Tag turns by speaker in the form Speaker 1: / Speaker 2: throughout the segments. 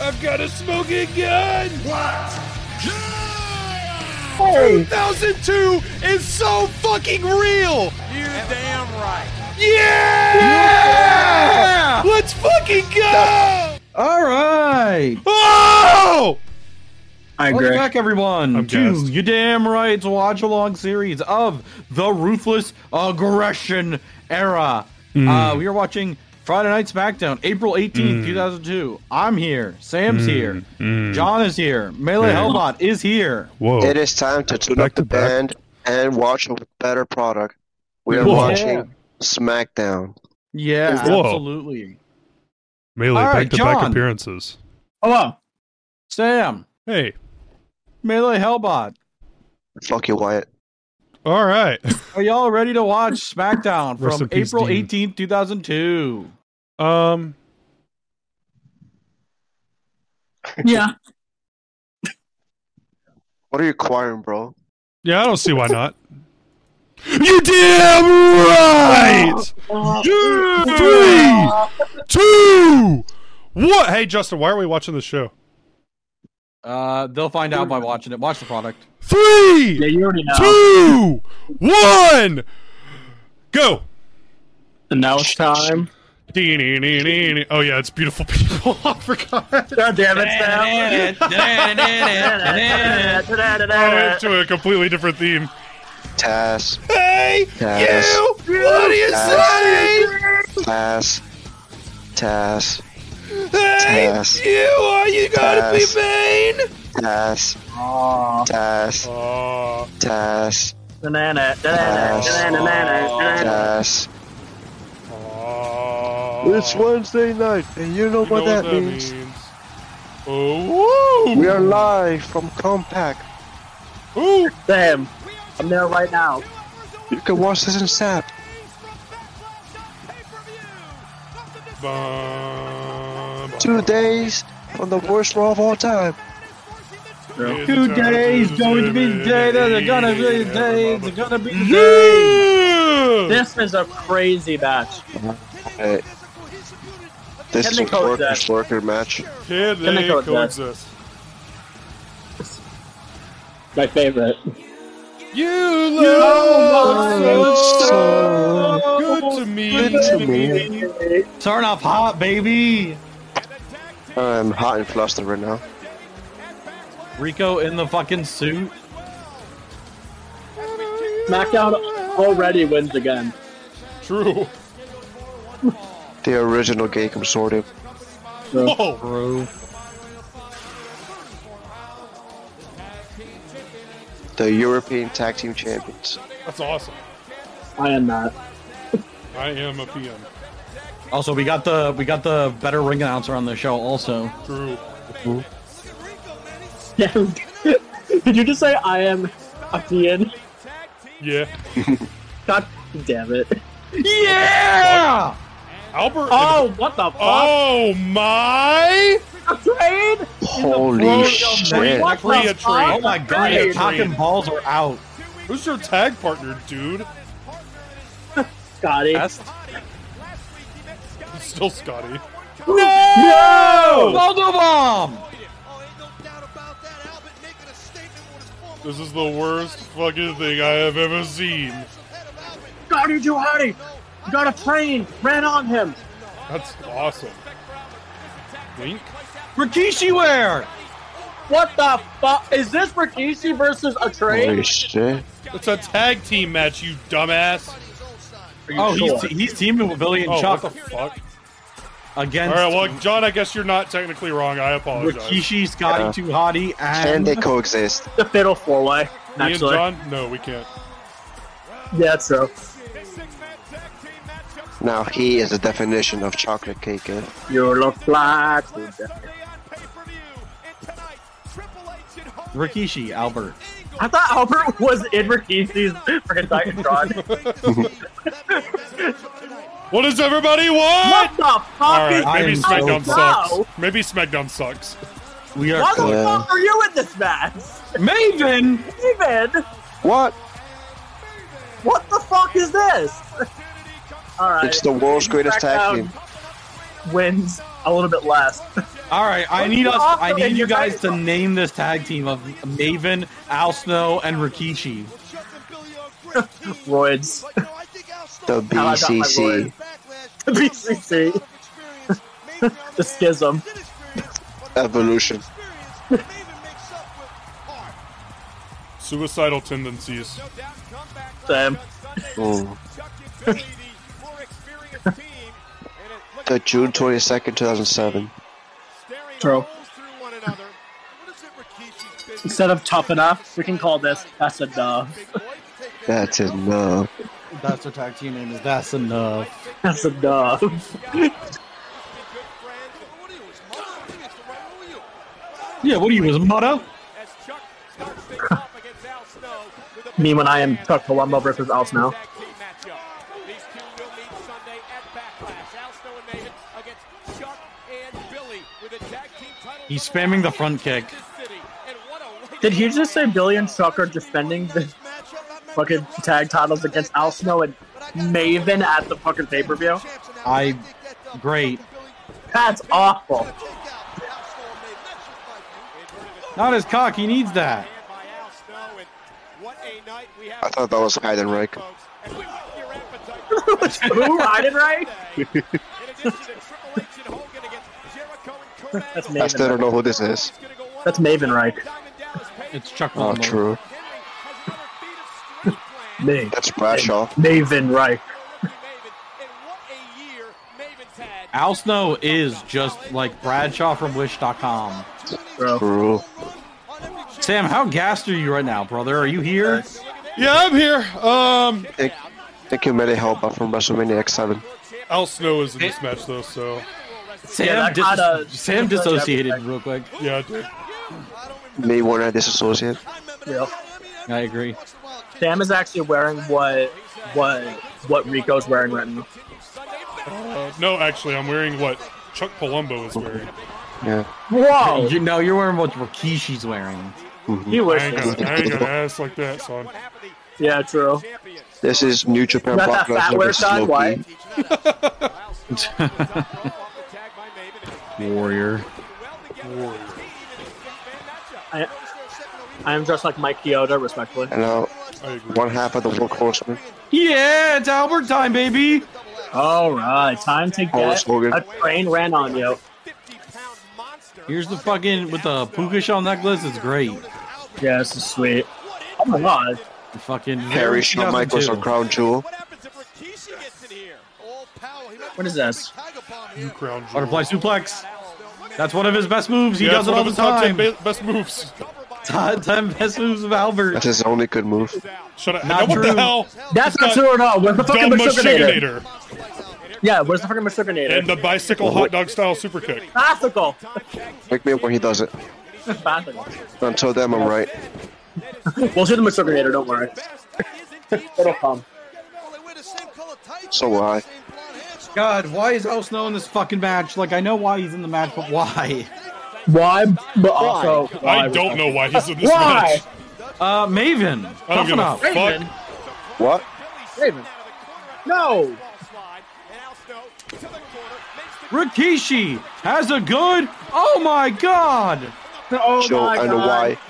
Speaker 1: I've got a smoking gun!
Speaker 2: What?
Speaker 1: Yeah! 2002 is so fucking real!
Speaker 2: You damn right.
Speaker 1: Yeah!
Speaker 3: Yeah!
Speaker 1: Let's fucking go!
Speaker 3: All right.
Speaker 1: Oh!
Speaker 4: Hi,
Speaker 3: Welcome
Speaker 4: Greg.
Speaker 3: back, everyone,
Speaker 1: I'm
Speaker 3: to
Speaker 1: gassed.
Speaker 3: You Damn Right's watch along series of the Ruthless Aggression Era.
Speaker 1: Hmm.
Speaker 3: Uh, we are watching Friday Night SmackDown, April 18th, 2002. I'm here.
Speaker 1: Hmm.
Speaker 3: Sam's here. John is here. Melee Hellbot Mm, is here.
Speaker 1: Whoa.
Speaker 5: It is time to tune
Speaker 1: Back
Speaker 5: up the
Speaker 1: to back.
Speaker 5: band and watch a better product. We are
Speaker 1: Whoa.
Speaker 3: Yeah.
Speaker 5: watching SmackDown.
Speaker 3: Yeah,
Speaker 1: Whoa.
Speaker 3: absolutely.
Speaker 1: Melee
Speaker 3: All right,
Speaker 1: back-to-back
Speaker 3: John.
Speaker 1: appearances.
Speaker 4: Hello.
Speaker 3: Sam,
Speaker 1: Hey.
Speaker 3: Melee Hellbot,
Speaker 5: Fuck you, Wyatt.
Speaker 1: All right.
Speaker 3: are y'all ready to watch SmackDown
Speaker 1: Rest
Speaker 3: from
Speaker 1: in peace,
Speaker 3: April
Speaker 1: Dean.
Speaker 3: 18th, 2002?
Speaker 1: Um.
Speaker 4: Yeah.
Speaker 5: What are you acquiring, bro?
Speaker 1: Yeah, I don't see why not. you damn right. Three, two, what? Hey, Justin, why are we watching this show?
Speaker 3: Uh, they'll find out by watching it. Watch the product.
Speaker 4: Yeah,
Speaker 1: Three,
Speaker 4: you already know.
Speaker 1: two, one, go.
Speaker 4: And now it's time.
Speaker 1: Oh yeah, it's beautiful people. I forgot.
Speaker 4: God damn it, Sam.
Speaker 1: Oh, into a completely different theme.
Speaker 5: Taz.
Speaker 1: Hey,
Speaker 5: Yes.
Speaker 1: you. What do you
Speaker 5: Yes. Taz. Taz. Yes.
Speaker 1: you. Are you
Speaker 5: Yes.
Speaker 1: mean?
Speaker 5: Taz.
Speaker 4: Oh.
Speaker 5: Taz.
Speaker 1: Oh,
Speaker 5: Taz.
Speaker 4: Banana, banana, banana, banana.
Speaker 5: Taz.
Speaker 1: oh.
Speaker 5: It's Wednesday night, and you know
Speaker 1: You know
Speaker 5: what that means.
Speaker 1: Oh, woo!
Speaker 5: We are live from Compact.
Speaker 1: Ooh.
Speaker 4: Sam, I'm there right now.
Speaker 5: You can watch this in SAP.
Speaker 1: Bum, bum.
Speaker 5: Two days from the worst Raw of all time.
Speaker 3: Two days going to be the day. They're gonna be the day. They're gonna be the day.
Speaker 1: Yeah!
Speaker 4: This is a crazy match.
Speaker 5: Hey. This
Speaker 4: Can
Speaker 5: is
Speaker 4: they
Speaker 5: a
Speaker 4: call it
Speaker 5: worker
Speaker 4: that?
Speaker 5: worker match.
Speaker 1: Can
Speaker 4: Can they
Speaker 1: they
Speaker 4: call it that?
Speaker 1: coexist?
Speaker 4: My favorite.
Speaker 1: You love so
Speaker 5: so
Speaker 1: good to me.
Speaker 5: good to me.
Speaker 3: Turn off hot, baby.
Speaker 5: I'm hot and flustered right now.
Speaker 3: Rico in the fucking suit.
Speaker 4: SmackDown already wins again.
Speaker 1: True.
Speaker 5: The original gay consortium.
Speaker 1: Oh,
Speaker 3: Bro.
Speaker 5: The European Tag Team Champions.
Speaker 1: that's awesome.
Speaker 4: I am not.
Speaker 1: I am a PM.
Speaker 3: Also, we got the we got the better ring announcer on the show. Also,
Speaker 1: True.
Speaker 4: Did you just say I am a fiend?
Speaker 1: Yeah.
Speaker 4: God damn it.
Speaker 3: yeah.
Speaker 1: Albert.
Speaker 4: Oh, what the fuck?
Speaker 1: Oh my!
Speaker 4: A train?
Speaker 5: Holy
Speaker 1: Bro,
Speaker 5: shit.
Speaker 4: What the
Speaker 1: Korea
Speaker 4: fuck?
Speaker 1: train.
Speaker 3: Oh my god, the
Speaker 1: Great.
Speaker 3: talking balls are out.
Speaker 1: Who's your tag partner, dude?
Speaker 4: Scotty.
Speaker 3: Best.
Speaker 1: It's still Scotty.
Speaker 3: No. bomb.
Speaker 1: This is the worst fucking thing I have ever seen.
Speaker 4: Scotty Johari got a train, ran on him.
Speaker 1: That's awesome. Link?
Speaker 3: Rikishi wear.
Speaker 4: What the fuck? Is this Rikishi versus a
Speaker 5: Holy
Speaker 4: train?
Speaker 5: shit.
Speaker 1: It's a tag team match, you dumbass.
Speaker 3: Oh, he's he's teaming with Billy and
Speaker 1: Oh,
Speaker 3: Chuck
Speaker 1: what the fuck?
Speaker 3: against
Speaker 1: All right, well, John, I guess you're not technically wrong. I apologize. Me
Speaker 3: Rikishi, Scotty,
Speaker 5: Yeah.
Speaker 3: Too Hottie,
Speaker 5: Can
Speaker 3: and
Speaker 5: they coexist?
Speaker 4: The Fiddle Four Way,
Speaker 1: and
Speaker 4: actually. Yeah,
Speaker 1: John? No, we can't.
Speaker 4: that's true.
Speaker 5: Now he is the definition of chocolate cake. eh?
Speaker 4: You look like.
Speaker 3: Rikishi, Albert.
Speaker 4: I thought Albert was in Rikishi's Francitron.
Speaker 1: What does everybody want?
Speaker 4: what the fuck
Speaker 1: All
Speaker 4: is
Speaker 1: right,
Speaker 3: I
Speaker 1: maybe
Speaker 3: am
Speaker 1: SmackDown
Speaker 4: so- No.
Speaker 1: sucks. Maybe SmackDown sucks.
Speaker 3: We are
Speaker 4: Why the
Speaker 3: close.
Speaker 5: Yeah.
Speaker 4: fuck are you in this match?
Speaker 3: Maven.
Speaker 4: Steven,
Speaker 5: What?
Speaker 4: what the fuck is this? Alright.
Speaker 5: It's the world's greatest tag team.
Speaker 4: Wins a little bit less.
Speaker 3: All right, I need us. I need you guys to
Speaker 4: Awesome.
Speaker 3: name this tag team of Maven, Al Snow, and Rikishi.
Speaker 4: Roids.
Speaker 5: The BCC.
Speaker 4: The BCC. The schism.
Speaker 5: Evolution.
Speaker 1: Suicidal tendencies.
Speaker 4: Same.
Speaker 5: Mm. The June 22nd, 2007.
Speaker 4: True. Instead of tough enough, we can call this that's enough.
Speaker 5: That's enough.
Speaker 3: That's their tag team name. Is that's enough?
Speaker 4: That's enough.
Speaker 3: Yeah. What are you, his mother?
Speaker 4: Me when I am Chuck Palumbo versus Al Snow.
Speaker 2: These two will meet Sunday at Backlash. Al Snow and Maven against Chuck and Billy with a tag team title.
Speaker 3: He's spamming the front kick.
Speaker 4: Did he just say Billy and Chuck are defending the fucking tag titles against Al Snow and Maven at the fucking pay per view?
Speaker 3: I. Great.
Speaker 4: That's awful.
Speaker 3: Not his cock. He needs that.
Speaker 5: I thought that was Heidenreich.
Speaker 4: Who riding right? That's
Speaker 5: I
Speaker 4: Maven.
Speaker 5: still don't know who this is.
Speaker 4: That's Maven right.
Speaker 3: It's Chuck.
Speaker 5: Oh,
Speaker 3: Palumbo.
Speaker 5: true.
Speaker 4: Me.
Speaker 5: That's Bradshaw.
Speaker 4: Maven right.
Speaker 3: Al Snow is just like Bradshaw from Wish.com.
Speaker 4: Bro.
Speaker 5: True.
Speaker 3: Sam, how gassed are you right now, brother? Are you here?
Speaker 1: Yeah, I'm here. Um,
Speaker 5: Thank, thank you, Medi Help from WrestleMania X7.
Speaker 1: Al Snow is in this match though, so
Speaker 3: Sam,
Speaker 4: that
Speaker 3: dis-
Speaker 4: kinda-
Speaker 3: Sam dissociated real quick.
Speaker 1: yeah, I did.
Speaker 5: Me want to disassociate.
Speaker 4: Yep.
Speaker 3: I agree.
Speaker 4: Sam is actually wearing what what what Rico's wearing right now.
Speaker 1: Uh, no, actually, I'm wearing what Chuck Palumbo is wearing.
Speaker 5: Yeah.
Speaker 4: Whoa!
Speaker 3: You, no, you're wearing what Rikishi's wearing.
Speaker 4: He
Speaker 1: I ain't
Speaker 4: wishes.
Speaker 1: gonna, I ain't gonna ask like that, son.
Speaker 4: Yeah, true.
Speaker 5: This is New Japan
Speaker 4: Not
Speaker 5: Brock
Speaker 4: that fat
Speaker 5: Lesnar
Speaker 4: wear
Speaker 5: versus
Speaker 4: son, why?
Speaker 5: Loki.
Speaker 3: Warrior.
Speaker 4: I, I am dressed like Mike Chioda, respectfully.
Speaker 5: And now,
Speaker 1: I agree.
Speaker 5: one half of the World Horsemen.
Speaker 3: Yeah, it's Albert time, baby.
Speaker 4: All right, time to
Speaker 5: Horace
Speaker 4: get
Speaker 5: Oh, Hogan.
Speaker 4: a train ran on you.
Speaker 3: Here's the fucking with the puka shell necklace. It's great.
Speaker 4: Yeah, this is sweet. Oh my god,
Speaker 3: The fucking
Speaker 5: Harry Shawn Michaels on Crown Jewel.
Speaker 4: What is this? Hmm.
Speaker 1: You crown jewel.
Speaker 3: butterfly suplex. That's one of his best moves. He
Speaker 1: Yeah,
Speaker 3: does
Speaker 1: that's one
Speaker 3: it all
Speaker 1: of
Speaker 3: the
Speaker 1: his top ten
Speaker 3: time.
Speaker 1: be- best moves.
Speaker 3: Top ten best moves of Albert.
Speaker 5: That's his only good move.
Speaker 1: Shut up.
Speaker 3: Not
Speaker 1: Now, what the
Speaker 3: true.
Speaker 1: hell?
Speaker 4: that's not
Speaker 1: got
Speaker 4: true at all. Where's the fucking
Speaker 1: Dumb
Speaker 4: Machuganator?
Speaker 1: Machiganator
Speaker 4: Yeah, where's the fucking
Speaker 1: and
Speaker 4: Machuganator?
Speaker 1: the bicycle hot dog style super kick.
Speaker 4: Classical.
Speaker 5: Wake me up when he does it.
Speaker 4: Classical.
Speaker 5: Until then, I'm right.
Speaker 4: We'll see the Machuganator. Don't worry. It'll come.
Speaker 5: So will I.
Speaker 3: God, why is El Snow in this fucking match? Like, I know why he's in the match, but why?
Speaker 4: Why? But also,
Speaker 1: I
Speaker 4: why?
Speaker 1: don't know why he's in this
Speaker 4: Why?
Speaker 1: match.
Speaker 3: Uh, Maven,
Speaker 1: I don't
Speaker 3: tough
Speaker 1: give a
Speaker 3: enough.
Speaker 1: fuck.
Speaker 4: Raven.
Speaker 5: What?
Speaker 4: Raven. No.
Speaker 3: Rikishi has a good. Oh my god!
Speaker 4: Oh
Speaker 5: Joe
Speaker 4: my
Speaker 5: and
Speaker 4: god.
Speaker 5: why?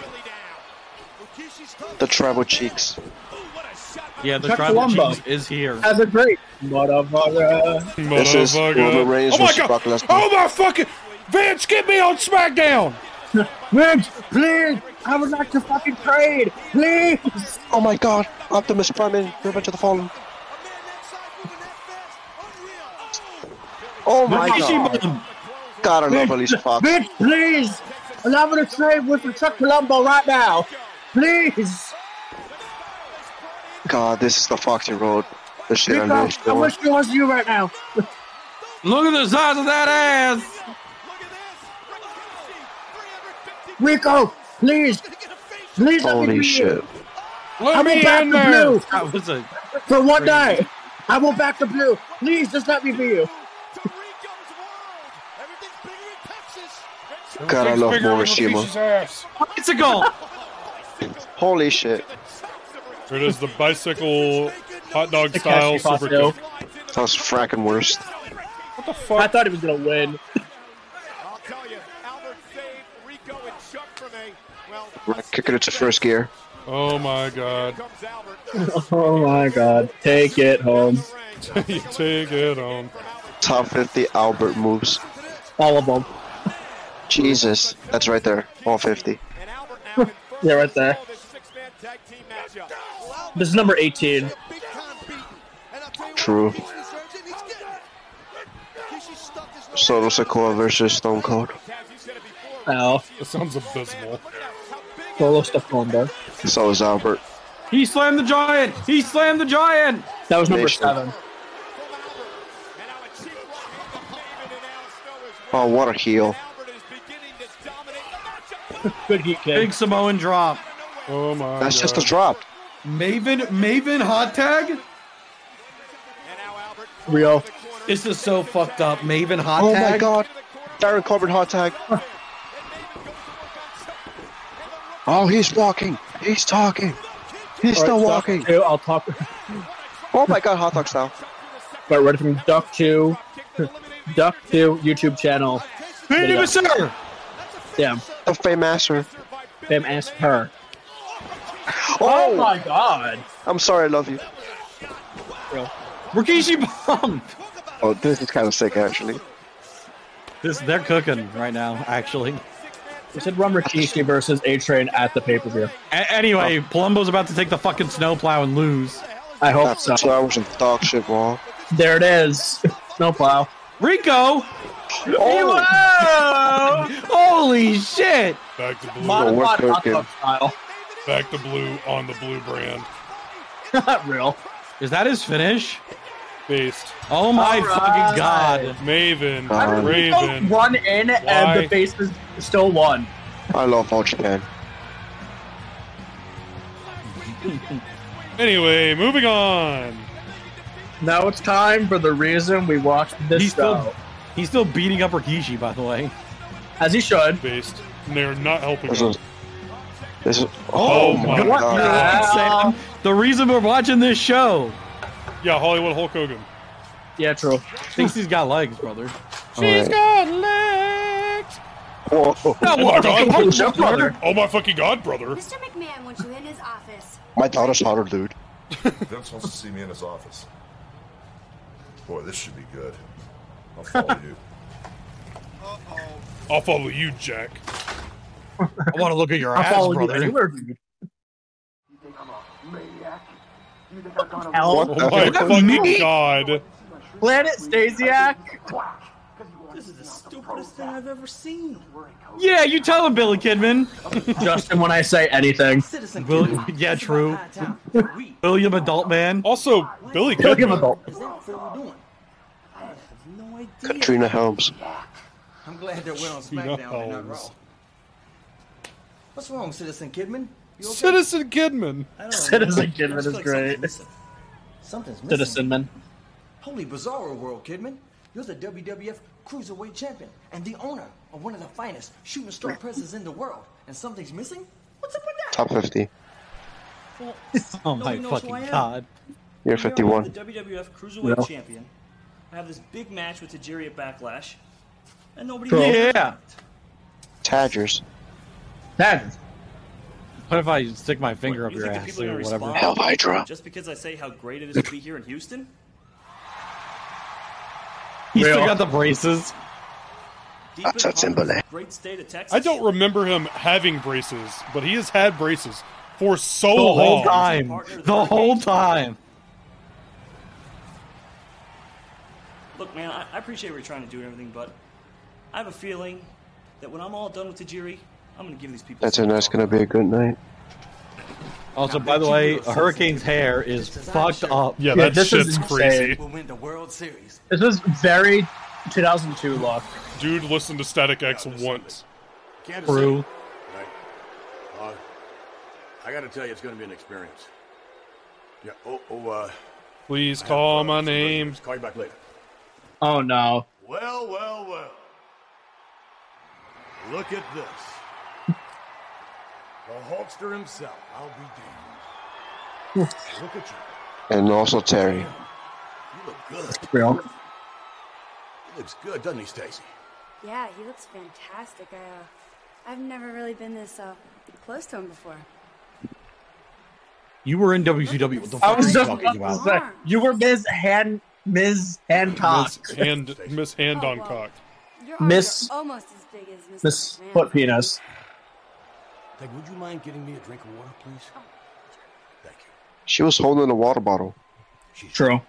Speaker 5: The travel cheeks.
Speaker 3: Yeah, the
Speaker 4: Chuck
Speaker 3: tribal
Speaker 4: Palumbo.
Speaker 3: chief is here.
Speaker 5: Oh
Speaker 4: As a great motherfucker.
Speaker 5: This is Roman Reigns
Speaker 1: Oh my
Speaker 5: versus Brock
Speaker 1: god!
Speaker 5: Lesnar.
Speaker 1: Oh my fucking Vince, get me on SmackDown.
Speaker 4: Vince, please, I would like to fucking trade, please.
Speaker 5: Oh my god, Optimus Prime in Revenge of the Fallen. Oh my
Speaker 3: Rikishi,
Speaker 5: god. God, I love Elise Fox.
Speaker 4: Vince, please, allow me to trade with Chuck Palumbo right now, please.
Speaker 5: God, this is the Foxy Road. The shit
Speaker 4: Rico,
Speaker 5: I'm really
Speaker 4: I
Speaker 5: feeling.
Speaker 4: wish it was you right now.
Speaker 3: look at the size of that ass.
Speaker 4: Rico, please, please let me
Speaker 5: Holy
Speaker 4: be
Speaker 5: shit.
Speaker 4: you.
Speaker 1: Let
Speaker 4: I
Speaker 1: me
Speaker 4: will back
Speaker 1: in
Speaker 4: the
Speaker 1: there.
Speaker 4: blue
Speaker 3: That was a
Speaker 4: for one day. I will back the blue. Please, just let me be you.
Speaker 5: God, I love Morishima.
Speaker 3: bicycle.
Speaker 5: Holy shit.
Speaker 1: There it is, the bicycle hot dog style
Speaker 4: Takeshi
Speaker 1: super
Speaker 4: Fazio.
Speaker 1: kick.
Speaker 5: That was fracking worst.
Speaker 4: I thought he was gonna win.
Speaker 6: Rico and Chuck from a, well,
Speaker 5: Right, kicking it to first gear.
Speaker 1: Oh my god.
Speaker 6: comes Albert.
Speaker 4: Oh my god. Take it home.
Speaker 1: you take it on.
Speaker 5: Top 50 Albert moves.
Speaker 4: All of them.
Speaker 5: Jesus, that's right there. All 50.
Speaker 6: And Albert now in first
Speaker 4: Yeah, right there.
Speaker 6: of this six-man tag team matchup.
Speaker 4: This is number 18.
Speaker 5: True. Solo Sokoa versus Stone Cold.
Speaker 6: Taz, you said it before.
Speaker 4: Ow.
Speaker 1: That sounds abysmal.
Speaker 6: Look at how- how big
Speaker 4: Solo stuff going there.
Speaker 5: So is Albert.
Speaker 3: He slammed the giant. He slammed the giant.
Speaker 4: That was number
Speaker 5: Nation.
Speaker 4: seven.
Speaker 6: from Albert. And now a cheap rock hit to David and Al Snow as well.
Speaker 5: Oh, what a heel.
Speaker 6: Albert is beginning to dominate the matchup.
Speaker 4: Good heat kick.
Speaker 3: Big Samoan drop.
Speaker 1: Oh my
Speaker 5: That's
Speaker 1: god.
Speaker 5: just a drop.
Speaker 3: Maven, Maven hot tag?
Speaker 6: And now Albert
Speaker 4: Real.
Speaker 3: This is so fucked up. Maven hot
Speaker 5: Oh
Speaker 3: tag.
Speaker 5: my god. Darren Corbin hot tag. Oh, he's walking. He's talking. He's still
Speaker 4: Alright,
Speaker 5: walking.
Speaker 4: Duck two, I'll talk.
Speaker 5: Oh my god, hot dog style.
Speaker 4: Right, ready from Duck 2. Duck 2 YouTube channel.
Speaker 3: Main
Speaker 4: Yeah.
Speaker 3: eventer.
Speaker 4: Damn.
Speaker 5: The Fame Master.
Speaker 4: Damn, ask her.
Speaker 5: Oh,
Speaker 4: Oh my god.
Speaker 5: I'm sorry, I love you.
Speaker 3: Rikishi bump.
Speaker 5: Oh, this is kind of sick, actually.
Speaker 3: This, they're cooking right now, actually.
Speaker 4: We said Rum Rikishi versus A Train at the pay per view.
Speaker 3: A- anyway, Palumbo's about to take the fucking snowplow and lose.
Speaker 4: I hope
Speaker 5: That's
Speaker 4: so.
Speaker 5: two hours of dog shit, wall.
Speaker 4: There it is. Snowplow.
Speaker 3: Rico!
Speaker 5: Oh,
Speaker 3: Holy shit!
Speaker 1: Back to blue.
Speaker 5: Mon-
Speaker 4: Modified
Speaker 5: we're
Speaker 4: hot dog style.
Speaker 1: Back to blue on the blue brand.
Speaker 4: Not real.
Speaker 3: Is that his finish?
Speaker 1: Based.
Speaker 3: Oh my
Speaker 4: All right.
Speaker 3: fucking god.
Speaker 1: Maven.
Speaker 5: Um,
Speaker 1: Raven.
Speaker 4: One in,
Speaker 1: Why?
Speaker 4: and the face is still one.
Speaker 5: I love all Japan.
Speaker 1: Anyway, moving on.
Speaker 4: Now it's time for the reason we watched this
Speaker 3: He's
Speaker 4: show.
Speaker 3: still, he's still beating up Rikishi, by the way.
Speaker 4: As he should.
Speaker 1: Based. And they're not helping
Speaker 5: This
Speaker 1: us.
Speaker 5: is. This is.
Speaker 1: Oh my
Speaker 5: my
Speaker 1: What
Speaker 5: god.
Speaker 4: the hell?
Speaker 3: Sam, the reason we're watching this show
Speaker 1: Yeah, Hollywood Hulk Hogan.
Speaker 4: Yeah, true.
Speaker 3: thinks he's got legs, brother.
Speaker 5: She's
Speaker 1: got legs.
Speaker 5: Whoa.
Speaker 1: Oh my god.
Speaker 4: Jeff brother.
Speaker 1: Oh my fucking god, brother.
Speaker 7: Mr. McMahon wants you in his office.
Speaker 5: My daughter's hotter, dude.
Speaker 8: Vince wants to see me in his office. Boy, this should be good. I'll follow you.
Speaker 1: I'll follow you, Jack.
Speaker 3: I want to look at your
Speaker 4: I
Speaker 3: ass,
Speaker 4: follow you
Speaker 3: brother.
Speaker 4: anywhere, dude.
Speaker 5: What
Speaker 4: Hell,
Speaker 1: Oh my
Speaker 5: the fuck?
Speaker 1: fucking god.
Speaker 4: Planet Stasiak.
Speaker 3: Yeah, you tell him, Billy Kidman.
Speaker 4: Justin, when I say anything,
Speaker 2: Citizen
Speaker 3: Will, yeah, true.
Speaker 2: We
Speaker 3: William Adult Man.
Speaker 1: Also, Billy
Speaker 4: he'll give
Speaker 1: Kidman.
Speaker 4: a bolt.
Speaker 2: present for what we're doing. I have no idea.
Speaker 5: Katrina Helms.
Speaker 2: I'm glad that we're on
Speaker 1: Katrina
Speaker 2: SmackDown and not
Speaker 1: Holmes.
Speaker 2: Raw. What's wrong, Citizen Kidman? You okay?
Speaker 1: Citizen Kidman.
Speaker 2: I don't know.
Speaker 4: Citizen
Speaker 2: I
Speaker 4: Kidman
Speaker 2: just
Speaker 4: is
Speaker 2: feel like
Speaker 4: great.
Speaker 2: Something's missing. Something's missing.
Speaker 4: Citizen man.
Speaker 2: Holy bizarro world, Kidman. You're the WWF Cruiserweight Champion and the owner of one of the finest shooting star presses in the world. And something's missing? What's up with that?
Speaker 5: Top 50.
Speaker 2: Well,
Speaker 3: Oh
Speaker 2: nobody
Speaker 3: my
Speaker 2: knows who I
Speaker 3: fucking
Speaker 2: am.
Speaker 3: god.
Speaker 5: Year
Speaker 9: Here I am,
Speaker 5: 51.
Speaker 9: The WWF Cruiserweight
Speaker 4: Yeah.
Speaker 9: Champion. I have this big match with Tajiri at Backlash, and nobody.
Speaker 4: Cool.
Speaker 9: knows-
Speaker 3: Yeah.
Speaker 5: Tadgers.
Speaker 4: That
Speaker 3: What if I stick my finger up
Speaker 9: You
Speaker 3: your
Speaker 9: think the
Speaker 3: ass
Speaker 9: people are
Speaker 3: or
Speaker 9: gonna
Speaker 3: whatever?
Speaker 9: respond
Speaker 5: Hell Hydra.
Speaker 9: Just because I say how great it is to be here in Houston,
Speaker 3: He still
Speaker 4: Real.
Speaker 3: got the braces.
Speaker 9: deep in
Speaker 5: That's
Speaker 9: the heart of
Speaker 5: Zimbabwe.
Speaker 9: this great state of Texas.
Speaker 1: I don't remember him having braces, but he has had braces for so
Speaker 3: The whole
Speaker 1: long.
Speaker 3: time. The whole time.
Speaker 9: Look, man, I, I appreciate what you're trying to do and everything, but I have a feeling that when I'm all done with Tajiri, I'm going to give these people.
Speaker 5: That's a,
Speaker 9: some
Speaker 5: that's
Speaker 9: talk.
Speaker 5: gonna be a good night.
Speaker 3: Also, by the way, Hurricane's hair is fucked up.
Speaker 1: Yeah,
Speaker 4: Yeah,
Speaker 1: that
Speaker 4: this is
Speaker 1: shit's
Speaker 4: insane.
Speaker 1: crazy.
Speaker 2: We'll win the World Series.
Speaker 4: this was very 2002 look.
Speaker 1: Dude listened to Static X once.
Speaker 3: True.
Speaker 10: Right. Uh, I got to tell you, it's going to be an experience. Yeah. Oh, oh. Uh,
Speaker 1: Please
Speaker 10: I
Speaker 1: call
Speaker 10: have, uh,
Speaker 1: my
Speaker 10: some
Speaker 1: name.
Speaker 10: business. Call you back later.
Speaker 4: Oh no.
Speaker 10: Well, well, well. Look at this. The Hulkster himself. I'll be damned. Look at you.
Speaker 5: And also Terry.
Speaker 10: You look good.
Speaker 4: Real.
Speaker 10: He looks good, doesn't he, Stacy?
Speaker 7: Yeah, he looks fantastic. I, uh, I've never really been this uh, close to him before.
Speaker 3: You were in WCW. What the fuck are you talking about?
Speaker 4: you were Ms. Han, Ms. Hancock,
Speaker 1: Miss hand, Miss hand on cock.
Speaker 7: Your
Speaker 4: Miss-
Speaker 7: arms are almost as big as
Speaker 4: Miss
Speaker 7: Miss. McMahon.
Speaker 4: Foot Penis.
Speaker 2: Peg, would you mind getting me a drink of water, please?
Speaker 5: She was holding a water bottle.
Speaker 4: True.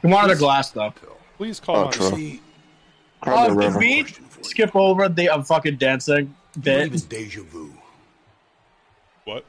Speaker 4: He wanted a glass though.
Speaker 1: Please call
Speaker 5: Oh,
Speaker 1: my
Speaker 5: true.
Speaker 1: son.
Speaker 5: Grab the
Speaker 4: Oh, did
Speaker 5: river.
Speaker 4: we skip over the I'm fucking dancing bit?
Speaker 10: Even deja vu.
Speaker 1: What?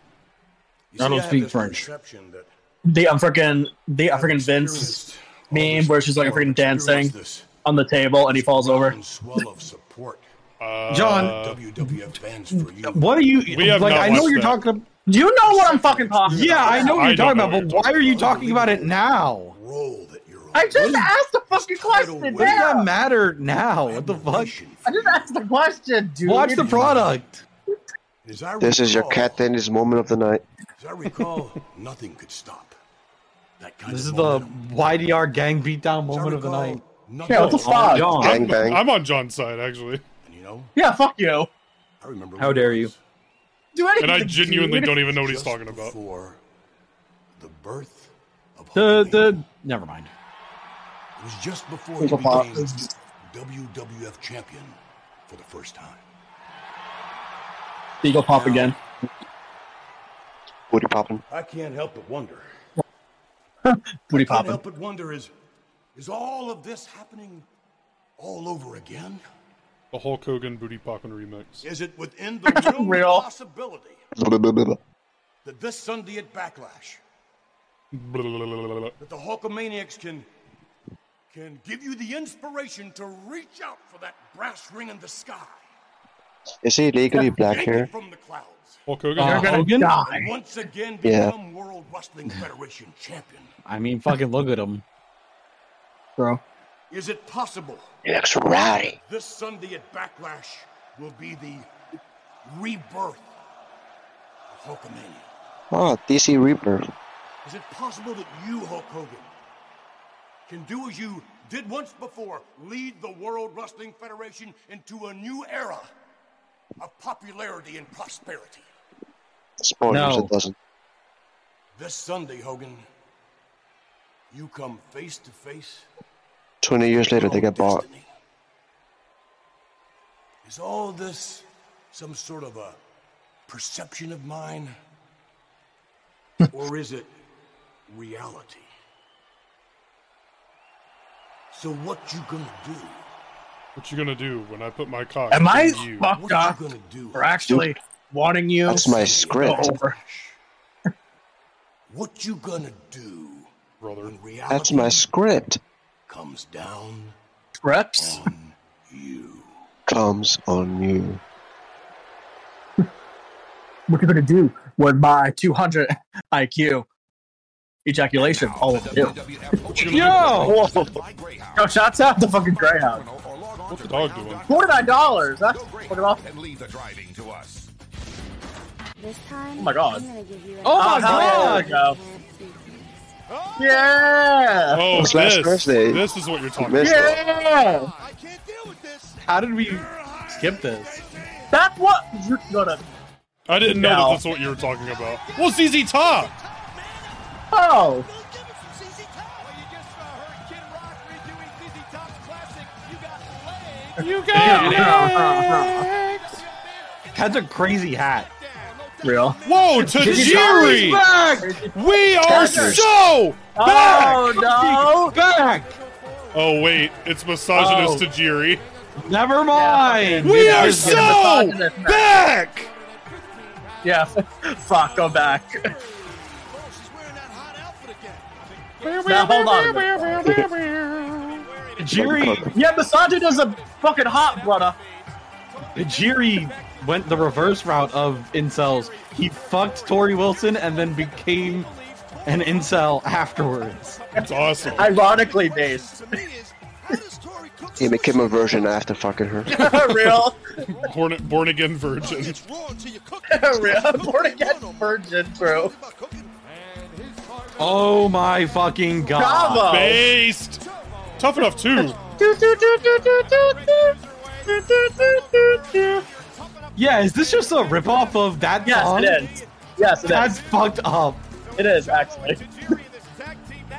Speaker 10: You
Speaker 3: I don't
Speaker 10: have
Speaker 3: speak
Speaker 10: this
Speaker 3: French.
Speaker 10: perception that
Speaker 4: The I'm freaking the I'm freaking Vince
Speaker 10: experienced all
Speaker 4: meme
Speaker 10: this-
Speaker 4: where she's like
Speaker 10: or
Speaker 4: freaking dancing
Speaker 10: experienced this
Speaker 4: on the table and he falls over.
Speaker 10: ground swell of support.
Speaker 1: Uh,
Speaker 3: John.
Speaker 10: WWF fans for you.
Speaker 3: What are you?
Speaker 1: We have
Speaker 3: like,
Speaker 1: not
Speaker 3: I know
Speaker 1: watched
Speaker 3: what you're
Speaker 1: that.
Speaker 3: talking about.
Speaker 4: You know what I'm fucking talking
Speaker 3: Yeah,
Speaker 4: about.
Speaker 3: I know what
Speaker 1: I
Speaker 3: you're
Speaker 1: don't
Speaker 3: talking
Speaker 1: know
Speaker 3: about,
Speaker 1: what
Speaker 3: but
Speaker 1: you're
Speaker 3: why are you talking about it now?
Speaker 10: Role that you're on.
Speaker 4: I just asked the fucking
Speaker 10: His title
Speaker 4: question.
Speaker 10: will-
Speaker 3: What does
Speaker 4: Yeah.
Speaker 3: that matter now? What the fuck?
Speaker 10: Admiration for
Speaker 4: I just
Speaker 10: you.
Speaker 4: asked the question, dude.
Speaker 3: Watch the product.
Speaker 10: As I
Speaker 5: This is your
Speaker 10: recall-
Speaker 5: cat Dennis moment of the night.
Speaker 10: As I recall, nothing could stop that kind
Speaker 3: This
Speaker 10: of
Speaker 3: is the
Speaker 10: momentum.
Speaker 3: YDR gang beatdown
Speaker 10: As I
Speaker 3: moment of the
Speaker 10: recall,
Speaker 3: night.
Speaker 10: nothing
Speaker 4: Yeah, what the
Speaker 3: Oh
Speaker 10: could
Speaker 4: fuck?
Speaker 3: John.
Speaker 5: Gang bang.
Speaker 1: I'm on John's side actually,
Speaker 10: And, you know,
Speaker 4: Yeah, fuck you.
Speaker 10: I remember.
Speaker 3: How dare you.
Speaker 4: Do anything.
Speaker 1: and I genuinely
Speaker 4: dude.
Speaker 1: don't even know what he's
Speaker 10: just
Speaker 1: talking about.
Speaker 10: Before the birth of
Speaker 3: The
Speaker 10: Hulkamania.
Speaker 3: the never mind.
Speaker 10: It was just before he became
Speaker 4: Pop.
Speaker 10: WWF champion for the first time.
Speaker 4: Eagle pop again.
Speaker 5: Booty popping.
Speaker 10: I can't help but wonder.
Speaker 4: Booty
Speaker 10: Can't
Speaker 4: popping.
Speaker 10: help but wonder is is all of this happening all over again?
Speaker 1: The Hulk Hogan booty popping remix.
Speaker 10: Is it within the realm
Speaker 4: Real.
Speaker 10: of possibility
Speaker 5: Blah, blah, blah, blah.
Speaker 10: that this Sunday at Backlash
Speaker 1: Blah, blah, blah, blah, blah, blah.
Speaker 10: that the Hulkamaniacs can can give you the inspiration to reach out for that brass ring in the sky,
Speaker 5: Is he legally black
Speaker 10: take it
Speaker 5: here?
Speaker 10: from the clouds,
Speaker 1: Hulk Hogan.
Speaker 3: Uh,
Speaker 1: Hulk-
Speaker 3: Hogan?
Speaker 10: and once again
Speaker 5: Yeah.
Speaker 10: become World Wrestling Federation champion?
Speaker 3: I mean, fucking look at him.
Speaker 4: Bro.
Speaker 10: Is it possible
Speaker 5: He looks rowdy.
Speaker 10: this Sunday at Backlash will be the rebirth of Hulkamania?
Speaker 5: Oh, DC Reaper.
Speaker 10: Is it possible that you, Hulk Hogan, can do as you did once before, lead the World Wrestling Federation into a new era of popularity and prosperity?
Speaker 5: Spoilers,
Speaker 3: No.
Speaker 5: it doesn't.
Speaker 10: This Sunday, Hogan, you come face to face
Speaker 5: 20 years later, they
Speaker 10: your
Speaker 5: get bought.
Speaker 10: destiny. Is all this some sort of a perception of mine? or is it reality? So what you gonna do?
Speaker 1: What you gonna do when I put my cock?
Speaker 4: Am I
Speaker 1: in you?
Speaker 4: fucked
Speaker 10: What you
Speaker 4: up
Speaker 10: gonna do?
Speaker 4: for actually wanting you?
Speaker 5: That's my
Speaker 4: to
Speaker 5: script.
Speaker 4: go over?
Speaker 10: What you gonna do
Speaker 1: brother?
Speaker 10: when reality
Speaker 5: That's my script.
Speaker 10: comes down
Speaker 4: Reps?
Speaker 10: on you?
Speaker 5: Comes on you.
Speaker 4: What you gonna do with my 200 IQ ejaculation?
Speaker 1: Oh.
Speaker 4: All of you.
Speaker 3: Yo,
Speaker 4: Yo, shots out the fucking Greyhound.
Speaker 1: What's the dog doing?
Speaker 4: $49. That's fucking awesome.
Speaker 11: And leave the driving to us.
Speaker 7: This time,
Speaker 4: Oh my God.
Speaker 7: I'm gonna give you. An
Speaker 3: Oh my
Speaker 4: Oh, hell yeah, there we
Speaker 3: god!
Speaker 4: go. Yeah!
Speaker 1: Oh,
Speaker 5: It's last
Speaker 1: this,
Speaker 5: Thursday.
Speaker 1: this is what you're talking
Speaker 5: Missed
Speaker 1: about.
Speaker 5: it.
Speaker 4: Yeah!
Speaker 2: I can't deal with this.
Speaker 3: How did we skip this?
Speaker 4: That's what you're gonna.
Speaker 1: I didn't know
Speaker 4: No.
Speaker 1: that that's what you were talking about. Well, ZZ Top.
Speaker 4: Oh!
Speaker 1: You
Speaker 3: That's a crazy hat.
Speaker 4: Real.
Speaker 1: Whoa, Tajiri! We are
Speaker 5: Taggers.
Speaker 1: so back.
Speaker 4: Oh no!
Speaker 3: Back.
Speaker 1: Oh wait, it's misogynist
Speaker 4: Oh.
Speaker 1: Tajiri.
Speaker 3: Never mind.
Speaker 1: We
Speaker 4: Yeah,
Speaker 1: are
Speaker 4: he's
Speaker 1: so
Speaker 4: getting misogynist now.
Speaker 1: back.
Speaker 4: Yeah, fuck, go back. Now hold on. a minute.
Speaker 3: Jiri,
Speaker 4: Yeah, Masaja does a fucking hot brother.
Speaker 3: Jiri went the reverse route of incels. He fucked Tori Wilson and then became an incel afterwards.
Speaker 1: It's awesome.
Speaker 4: Ironically based.
Speaker 5: He became a virgin after fucking her.
Speaker 4: real,
Speaker 1: Born, born again virgin.
Speaker 4: real, born again virgin, bro.
Speaker 3: Oh my fucking god!
Speaker 4: Bravo!
Speaker 1: Based. Tough enough too.
Speaker 4: Do, do, do, do, do, do, do. Do, do, do, do, do.
Speaker 3: Yeah, is this just a ripoff of that
Speaker 4: Yes,
Speaker 3: song?
Speaker 4: it is. Yes, it is.
Speaker 3: That's fucked up.
Speaker 4: It is actually.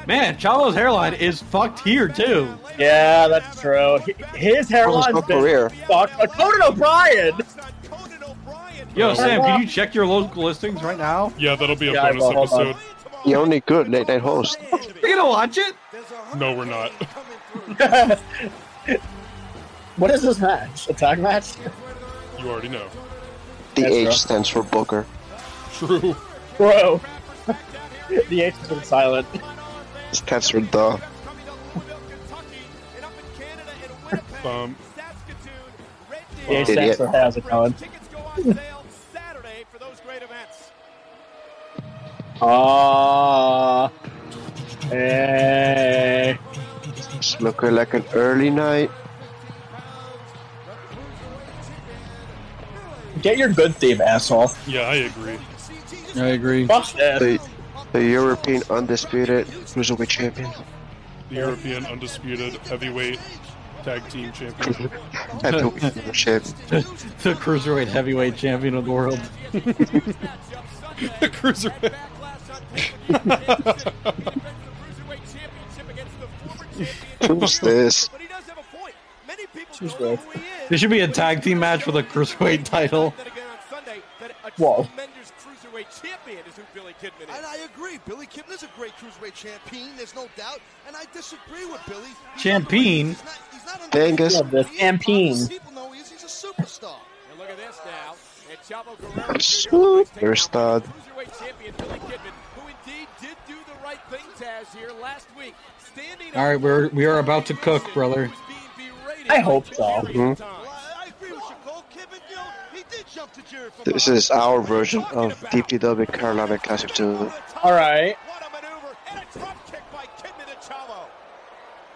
Speaker 3: Man, Chavo's hairline is fucked here too.
Speaker 4: Yeah, that's true. H- His hairline's
Speaker 5: whole
Speaker 4: been
Speaker 5: career.
Speaker 4: fucked. Uh, Conan O'Brien.
Speaker 3: Yo, Sam, can you check your local listings right now?
Speaker 1: Yeah, that'll be a
Speaker 4: Yeah, I
Speaker 1: bonus
Speaker 4: will, hold on.
Speaker 1: episode.
Speaker 5: The only good late night host.
Speaker 3: You gonna watch it?
Speaker 1: No, we're not.
Speaker 4: What is this match? A tag match?
Speaker 1: You already know.
Speaker 5: The
Speaker 4: That's
Speaker 5: H
Speaker 4: rough.
Speaker 5: stands for Booker.
Speaker 1: True.
Speaker 4: Bro. the H has been silent.
Speaker 5: It stands for the.
Speaker 1: Um,
Speaker 4: The H
Speaker 5: Idiot.
Speaker 4: stands for how's it going? Ah. Eh. hey.
Speaker 5: It's looking like an early night.
Speaker 4: Get your good theme, asshole.
Speaker 1: yeah, I agree.
Speaker 3: I agree.
Speaker 4: Fuck this.
Speaker 5: The, the European undisputed cruiserweight champion.
Speaker 1: The European undisputed heavyweight tag team champion.
Speaker 5: At the World champion.
Speaker 3: the cruiserweight heavyweight champion of the world.
Speaker 1: the cruiserweight.
Speaker 5: Who's this?
Speaker 3: This should be a tag team match for the cruiserweight title.
Speaker 4: Whoa.
Speaker 2: And I agree. Billy Kidman is a great cruiserweight champion. There's no doubt. And I disagree with Billy. He's
Speaker 3: Champion?
Speaker 2: not- he's not- he's not
Speaker 5: Dangus.
Speaker 4: Love this. Champion.
Speaker 2: People know he is. He's a superstar. And look at this now. And Chavo Guerrero
Speaker 5: Superstar.
Speaker 2: cruiserweight champion Billy Kidman, who indeed did do the right thing, Taz, here last week, standing.
Speaker 3: All right, we're we are about to cook, brother.
Speaker 4: I hope so.
Speaker 5: Mm-hmm.
Speaker 2: I agree with you, Cole Kidman. You know, he did jump to Jerry from
Speaker 5: This is our version of DPW Carolina Classic 2.
Speaker 4: All right.
Speaker 2: What a maneuver and a drop kick by Kidman to Chavo.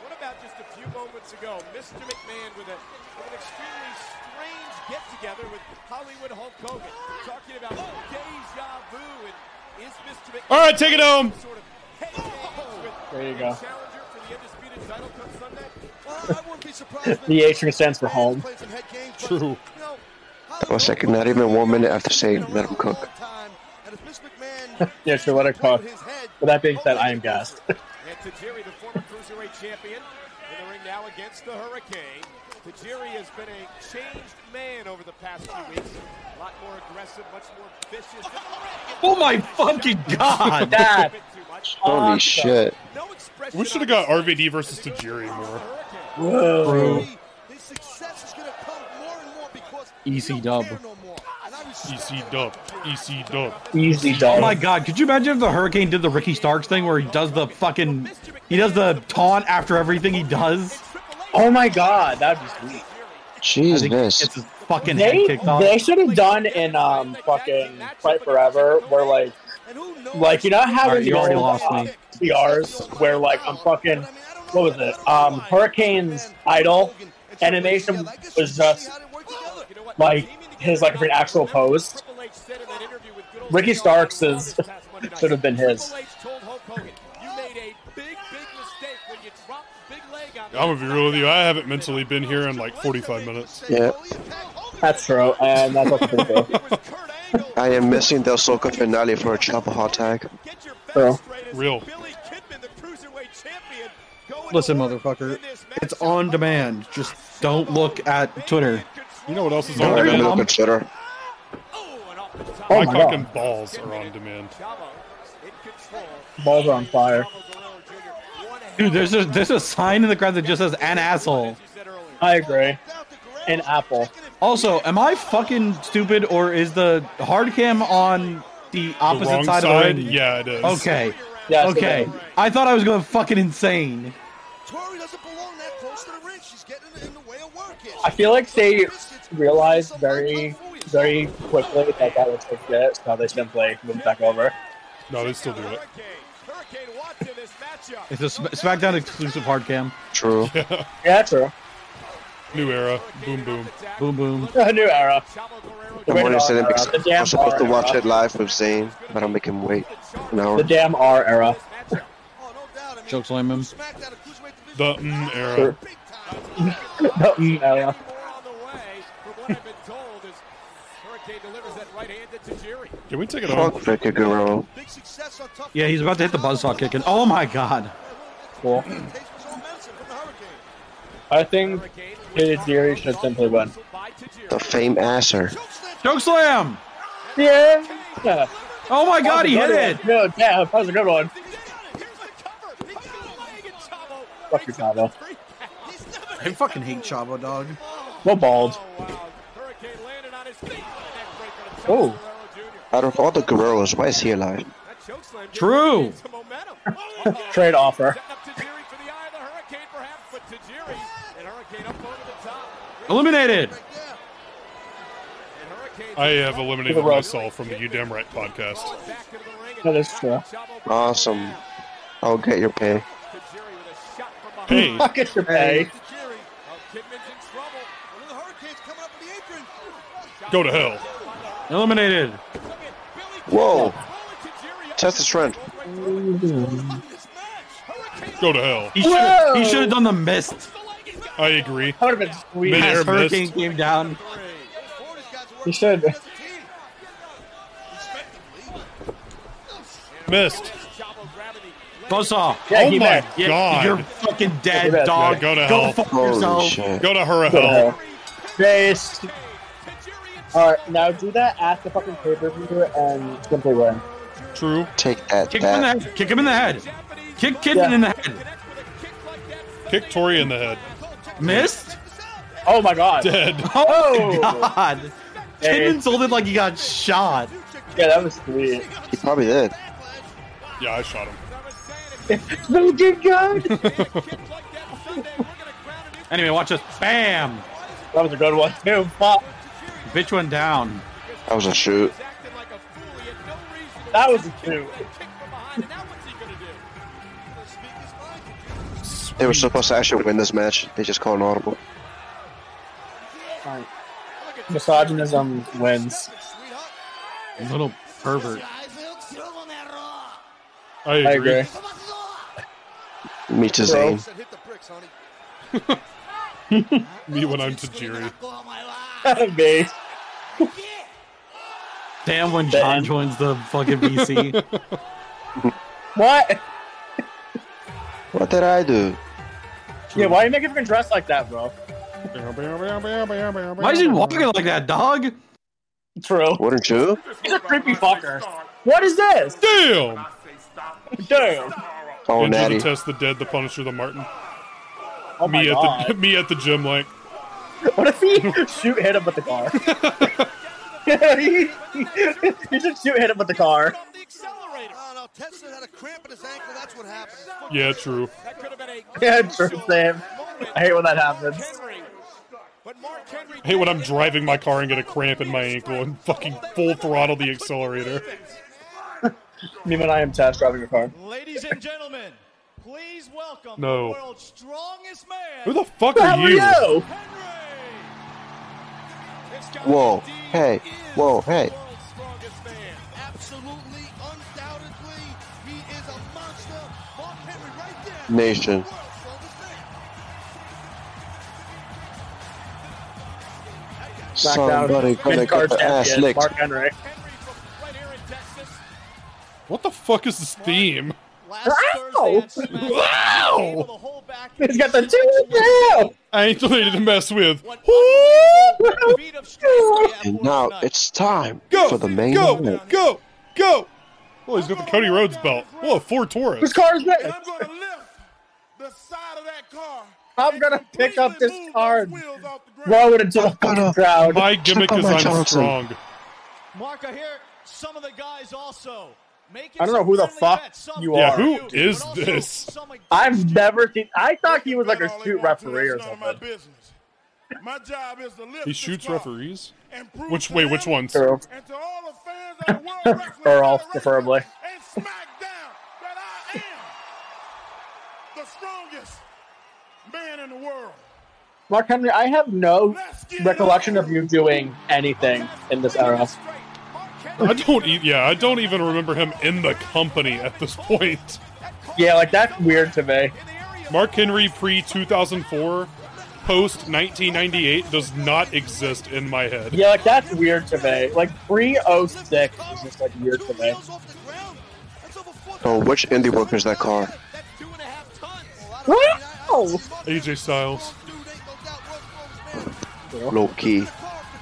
Speaker 2: What about just a few moments ago? Mr. McMahon with, a, with an extremely strange get together with Hollywood Hulk Hogan talking about deja vu and is Mr. McMahon
Speaker 1: All right, take it home.
Speaker 2: sort of head games with
Speaker 4: There you
Speaker 2: a
Speaker 4: go.
Speaker 2: challenger for the undisputed title come Sunday?
Speaker 4: The H stands for home.
Speaker 1: True.
Speaker 5: That was like not even one minute after saying let him cook.
Speaker 4: Yeah, sure, let it cook. With that being said, I am gassed.
Speaker 2: And Tajiri, the former cruiserweight champion, in the ring now against the Hurricane. Tajiri has been a changed man over the past few weeks. A lot more aggressive, much more vicious. in the ring.
Speaker 3: Oh my fucking god!
Speaker 4: Dad.
Speaker 2: Bit too much.
Speaker 5: Holy shit.
Speaker 2: No expression
Speaker 1: We should have
Speaker 2: on
Speaker 1: got RVD versus Tajiri more.
Speaker 2: Hurricane.
Speaker 4: Whoa.
Speaker 2: His success is going to come more and more because
Speaker 3: Easy dub.
Speaker 1: EC E dub. EC dub.
Speaker 4: Easy
Speaker 3: Oh
Speaker 4: dog.
Speaker 3: my god! Could you imagine if the Hurricane did the Ricky Starks thing where he does the fucking he does the taunt after everything he does?
Speaker 4: Oh my god, that'd be sweet.
Speaker 3: I think he
Speaker 5: Jesus.
Speaker 3: gets his fucking head
Speaker 4: They
Speaker 3: kicked off.
Speaker 4: they should have done in um fucking Fight Forever where like like you know how
Speaker 3: Alright,
Speaker 4: they
Speaker 3: you already
Speaker 4: do,
Speaker 3: lost
Speaker 4: uh,
Speaker 3: me.
Speaker 4: PRs where like I'm fucking what was it? Um Hurricane's idol animation was just like his like actual pose. Ricky Starks is should have been his.
Speaker 1: I'm gonna be real with you. I haven't mentally been here in like 45 minutes.
Speaker 5: Yeah.
Speaker 4: That's true, and that's what they do.
Speaker 5: I am missing the Ahsoka finale for a chopper hot tag.
Speaker 4: True.
Speaker 1: Real.
Speaker 3: Listen, motherfucker, it's on demand. Just don't look at Twitter.
Speaker 1: You know what else is
Speaker 5: I'm
Speaker 1: on
Speaker 5: not even
Speaker 1: demand?
Speaker 5: looking Twitter.
Speaker 4: Oh
Speaker 1: My
Speaker 4: my god.
Speaker 1: fucking balls are on demand.
Speaker 4: Balls are on fire.
Speaker 3: Dude, there's a there's a sign in the crowd that just says "an asshole."
Speaker 4: I agree. And Apple.
Speaker 3: Also, am I fucking stupid or is the hard cam on the
Speaker 1: The
Speaker 3: opposite
Speaker 1: wrong
Speaker 3: side,
Speaker 1: side?
Speaker 3: of the ring?
Speaker 1: Yeah, it is.
Speaker 3: Okay.
Speaker 4: Yes, it
Speaker 3: Okay.
Speaker 4: is.
Speaker 3: I thought I was going fucking insane.
Speaker 2: Tori doesn't belong that close to the ring. She's getting in the way of work here.
Speaker 4: I feel like they realized very, very quickly that that was legit, so they simply moved back over.
Speaker 1: No, they still do it.
Speaker 2: Hurricane Watson, this matchup.
Speaker 3: It's a Sm- SmackDown exclusive hard cam.
Speaker 5: True.
Speaker 4: Yeah, true.
Speaker 1: New era. Boom, boom.
Speaker 3: Boom, boom.
Speaker 4: A new era.
Speaker 2: Chavo Guerrero
Speaker 5: The morning said it because
Speaker 4: uh, The damn
Speaker 5: I'm supposed to
Speaker 4: bar
Speaker 5: watch
Speaker 4: era.
Speaker 5: it live with Zane, but I'm making wait an
Speaker 4: The
Speaker 5: hour.
Speaker 4: damn R era.
Speaker 3: Choke slam him.
Speaker 1: The mm era.
Speaker 4: Sure. The mm era.
Speaker 2: more on the way, from what I've been told, is Kane delivers that right hand to Tajiri.
Speaker 1: Can we take it
Speaker 5: Fuck
Speaker 1: off?
Speaker 5: Vikaguro.
Speaker 3: Yeah, he's about to hit the buzzsaw kick, and oh my god.
Speaker 4: Cool. I think Tajiri should simply win.
Speaker 5: The fame asser.
Speaker 3: Choke slam!
Speaker 4: Yeah. yeah.
Speaker 3: Oh my god, he hit it!
Speaker 4: No, yeah, that was a good one. Fuck your combo.
Speaker 10: I fucking hate Chavo, dog.
Speaker 4: Well, bald. Oh,
Speaker 5: Out of all the Guerreros, why is he alive?
Speaker 3: True!
Speaker 2: Oh,
Speaker 4: trade offer.
Speaker 3: Eliminated!
Speaker 1: I have eliminated myself from the You Damn Right podcast.
Speaker 4: That is true.
Speaker 5: Awesome. I'll get your pay.
Speaker 1: Hmm. Hey,
Speaker 4: Fuck it, your pay.
Speaker 1: go to hell.
Speaker 3: Eliminated!
Speaker 5: Whoa. Test the strength.
Speaker 1: Go to hell.
Speaker 3: He should he should have done the mist.
Speaker 1: I agree.
Speaker 4: That would have been sweet.
Speaker 1: Mid-air
Speaker 3: As
Speaker 1: missed.
Speaker 3: Hurricane came down.
Speaker 4: You should.
Speaker 1: Missed.
Speaker 3: Buzzsaw!
Speaker 4: Yeah,
Speaker 1: oh
Speaker 4: he
Speaker 1: my
Speaker 4: missed.
Speaker 1: god.
Speaker 3: You're fucking
Speaker 4: Yeah,
Speaker 3: dead,
Speaker 4: he missed.
Speaker 3: dog.
Speaker 1: Go to hell.
Speaker 3: Go fuck
Speaker 5: Holy
Speaker 3: yourself.
Speaker 5: shit.
Speaker 1: Go to her
Speaker 4: Go to
Speaker 1: hell.
Speaker 4: hell. Face. Alright, now do that at the fucking pay per view and simply win.
Speaker 1: True.
Speaker 5: Take that
Speaker 3: Kick him in the
Speaker 5: back.
Speaker 3: head. Kick him in the head. Kick Kidman
Speaker 4: Yeah.
Speaker 3: in the head.
Speaker 1: Kick Tori in the head.
Speaker 3: Missed?
Speaker 4: Oh my god. Yeah,
Speaker 1: Dead.
Speaker 3: Oh,
Speaker 4: Oh.
Speaker 3: my god.
Speaker 4: Hey.
Speaker 3: Kidman sold it like he got shot.
Speaker 4: that was sweet.
Speaker 5: He probably did.
Speaker 1: Yeah, I shot him.
Speaker 4: No good god. that
Speaker 3: Anyway, watch this. Bam!
Speaker 4: was a good one too. Fuck.
Speaker 3: Bitch went down.
Speaker 5: That was a shoot.
Speaker 4: That was a two.
Speaker 5: They were supposed to actually win this match. They just called an audible.
Speaker 4: Misogynism wins.
Speaker 3: Little pervert.
Speaker 1: I
Speaker 4: I
Speaker 1: agree.
Speaker 4: agree.
Speaker 5: Meet his aim.
Speaker 1: Me when I'm Tajiri.
Speaker 4: Me.
Speaker 3: Damn when John joins the fucking VC.
Speaker 4: What?
Speaker 5: What did I do?
Speaker 4: Yeah, why are you making him dress like that, bro?
Speaker 3: Why is he walking like that, dog?
Speaker 4: True.
Speaker 5: Wouldn't you?
Speaker 4: He's a creepy fucker. What is this?
Speaker 1: Damn!
Speaker 4: Damn.
Speaker 5: Oh,
Speaker 1: Enter
Speaker 5: Natty.
Speaker 1: the test, the dead, the punisher, the Martin.
Speaker 4: Oh my
Speaker 1: me at the
Speaker 4: god.
Speaker 1: me at the gym, like
Speaker 4: What if he shoot hit him with the car? he, he should shoot hit him with the car.
Speaker 1: yeah, true.
Speaker 4: Yeah, true, same. I hate when that happens.
Speaker 1: I hate when I'm driving my car and get a cramp in my ankle and fucking full throttle the accelerator.
Speaker 4: Me and I am test driving a car.
Speaker 2: Ladies and gentlemen, please welcome
Speaker 1: No.
Speaker 2: the world's strongest man,
Speaker 1: Who the fuck
Speaker 4: Who the hell
Speaker 1: are
Speaker 4: are
Speaker 1: you?
Speaker 4: you?
Speaker 2: Henry. This guy
Speaker 5: Whoa.
Speaker 2: indeed
Speaker 5: Hey.
Speaker 2: is
Speaker 5: Whoa. Hey.
Speaker 2: the world's strongest man.
Speaker 10: Absolutely, undoubtedly, he is a monster. Mark Henry right there.
Speaker 5: Nation. Somebody gonna
Speaker 4: Mid-card
Speaker 5: get their ass
Speaker 4: champion,
Speaker 5: licked.
Speaker 4: Mark Henry.
Speaker 2: Henry from right here in Texas.
Speaker 1: What the fuck is this theme?
Speaker 2: Last Thursday at SmackDown, he was able to hold back
Speaker 4: He's got the two
Speaker 1: I ain't the lady to mess with.
Speaker 2: What
Speaker 4: now.
Speaker 2: beat of strength he had
Speaker 5: And
Speaker 2: for
Speaker 5: now
Speaker 2: tonight.
Speaker 5: it's time
Speaker 1: Go
Speaker 5: for the main
Speaker 1: go,
Speaker 5: event.
Speaker 1: Go! Go! Well, he's got the Cody Rhodes belt. Whoa, four Taurus.
Speaker 4: Whose car is that?
Speaker 10: going to lift the side of that car.
Speaker 4: I'm gonna pick up this car and
Speaker 10: off the
Speaker 4: throw it into the fucking crowd.
Speaker 1: My gimmick
Speaker 5: out
Speaker 1: is
Speaker 5: my
Speaker 1: I'm
Speaker 5: Johnson.
Speaker 1: strong.
Speaker 2: Mark, I hear some of the guys also. Making
Speaker 4: I don't know
Speaker 2: some
Speaker 4: who the
Speaker 2: friendly
Speaker 4: fuck
Speaker 2: bets, some
Speaker 4: you
Speaker 2: for
Speaker 4: are. Yeah,
Speaker 1: who
Speaker 2: but
Speaker 1: is
Speaker 2: also
Speaker 1: this?
Speaker 2: some against
Speaker 4: I've
Speaker 2: you.
Speaker 4: never seen. I thought he was like a
Speaker 10: All they
Speaker 4: shoot
Speaker 10: want to,
Speaker 4: referee or
Speaker 10: that's none of my
Speaker 4: something.
Speaker 10: business. My job is to lift
Speaker 1: He
Speaker 10: this
Speaker 1: shoots
Speaker 10: car
Speaker 1: referees.
Speaker 10: and prove
Speaker 1: Which
Speaker 10: to
Speaker 1: wait,
Speaker 10: them
Speaker 1: which ones?
Speaker 4: True.
Speaker 10: And to all the fans of the World Wrestling
Speaker 4: Earl,
Speaker 10: Federation
Speaker 4: preferably.
Speaker 10: And SmackDown that I am the strongest man in the world.
Speaker 4: Mark Henry, I have no
Speaker 10: Let's get
Speaker 4: recollection
Speaker 10: it
Speaker 4: of you doing anything in this era.
Speaker 1: I don't e- yeah, I don't even remember him in the company at this point.
Speaker 4: Yeah, like that's weird to me.
Speaker 1: Mark Henry pre 2004 post 1998 does not exist in my head.
Speaker 4: Yeah, like that's weird to me. Like pre 06 is just like weird to me.
Speaker 5: Oh, which indie worker is that car?
Speaker 4: Wow!
Speaker 1: AJ Styles.
Speaker 5: Low key.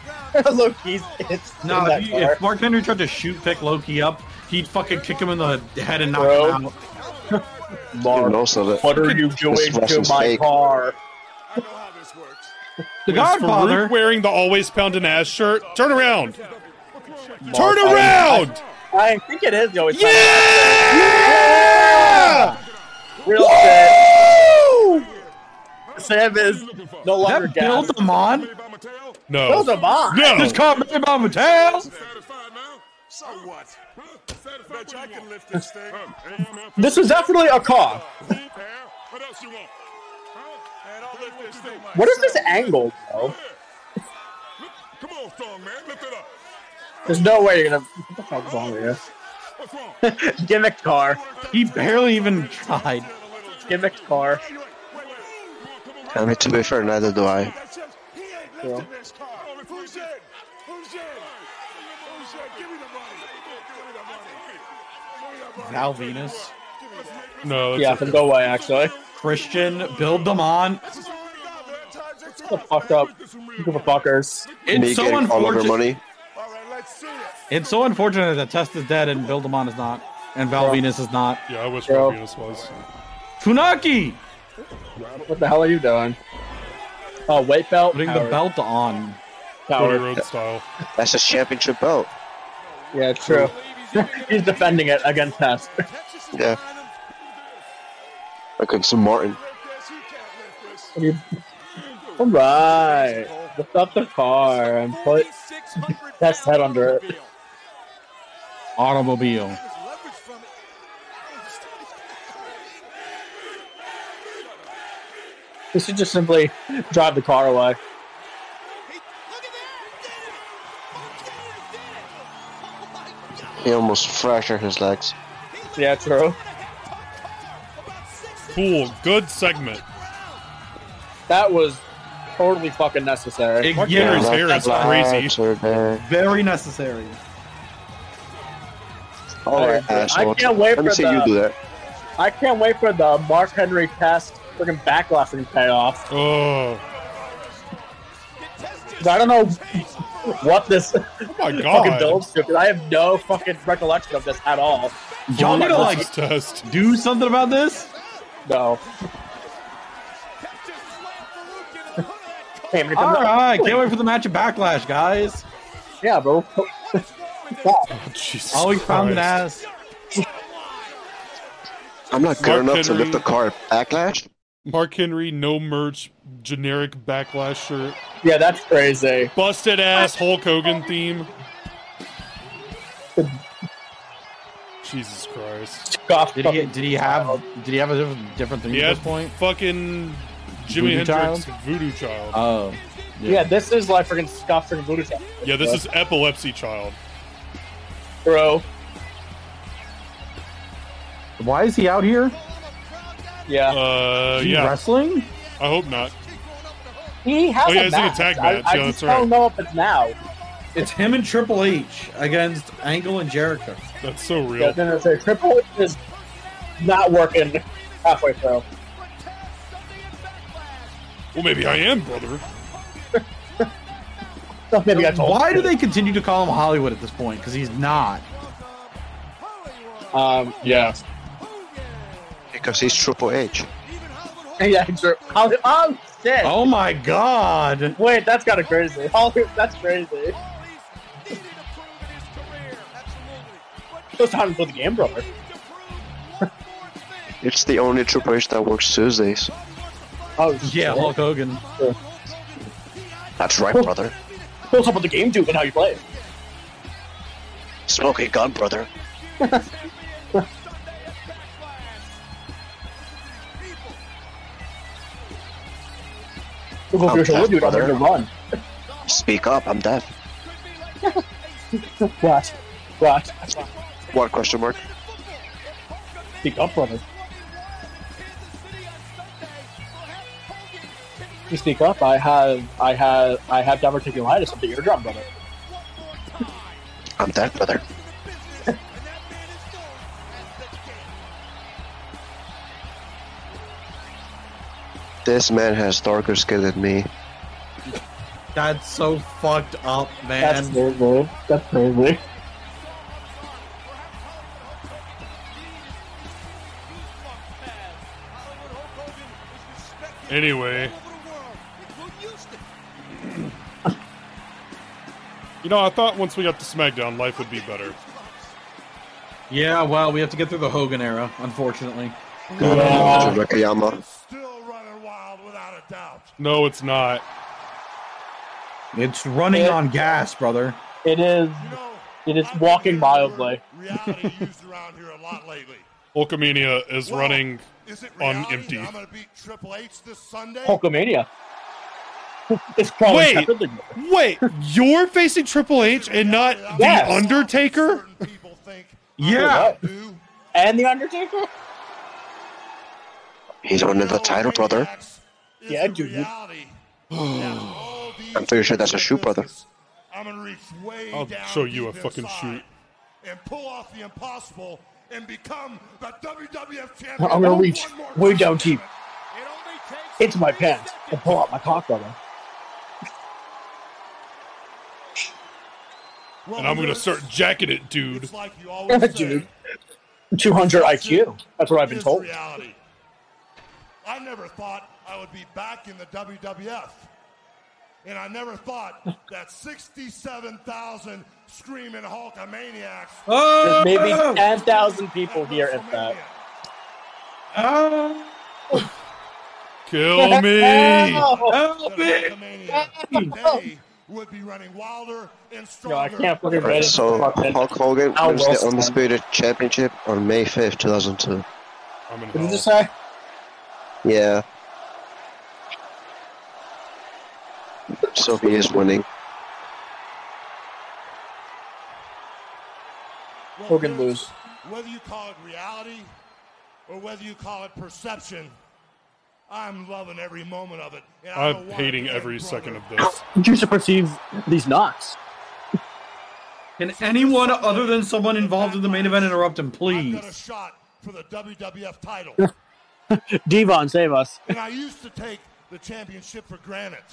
Speaker 4: Loki's it's
Speaker 3: No,
Speaker 4: in that
Speaker 3: if, you,
Speaker 4: car.
Speaker 3: if Mark Henry tried to shoot pick Loki up, he'd fucking kick him in the head and knock him
Speaker 4: Bro.
Speaker 3: out.
Speaker 5: Mark, most of it.
Speaker 4: What are you doing
Speaker 5: This
Speaker 4: to
Speaker 5: Russian's
Speaker 4: my
Speaker 5: fake.
Speaker 4: car?
Speaker 3: The
Speaker 1: Is
Speaker 3: Godfather.
Speaker 1: Farouk wearing the always pound an ass shirt. Turn around. Turn around.
Speaker 4: Oh, I think it is going.
Speaker 1: Yeah!
Speaker 4: Real shit. Sam is no longer
Speaker 3: That
Speaker 4: gas.
Speaker 3: build them on?
Speaker 1: No.
Speaker 4: Build them on.
Speaker 1: No.
Speaker 3: This car made by Mattel.
Speaker 10: So what? Bet you I can lift this thing.
Speaker 4: This is definitely a car.
Speaker 10: What else you want? And I'll lift this thing.
Speaker 4: What is this angle, bro?
Speaker 10: Come on, strong man, lift it up.
Speaker 4: There's no way you're gonna. What the fuck's wrong with you? Gimmick car.
Speaker 3: He barely even tried.
Speaker 4: Gimmick car.
Speaker 5: I mean, to be fair, neither do I.
Speaker 4: Bro.
Speaker 10: Who's in? Who's in? Who's in? Give me the money. Give me the money.
Speaker 3: Val Venus,
Speaker 1: No. that's
Speaker 4: Yeah,
Speaker 1: okay.
Speaker 4: there's no way actually.
Speaker 3: Christian, build them on.
Speaker 4: The fucked up group of fuckers.
Speaker 5: Me
Speaker 3: It's so
Speaker 5: getting all of her
Speaker 3: unfortunate.
Speaker 5: money.
Speaker 10: All right, let's see it.
Speaker 3: It's so unfortunate that Test is dead and Build them on is not, and Val Venus is not.
Speaker 1: Yeah, I wish Val
Speaker 4: Bro.
Speaker 1: Venus was.
Speaker 3: Funaki
Speaker 4: What the hell are you doing? Oh, weight belt.
Speaker 3: putting the
Speaker 4: Coward.
Speaker 3: belt on.
Speaker 1: Cody
Speaker 4: Coward.
Speaker 1: Rhodes style.
Speaker 5: That's his championship belt.
Speaker 4: Yeah, true. He's defending it against us.
Speaker 5: Yeah. Against Martin.
Speaker 4: You- All right, lift up the car and put Test head under it.
Speaker 3: Automobile.
Speaker 4: We should just simply drive the car away.
Speaker 5: He almost fractured his legs.
Speaker 4: Yeah, true.
Speaker 1: Cool. Good segment.
Speaker 4: That was totally fucking necessary.
Speaker 3: It- yeah,
Speaker 1: His
Speaker 5: Left
Speaker 1: hair is
Speaker 5: legs
Speaker 1: crazy.
Speaker 5: are there.
Speaker 3: Very necessary.
Speaker 5: All right,
Speaker 4: I
Speaker 5: Oh, asshole.
Speaker 4: can't wait
Speaker 5: Let me
Speaker 4: for
Speaker 5: see
Speaker 4: the-
Speaker 5: you do that.
Speaker 4: I can't wait for the Mark Henry test freaking backlash to pay off.
Speaker 1: Oh.
Speaker 4: 'Cause I don't know what this
Speaker 1: Oh my
Speaker 4: fucking
Speaker 1: god.
Speaker 4: builds to. 'cause I have no fucking recollection of this at all.
Speaker 3: Y'all need to like
Speaker 1: This test.
Speaker 3: do something about this.
Speaker 4: No. Damn, it,
Speaker 3: All right, can't wait for the match of Backlash, guys.
Speaker 4: Yeah, bro.
Speaker 1: Oh, Jesus
Speaker 3: Always found an
Speaker 1: Christ.
Speaker 3: ass.
Speaker 5: I'm not
Speaker 1: Mark
Speaker 5: good enough to
Speaker 1: Henry.
Speaker 5: lift the car. Backlash?
Speaker 1: Mark Henry, no merch, generic backlash shirt,
Speaker 4: Yeah, that's crazy.
Speaker 1: busted ass Hulk Hogan theme. Jesus Christ.
Speaker 4: Cough
Speaker 3: Did he?
Speaker 4: fucking-
Speaker 3: Did he have? Did he have a different, different thing
Speaker 1: He
Speaker 3: at
Speaker 1: had
Speaker 3: this point?
Speaker 1: fucking Jimi
Speaker 3: Voodoo
Speaker 1: Hendrix Voodoo Child.
Speaker 3: Oh,
Speaker 4: Yeah, this is like freaking scuffed freaking voodoo shop.
Speaker 1: yeah, this is Epilepsy Child.
Speaker 4: bro.
Speaker 3: Why is he out here?
Speaker 4: Yeah,
Speaker 1: Uh,
Speaker 3: Is he
Speaker 1: yeah,
Speaker 3: wrestling?
Speaker 1: I hope not.
Speaker 4: he has
Speaker 1: oh, yeah,
Speaker 4: a
Speaker 1: it's like a
Speaker 4: match.
Speaker 1: tag
Speaker 4: I-
Speaker 1: match.
Speaker 4: I,
Speaker 1: Yeah,
Speaker 4: just
Speaker 1: that's right.
Speaker 4: don't know if it's now.
Speaker 3: It's him and Triple H against Angle and Jericho.
Speaker 1: That's so
Speaker 4: Yeah,
Speaker 1: real.
Speaker 4: no, no, sorry. Triple H is not working halfway through.
Speaker 1: Well, maybe I am, brother.
Speaker 4: So maybe that's all.
Speaker 3: Why do they continue to call him Hollywood at this point? Because he's not.
Speaker 4: Um, yeah.
Speaker 5: Because he's Triple H.
Speaker 4: Yeah, true. How- Oh, shit.
Speaker 3: Oh my god!
Speaker 4: Wait, that's kind of crazy. Oh, that's crazy. Those times with the game brother.
Speaker 5: It's the only Triple H that works Tuesdays.
Speaker 4: Oh,
Speaker 3: Yeah,
Speaker 4: shit.
Speaker 3: Hulk Hogan.
Speaker 5: That's right,
Speaker 1: Oh.
Speaker 5: brother.
Speaker 4: Those up with the game dude and how you play. it.
Speaker 5: Smoking gun, brother.
Speaker 3: Oh,
Speaker 4: Look over your shoulder,
Speaker 5: tough,
Speaker 4: dude. I'm
Speaker 5: brother.
Speaker 4: going to run.
Speaker 5: Speak up, I'm deaf.
Speaker 4: Watch. Watch.
Speaker 5: What question mark?
Speaker 4: Speak up, brother. you speak up, I have, I have, I have diverticulitis with the eardrum, brother.
Speaker 5: I'm that brother. this man has darker skin than me.
Speaker 3: That's so fucked up, man.
Speaker 4: That's crazy. That's crazy.
Speaker 1: Anyway. you know, I thought once we got to SmackDown, life would be better.
Speaker 3: Yeah, well, we have to get through the Hogan era, unfortunately.
Speaker 4: Oh.
Speaker 5: God, Nakayama.
Speaker 1: No, it's not.
Speaker 3: It's running
Speaker 4: It-
Speaker 3: on gas, brother.
Speaker 4: It is, it is walking mildly.
Speaker 1: Hulkamania is running on empty.
Speaker 4: Oh, Hulkamania. it's crawling
Speaker 1: Wait.
Speaker 4: separate than-
Speaker 1: Wait, you're facing Triple H and not
Speaker 4: Yes.
Speaker 1: The Undertaker?
Speaker 3: Yeah.
Speaker 4: and the Undertaker.
Speaker 5: He's under the title, brother.
Speaker 4: Yeah, dude.
Speaker 5: I'm pretty sure that's a shoe, brother.
Speaker 1: I'll show you a fucking shoot.
Speaker 10: and pull off the impossible and become the WWF champion.
Speaker 4: I'm gonna reach way down deep into my pants and pull out my cock brother.
Speaker 1: And I'm gonna start jacking it, dude.
Speaker 4: Dude, 200 IQ. That's what I've been
Speaker 10: Is
Speaker 4: told.
Speaker 10: reality. I never thought I would be back in the WWF. And I never thought that 67,000 screaming Hulkamaniacs.
Speaker 4: There's maybe 10,000 people here at that.
Speaker 3: Oh.
Speaker 1: Kill me!
Speaker 10: Help They would be running wilder and
Speaker 4: No, I
Speaker 10: stronger.
Speaker 4: can't fucking
Speaker 5: Alright,
Speaker 4: read it.
Speaker 5: so Hulk Hogan
Speaker 4: Al
Speaker 5: wins the
Speaker 4: Wilson.
Speaker 5: Undisputed Championship on May 5th, 2002.
Speaker 1: I'm in
Speaker 4: What did you
Speaker 1: hell.
Speaker 4: say?
Speaker 5: Yeah. So he is winning.
Speaker 10: Well,
Speaker 4: Hogan
Speaker 10: Vince,
Speaker 4: lose.
Speaker 10: Whether you call it reality or whether you call it perception, I'm loving every moment of it. And I
Speaker 1: I'm
Speaker 10: don't wanna
Speaker 1: hating
Speaker 10: be a
Speaker 1: every
Speaker 10: brother.
Speaker 1: second of this.
Speaker 4: You should perceive these knocks.
Speaker 3: Can anyone other than someone involved in the main event interrupt him,
Speaker 10: I've got a
Speaker 3: please?
Speaker 10: shot for the WWF title,
Speaker 4: Devon, save us.
Speaker 10: and I used to take the championship for granted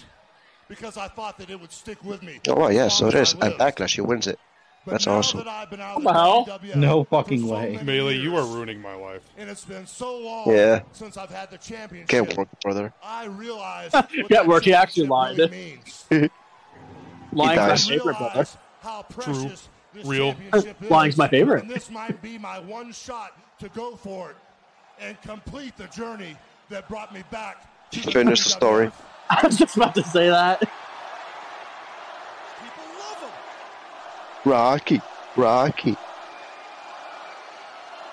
Speaker 10: because I thought that it would stick with me.
Speaker 5: Oh, wow, yeah, so it is.
Speaker 10: as long as I
Speaker 5: At
Speaker 10: lived.
Speaker 5: Backlash, he wins it.
Speaker 10: But
Speaker 5: That's
Speaker 10: now
Speaker 5: awesome.
Speaker 10: that I've been out of
Speaker 4: Wow.
Speaker 10: the WWF
Speaker 3: No
Speaker 10: for
Speaker 3: fucking
Speaker 10: so
Speaker 3: way.
Speaker 10: many
Speaker 1: Melee, you are
Speaker 10: years,
Speaker 1: ruining my life.
Speaker 10: And it's been so long
Speaker 5: Yeah.
Speaker 10: since I've had the championship.
Speaker 5: Can't work, brother.
Speaker 10: I realize what
Speaker 4: Yeah,
Speaker 10: that
Speaker 4: Rourke, you actually
Speaker 10: championship
Speaker 4: lied.
Speaker 10: really means.
Speaker 4: Lying's my
Speaker 5: dies.
Speaker 4: favorite, brother.
Speaker 10: Realize how
Speaker 1: True.
Speaker 10: precious this
Speaker 1: Real.
Speaker 10: championship is,
Speaker 4: Lying's my favorite.
Speaker 10: And this might be my one shot to go for it and complete the journey that brought me back. To the
Speaker 5: Finish the story.
Speaker 10: WWF.
Speaker 4: I was just about to say that.
Speaker 10: People love him.
Speaker 5: Rocky. Rocky.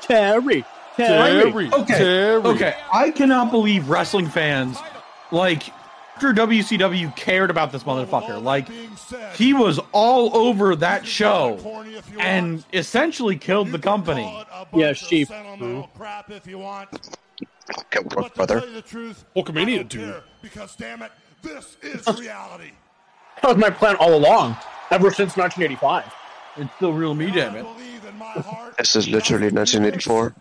Speaker 4: Terry. Terry.
Speaker 1: Terry,
Speaker 3: Okay.
Speaker 1: Terry.
Speaker 3: Okay. I cannot believe wrestling fans, like, after WCW cared about this
Speaker 10: With all
Speaker 3: motherfucker.
Speaker 10: that
Speaker 3: Like,
Speaker 10: being said,
Speaker 3: he was all over that
Speaker 10: you can call it
Speaker 3: show
Speaker 10: corny if you
Speaker 3: and
Speaker 10: want.
Speaker 3: essentially killed
Speaker 10: You
Speaker 3: the
Speaker 10: can
Speaker 3: company.
Speaker 10: call it a bunch
Speaker 4: Yeah,
Speaker 10: of
Speaker 4: sheep.
Speaker 10: sentimental crap if you want.
Speaker 5: Can't
Speaker 10: But
Speaker 5: work,
Speaker 10: to
Speaker 5: brother.
Speaker 10: tell you the truth,
Speaker 1: Hulkamania,
Speaker 10: I don't
Speaker 1: dude.
Speaker 10: care, because damn it, this is reality.
Speaker 4: That was my plan all along, ever since 1985.
Speaker 3: It's the real me, damn it.
Speaker 10: I believe in my heart
Speaker 5: This is literally
Speaker 10: that we do
Speaker 5: 1984.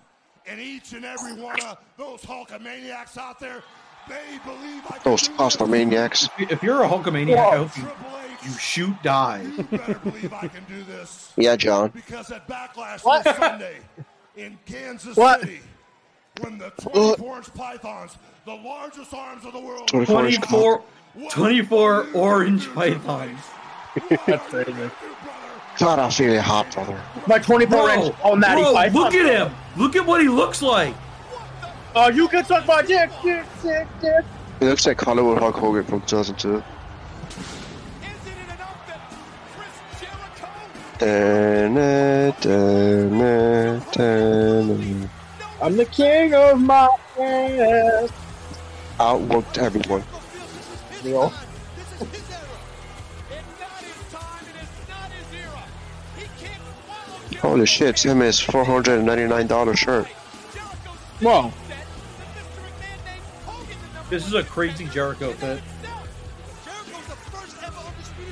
Speaker 10: And each and every one of those Hulkamaniacs out there, they believe I can
Speaker 5: Those
Speaker 10: do this.
Speaker 5: maniacs.
Speaker 3: If you're a Hulkamaniac, I hope you,
Speaker 10: Triple H,
Speaker 3: you shoot die.
Speaker 10: you better believe I can do this.
Speaker 5: Yeah, John.
Speaker 10: Because at Backlash
Speaker 4: What?
Speaker 10: this Sunday in Kansas
Speaker 4: What?
Speaker 10: City, when the
Speaker 5: Uh,
Speaker 10: 24 inch pythons, the largest arms of the world,
Speaker 5: 24 is
Speaker 3: 24,
Speaker 10: what
Speaker 3: 24
Speaker 10: will you
Speaker 3: orange
Speaker 10: do to us?
Speaker 3: pythons.
Speaker 10: What
Speaker 4: That's
Speaker 10: will you
Speaker 4: crazy.
Speaker 10: do, brother?
Speaker 5: God, I feel it hot, brother.
Speaker 4: My 24 inch all natty
Speaker 3: bro,
Speaker 4: Python.
Speaker 3: look at him. Look at what he looks like.
Speaker 4: Oh, you can suck my dick, dick, dick, dick.
Speaker 5: He looks like Hollywood Hulk Hogan from 2002.
Speaker 2: Isn't it enough that Chris Jericho?
Speaker 5: Da-na, da-na, da-na.
Speaker 4: I'm the king of my ass.
Speaker 5: Outworked everyone.
Speaker 4: Real.
Speaker 2: This is his era. It's not his time and it's not his era. He can't follow Jericho.
Speaker 5: Holy shit, Sam is $499 shirt.
Speaker 2: Jericho's
Speaker 4: Whoa.
Speaker 2: set that Mr. McMahon named Hogan the number
Speaker 3: This is a crazy Jericho fit.
Speaker 2: one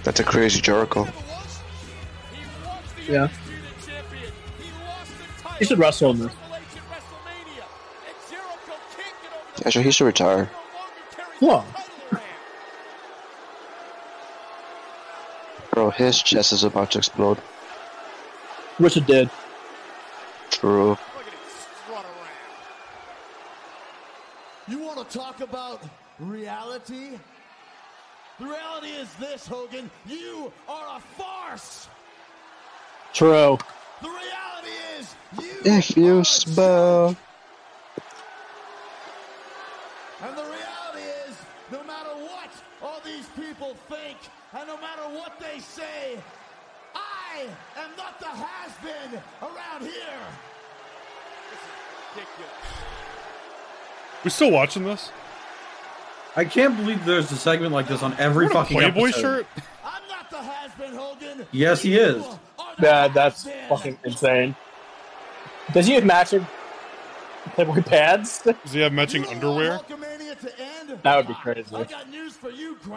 Speaker 5: That's a crazy Jericho.
Speaker 4: Yeah. He should wrestle in this.
Speaker 5: Yeah, sure, he should retire.
Speaker 4: What?
Speaker 5: Bro, his chest is about to explode.
Speaker 4: Which it did.
Speaker 5: True.
Speaker 10: You want to talk about reality? The reality is this, Hogan. You are a farce.
Speaker 4: True.
Speaker 10: The reality is you.
Speaker 5: If you smell.
Speaker 10: And the reality is, no matter what all these people think, and no matter what they say, I am not the has-been around here.
Speaker 1: We still watching this?
Speaker 3: I can't believe there's a segment like this on every
Speaker 1: Wearing a
Speaker 3: fucking
Speaker 1: Playboy
Speaker 3: episode.
Speaker 1: shirt?
Speaker 10: I'm not the has-been, Hogan.
Speaker 3: Yes, he is.
Speaker 4: Yeah, that's fucking insane. Does he have matching Playboy pads?
Speaker 1: Does he have matching underwear?
Speaker 4: That would be crazy.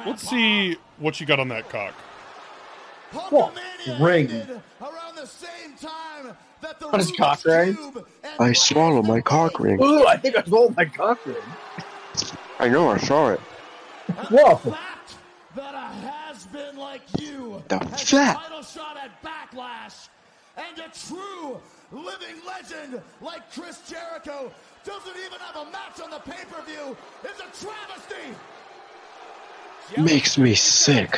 Speaker 1: Let's see what you got on that cock.
Speaker 3: Ring.
Speaker 4: On his cock ring?
Speaker 5: I swallow my cock ring.
Speaker 4: Ooh, I think I rolled my cock ring.
Speaker 5: I know, I saw it.
Speaker 4: Whoa.
Speaker 10: That a has-been like you
Speaker 5: The
Speaker 10: has a
Speaker 5: fat.
Speaker 10: title shot at Backlash, and a true living legend like Chris Jericho doesn't even have a match on the pay-per-view. It's a travesty.
Speaker 5: Makes me sick.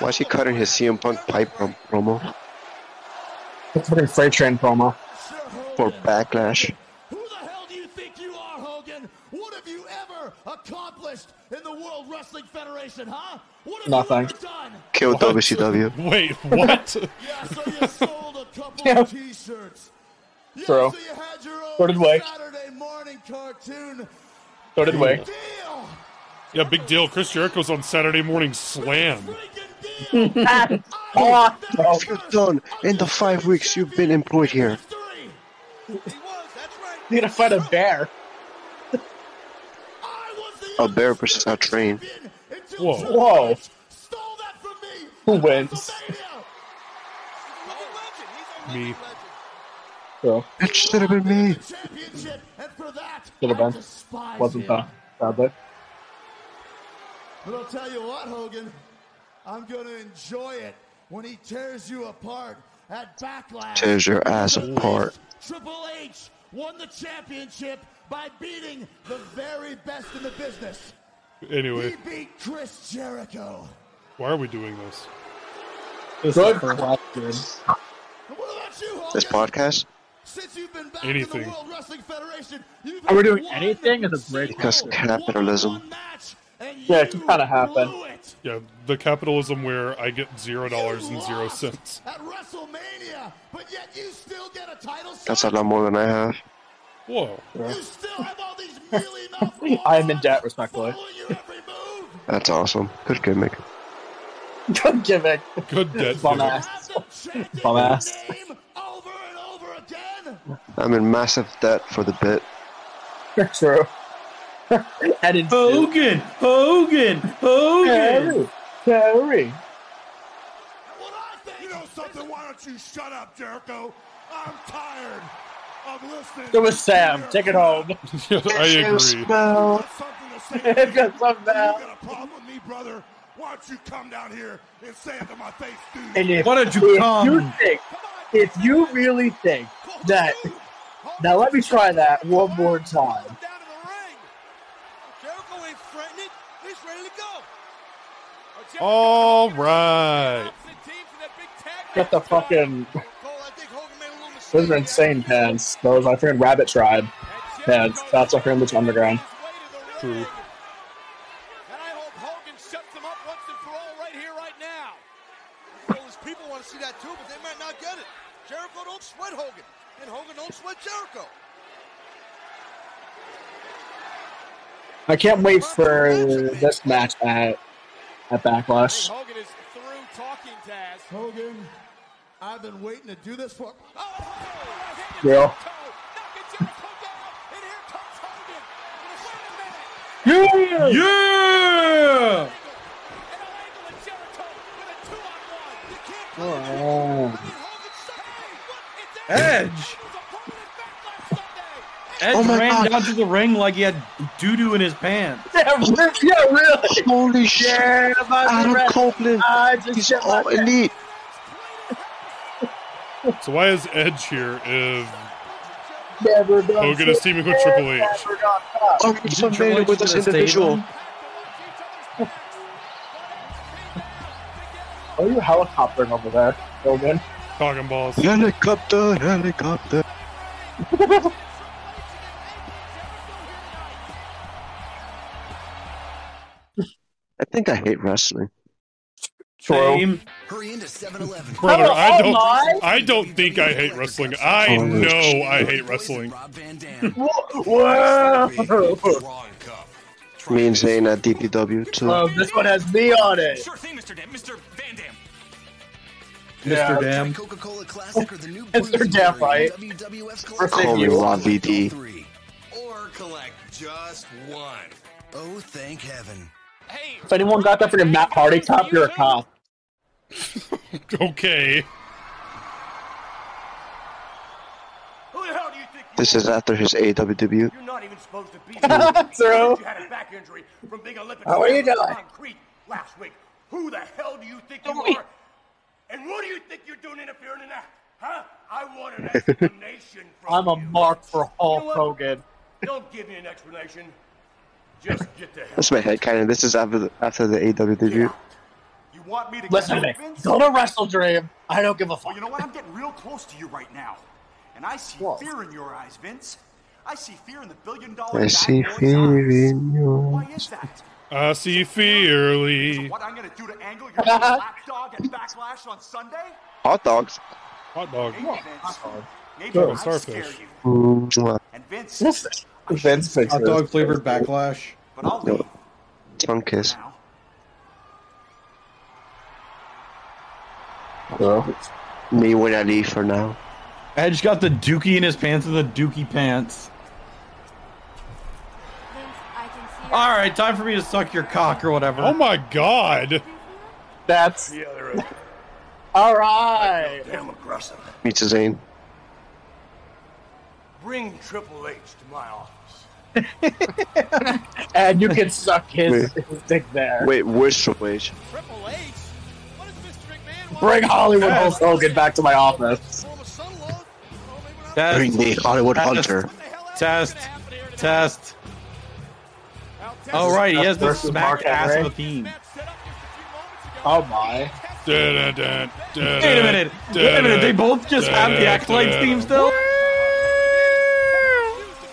Speaker 5: Why is he cutting his CM Punk pipe prom- promo
Speaker 4: That's fucking freight train promo.
Speaker 5: for Backlash?
Speaker 10: What have you ever accomplished in the World Wrestling Federation, huh? What have you
Speaker 4: Nothing.
Speaker 10: ever done?
Speaker 5: Kill WCW.
Speaker 1: Wait, what?
Speaker 10: Yeah, so you sold a couple
Speaker 4: Yeah.
Speaker 10: of T-shirts. Yeah,
Speaker 4: True.
Speaker 10: so you had your own
Speaker 4: So did Wake.
Speaker 10: Saturday morning cartoon.
Speaker 4: So did Wake.
Speaker 10: Deal.
Speaker 1: Yeah, big deal. Chris Jericho's on Saturday Morning Slam.
Speaker 5: If you're done in the five weeks you've been employed here,
Speaker 4: You're gonna fight a bear.
Speaker 5: a bear versus a train.
Speaker 1: Whoa.
Speaker 4: Whoa. Who wins?
Speaker 1: Me.
Speaker 4: True.
Speaker 5: It should have been me.
Speaker 10: Championship, and for that,
Speaker 4: Should have
Speaker 10: I
Speaker 4: been.
Speaker 10: despise
Speaker 4: Wasn't
Speaker 10: him.
Speaker 4: done. Sadly.
Speaker 10: But I'll tell you what, Hogan, I'm gonna enjoy it when he tears you apart at Backlash.
Speaker 5: Tears your ass apart.
Speaker 10: Triple H won the championship by beating the very best in the business. He
Speaker 1: Anyway,
Speaker 10: beat Chris Jericho.
Speaker 1: why are we doing this?
Speaker 4: Good. Good.
Speaker 10: And what about you, Hogan?
Speaker 5: This podcast?
Speaker 10: Since you've been back in
Speaker 1: Anything.
Speaker 10: the World Wrestling Federation, you've
Speaker 4: Are we
Speaker 10: had
Speaker 4: doing
Speaker 10: one
Speaker 4: anything as a break?
Speaker 5: Because capitalism.
Speaker 10: match, and
Speaker 4: Yeah, it
Speaker 10: you
Speaker 4: kinda happened.
Speaker 10: blew it.
Speaker 1: Yeah, the capitalism where I get zero dollars and zero
Speaker 10: lost
Speaker 1: cents.
Speaker 10: At WrestleMania, but yet you still get a title shot.
Speaker 5: That's a lot more than I have.
Speaker 1: Whoa.
Speaker 10: You still have all these mealy mouth
Speaker 4: I am in debt, respectfully.
Speaker 10: following you every move.
Speaker 5: That's awesome. Good gimmick.
Speaker 4: Good gimmick.
Speaker 1: Good debt.
Speaker 4: Bum
Speaker 1: gimmick.
Speaker 4: ass.
Speaker 10: Have them chanting
Speaker 4: Bum
Speaker 10: your
Speaker 4: ass.
Speaker 10: name over and over again.
Speaker 5: I'm in massive debt for the bit.
Speaker 4: True. and in
Speaker 3: Hogan, Hogan, Hogan.
Speaker 4: Terry. Terry.
Speaker 10: What I think You know something? Why don't you shut up, Jericho? I'm tired of listening.
Speaker 4: It was Sam. Take it home. Oh.
Speaker 1: Yeah, I agree.
Speaker 5: Smell.
Speaker 10: something to
Speaker 4: It just love
Speaker 10: You
Speaker 4: that.
Speaker 10: got a problem with me, brother? Why don't you come down here and say it to my face, dude?
Speaker 4: And if,
Speaker 3: Why don't you
Speaker 4: if
Speaker 3: come?
Speaker 4: you think, if you really think that, now let me try that one more time.
Speaker 2: Down in the ring. Jericho ain't threatening. He's ready to go. Oh
Speaker 1: All right.
Speaker 4: Get the fucking
Speaker 2: Cole, I think Hogan made a little mistake.
Speaker 4: those are insane pants. Those I freaking rabbit tribe pants. That's I freaking Lucha Underground.
Speaker 1: True.
Speaker 2: And I hope Hogan shuts them up once and for all right here, right now.
Speaker 12: Those people want to see that too, but they might not get it. Jericho don't sweat Hogan, and Hogan don't sweat Jericho.
Speaker 4: I can't wait for this match at at
Speaker 2: I
Speaker 4: Backlash.
Speaker 2: think Hogan is through talking, Taz.
Speaker 10: Hogan, I've been waiting to do this for.
Speaker 2: Oh, Hogan!
Speaker 4: Real.
Speaker 2: Knocking Jericho down, and here comes Hogan. Wait a minute.
Speaker 4: Yeah.
Speaker 3: Yeah.
Speaker 5: Oh.
Speaker 3: Edge. Edge
Speaker 5: Oh my
Speaker 3: ran
Speaker 5: God.
Speaker 3: down to the ring like he had doo doo in his pants.
Speaker 5: Yeah, really? Holy shit. Adam Copeland. He's all elite.
Speaker 1: So why is Edge here if
Speaker 5: Never
Speaker 1: done Hogan is teaming with shit. Triple H. Never
Speaker 5: I'm familiar with this individual.
Speaker 4: Are you helicoptering over there, Logan?
Speaker 1: talking balls?
Speaker 5: Helicopter, helicopter. I think I hate wrestling.
Speaker 1: Same.
Speaker 13: Hurry into 7-Eleven.
Speaker 1: Brother, I don't.
Speaker 13: my.
Speaker 1: I don't think I hate wrestling. I know I hate wrestling.
Speaker 13: Whoa!
Speaker 5: Me and Zane at DPW too.
Speaker 1: Um,
Speaker 4: Oh, this one has me on it.
Speaker 13: Sure thing, Mr. Dam. Mr. Van Dam.
Speaker 4: Yeah.
Speaker 13: Coca-Cola Classic or the new
Speaker 4: Mr. Dam fight.
Speaker 13: WWF's
Speaker 5: Call me
Speaker 4: you.
Speaker 5: Ron VD.
Speaker 13: Or collect just one. Oh, thank heaven.
Speaker 4: If anyone got that for the Matt Hardy cop, you're a cop.
Speaker 1: Okay.
Speaker 10: Who the hell do you think you
Speaker 5: This is after his AW debut.
Speaker 10: You're not even supposed to be
Speaker 4: True.
Speaker 10: You had a back injury from being a Olympic
Speaker 4: How are you
Speaker 10: champion
Speaker 4: doing?
Speaker 10: on Crete last week. Who the hell do you think you are? And what do you think you're doing interfering in that? Huh? I want an explanation from
Speaker 4: I'm a
Speaker 10: you.
Speaker 4: mark for Hulk
Speaker 10: You know what?
Speaker 4: Hogan.
Speaker 10: Don't give me an explanation. Just get the hell.
Speaker 5: That's my head kind of. This is after the, after the AW debut.
Speaker 10: You want me to
Speaker 4: Listen
Speaker 10: get
Speaker 4: to me.
Speaker 10: convinced?
Speaker 4: Go to Wrestle Dream. I don't give a
Speaker 10: Well,
Speaker 4: fuck.
Speaker 10: you know what? I'm getting real close to you right now. And I see fear in your eyes, Vince. I see fear in the billion dollar
Speaker 5: I see
Speaker 10: backdoor's
Speaker 5: fear
Speaker 10: eyes.
Speaker 5: in you.
Speaker 10: Why is that?
Speaker 1: I see fearly.
Speaker 10: What I'm gonna do to Angle your little lapdog at Backlash on Sunday?
Speaker 5: Hot dogs.
Speaker 1: Hot dog.
Speaker 10: Maybe Vince, maybe
Speaker 1: Fucking
Speaker 10: I scare
Speaker 1: starfish.
Speaker 10: you.
Speaker 5: Mwah.
Speaker 10: And Vince,
Speaker 4: Vince fixes
Speaker 3: Hot dog flavored backlash.
Speaker 10: but I'll
Speaker 5: No.
Speaker 10: leave
Speaker 5: Tongue kiss.
Speaker 10: now.
Speaker 5: Me when I leave for now.
Speaker 3: Edge got the dookie in his pants and the dookie pants.
Speaker 7: Vince, I can see your-
Speaker 3: All right, time for me to suck your cock or whatever.
Speaker 1: Oh my god.
Speaker 4: That's
Speaker 10: The other end.
Speaker 4: all right.
Speaker 10: Damn aggressive.
Speaker 5: Me to Zane.
Speaker 10: Bring Triple H to my office.
Speaker 4: And you can suck his, his dick there.
Speaker 5: Wait, where's Triple H?
Speaker 2: Triple H? What is Mr. McMahon want?
Speaker 4: Bring Hollywood Hulk Hogan back to my office.
Speaker 2: Form a son-in-law? Oh, maybe not.
Speaker 5: Bring
Speaker 3: Test,
Speaker 5: me Hollywood Hunter.
Speaker 2: What the hell else is
Speaker 3: test,
Speaker 2: gonna happen here tonight?
Speaker 3: test.
Speaker 2: Now, Texas
Speaker 3: All right, he has the
Speaker 4: Versus
Speaker 3: smack
Speaker 4: Mark
Speaker 3: ass
Speaker 4: Henry.
Speaker 3: of a theme.
Speaker 2: Matt set up just a few moments ago.
Speaker 4: Oh my.
Speaker 1: Wait a
Speaker 3: Wait a minute. Wait a minute. They both just have the accolade theme still.
Speaker 2: Used to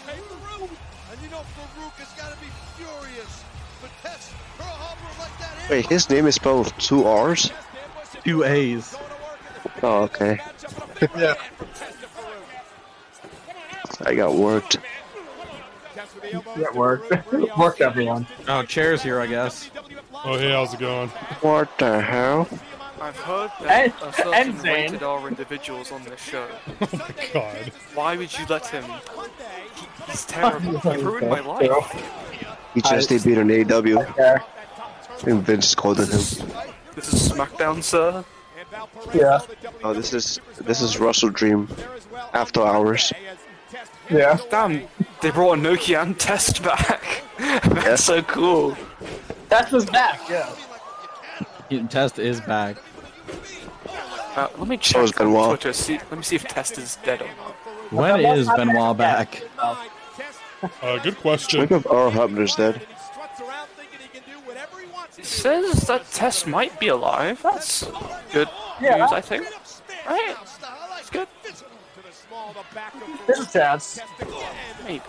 Speaker 2: pay Farouk. And you know Farouk has got to be furious. But Tess, Pearl Harbor like that in.
Speaker 5: Wait, his name is spelled with two R's?
Speaker 2: Tess, the invoice is
Speaker 3: Two A's.
Speaker 2: going to work in
Speaker 5: Oh, okay.
Speaker 2: the- matchup and a big
Speaker 4: Yeah.
Speaker 2: hand from Tess to Farouk.
Speaker 5: I got worked.
Speaker 2: Tess with the elbows
Speaker 4: That
Speaker 2: to
Speaker 4: worked.
Speaker 2: Farouk, where he also
Speaker 4: worked everyone.
Speaker 3: Oh, chairs here, I guess.
Speaker 1: Oh hey, how's it going?
Speaker 5: What the hell?
Speaker 9: I've heard that
Speaker 4: And-
Speaker 9: a certain
Speaker 4: and Zane.
Speaker 9: rated R individuals on this show.
Speaker 1: Oh my god.
Speaker 9: Why would you let him? He- He's terrible. He ruined my life.
Speaker 5: He just debuted on AW.
Speaker 4: Yeah.
Speaker 5: And Vince scolded him.
Speaker 9: This is SmackDown, sir.
Speaker 4: Yeah.
Speaker 5: Oh, this is this is Russell Dream. After hours.
Speaker 4: Yeah.
Speaker 9: Damn, they brought a Nokia and Test back. That's so cool.
Speaker 4: That's his back. Yeah.
Speaker 3: Test is back.
Speaker 9: Uh, let me
Speaker 5: was
Speaker 9: check on
Speaker 5: Benoit.
Speaker 9: Twitter. See, let me see if Test is dead or not.
Speaker 3: When is Benoit back?
Speaker 1: Uh, good
Speaker 5: Look
Speaker 1: question.
Speaker 5: up Earl Hebner's dead.
Speaker 9: It says that Test might be alive. That's good
Speaker 4: Yeah.
Speaker 9: news, I think. Right? It's good.
Speaker 4: There's a chance.
Speaker 9: Maybe.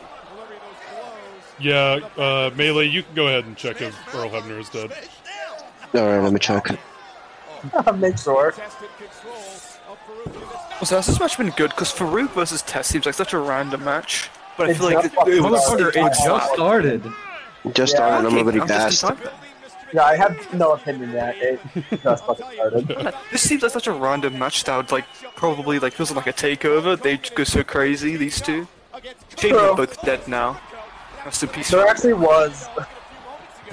Speaker 1: Yeah, uh, melee. You can go ahead and check if Earl Hebner is dead.
Speaker 5: Alright, let me check.
Speaker 4: Make sure.
Speaker 9: So this match been good because Farouk versus Test seems like such a random match. But I
Speaker 4: It
Speaker 9: feel like
Speaker 4: just-
Speaker 9: it, it would
Speaker 4: Motherfucker, it
Speaker 9: stick out.
Speaker 4: just
Speaker 3: started.
Speaker 5: Just
Speaker 4: Yeah.
Speaker 5: on it, I'm already
Speaker 9: I'm
Speaker 5: gassed.
Speaker 9: just in time then.
Speaker 4: Yeah, I have no opinion that it just fucking started.
Speaker 9: This seems like such a random match that would like probably like feels like a takeover. They go so crazy these two. Shame they're both dead now. Rest in peace.
Speaker 4: There actually was a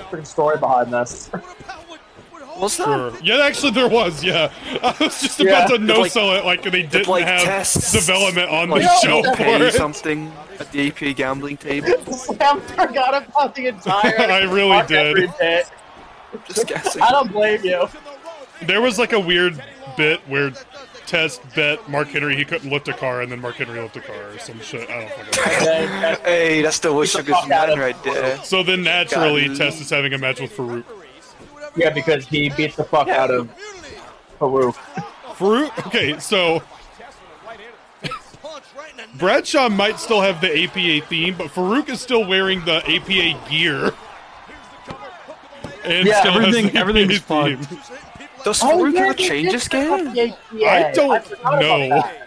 Speaker 4: freaking story behind this.
Speaker 2: What about what, what
Speaker 9: Was there?
Speaker 1: Sure. Yeah, actually, there was. Yeah, I was just about
Speaker 9: Yeah.
Speaker 1: to no
Speaker 9: Like-
Speaker 1: sell it. Like they didn't
Speaker 9: like
Speaker 1: have
Speaker 9: tests,
Speaker 1: development on the
Speaker 9: like
Speaker 1: show
Speaker 9: you
Speaker 1: for
Speaker 9: pay
Speaker 1: it.
Speaker 9: something at the APA gambling table.
Speaker 5: Sam forgot about the entire.
Speaker 1: I really did.
Speaker 9: Just guessing.
Speaker 5: I don't blame you.
Speaker 1: There was like a weird bit where Test bet Mark Henry he couldn't lift a car, and then Mark Henry lifted a car or some shit. I don't fucking know.
Speaker 9: hey, that's the worst sugar's man right there.
Speaker 1: So then naturally,
Speaker 9: God.
Speaker 1: Test is having a match with Farouk.
Speaker 4: Yeah, because he beat the fuck out of Farouk.
Speaker 1: Farouk. Okay, so Bradshaw might still have the APA theme, but Farouk is still wearing the APA gear. And
Speaker 3: Yeah,
Speaker 1: still has
Speaker 3: everything-
Speaker 1: the
Speaker 3: everything's
Speaker 1: APA theme.
Speaker 9: Does
Speaker 5: Oh,
Speaker 9: Farouk
Speaker 5: yeah,
Speaker 9: ever
Speaker 5: they
Speaker 9: change
Speaker 5: did
Speaker 9: his
Speaker 5: the
Speaker 9: game?
Speaker 5: fucking APA.
Speaker 1: I don't
Speaker 5: forgot about
Speaker 1: know.
Speaker 5: that.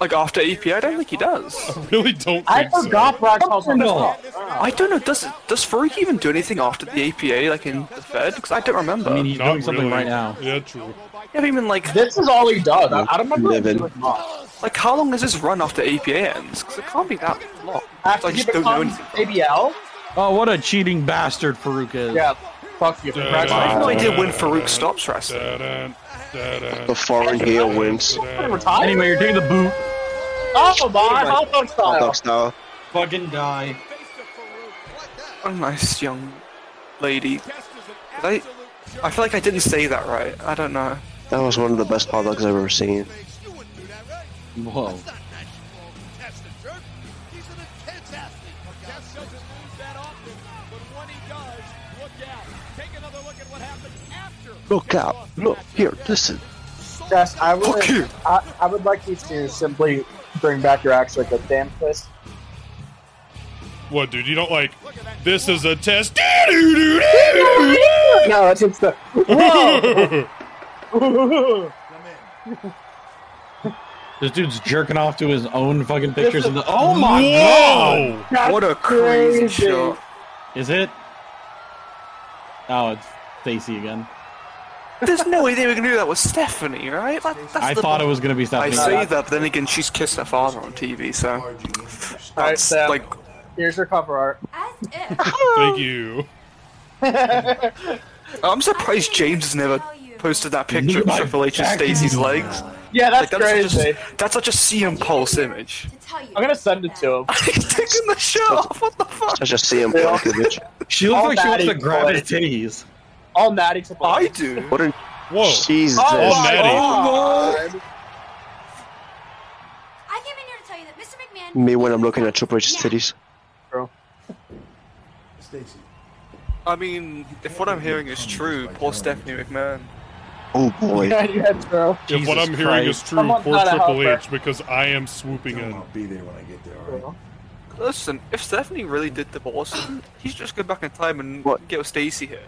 Speaker 9: Like after APA, I don't think he does.
Speaker 1: I really don't.
Speaker 5: I
Speaker 1: think so.
Speaker 5: forgot Bradshaw's on the call.
Speaker 9: I don't know. Does does Farouk even do anything after the APA, like in the Fed? Because I don't remember.
Speaker 3: I mean, he's
Speaker 1: Not
Speaker 3: doing something
Speaker 1: really.
Speaker 3: right now.
Speaker 1: Yeah, true.
Speaker 9: yeah, but I mean, like,
Speaker 4: This is all he does. I, I don't remember him
Speaker 5: Living.
Speaker 4: doing much.
Speaker 9: like how long is his run after APA ends? Because it can't be that long. 'Cause
Speaker 4: After
Speaker 9: I
Speaker 4: he
Speaker 9: just don't know
Speaker 4: becomes
Speaker 9: anything.
Speaker 4: ABL,
Speaker 3: Oh, what a cheating bastard Farouk is.
Speaker 4: yeah, fuck you.
Speaker 9: I have
Speaker 4: Congratulations.
Speaker 9: no idea when Farouk stops wrestling.
Speaker 1: Da-dun, da-dun,
Speaker 5: The foreign heel wins.
Speaker 1: da-dun.
Speaker 4: Retire?
Speaker 3: Anyway, you're taking the boot.
Speaker 4: Oh my, hot dog style.
Speaker 5: Dog style.
Speaker 3: Fucking die.
Speaker 9: What a nice young lady. Did I, I feel like I didn't say that right. I don't know.
Speaker 5: That was one of the best hot dogs I've ever seen.
Speaker 3: Whoa.
Speaker 5: Look out. Look here. Listen.
Speaker 4: Jess, I would,
Speaker 9: Oh, Fuck you.
Speaker 4: I, I would like you to simply bring back your axe like a damn fist.
Speaker 1: What, dude? You don't like? This is a test. Doo-doo-doo-doo-doo.
Speaker 4: No, it's just the. Whoa!
Speaker 3: This dude's jerking off to his own fucking pictures. Of the- oh my god!
Speaker 1: Whoa!
Speaker 9: What a crazy, shot.
Speaker 3: Is it? Oh, it's Stacy again.
Speaker 9: There's no way they were gonna do that with Stephanie, right? That, that's
Speaker 3: I
Speaker 9: the-
Speaker 3: thought it was gonna be
Speaker 9: I
Speaker 3: Stephanie.
Speaker 9: say that, but then again, she's kissed her father on TV, so
Speaker 4: Alright,
Speaker 9: that's
Speaker 4: Sam.
Speaker 9: like
Speaker 4: Here's your cover art.
Speaker 7: As if.
Speaker 1: Thank you.
Speaker 9: I'm surprised James has never posted that picture
Speaker 3: Look
Speaker 9: of
Speaker 3: at my
Speaker 9: Triple H and
Speaker 3: back.
Speaker 9: Stacey's legs.
Speaker 4: Yeah,
Speaker 9: Like
Speaker 4: that's
Speaker 9: that's
Speaker 4: crazy.
Speaker 9: such a, that's such a CM Pulse image.
Speaker 7: To tell you.
Speaker 4: I'm gonna send it to him.
Speaker 9: He's taking the shirt off. What the fuck?
Speaker 5: Such a CM Punk image.
Speaker 3: She looks
Speaker 4: All
Speaker 3: like she wants to
Speaker 4: daddy
Speaker 3: grab
Speaker 4: boy.
Speaker 3: his titties.
Speaker 4: All natty to black.
Speaker 9: I do.
Speaker 5: What a
Speaker 1: Whoa!
Speaker 5: Jesus.
Speaker 4: Oh
Speaker 1: All
Speaker 4: my
Speaker 1: natty.
Speaker 4: god!
Speaker 7: I came in here to tell you that Mr. McMahon.
Speaker 5: Me when I'm looking at Triple H's titties.
Speaker 10: Stacy.
Speaker 9: I mean, if what I'm hearing is true, poor Stephanie McMahon.
Speaker 5: Oh boy.
Speaker 4: Yeah, you had to.
Speaker 1: If what
Speaker 3: Jesus
Speaker 1: I'm hearing
Speaker 3: Christ.
Speaker 1: is true,
Speaker 4: Someone
Speaker 1: poor
Speaker 4: gotta
Speaker 1: Triple
Speaker 4: help her.
Speaker 1: H, because I am swooping in.
Speaker 10: I'll be there when I get there, alright?
Speaker 9: Listen, if Stephanie really did divorce him, he's just go back in time and
Speaker 5: What?
Speaker 9: get with Stacy here.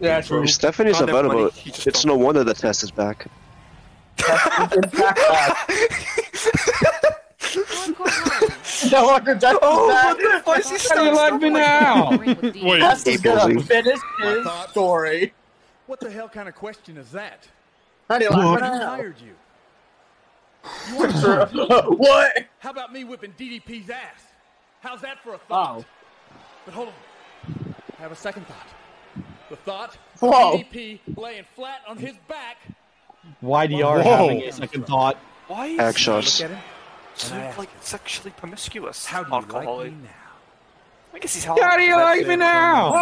Speaker 4: Yeah, true.
Speaker 5: If Stephanie's
Speaker 9: Not that
Speaker 5: available,
Speaker 9: funny, he just
Speaker 5: it's no
Speaker 9: don't-
Speaker 5: wonder the test is back.
Speaker 4: In fact, that.
Speaker 7: Going, going, going.
Speaker 4: No longer Jess
Speaker 9: Oh,
Speaker 4: back.
Speaker 9: what the fuck is he
Speaker 3: How do you
Speaker 9: still
Speaker 3: like me now?
Speaker 1: Wait,
Speaker 4: Jess is gonna
Speaker 5: Bullseye.
Speaker 4: finish his story.
Speaker 10: What the hell kind of question is that?
Speaker 4: How do you
Speaker 5: Look.
Speaker 4: like
Speaker 10: Who
Speaker 4: that?
Speaker 10: hired you?
Speaker 4: What?
Speaker 10: How about me whipping DDP's ass? How's that for a thought?
Speaker 4: Oh.
Speaker 10: But hold on. I have a second thought. The thought of
Speaker 4: Whoa.
Speaker 10: DDP laying flat on his back.
Speaker 3: YDR
Speaker 1: Whoa.
Speaker 3: having a second thought.
Speaker 9: Why is
Speaker 5: Axe
Speaker 9: he
Speaker 5: shots.
Speaker 10: him.
Speaker 9: so, like sexually promiscuous?
Speaker 10: How do you
Speaker 9: alcoholic.
Speaker 10: like me now?
Speaker 9: I guess he's
Speaker 3: How do you like me now?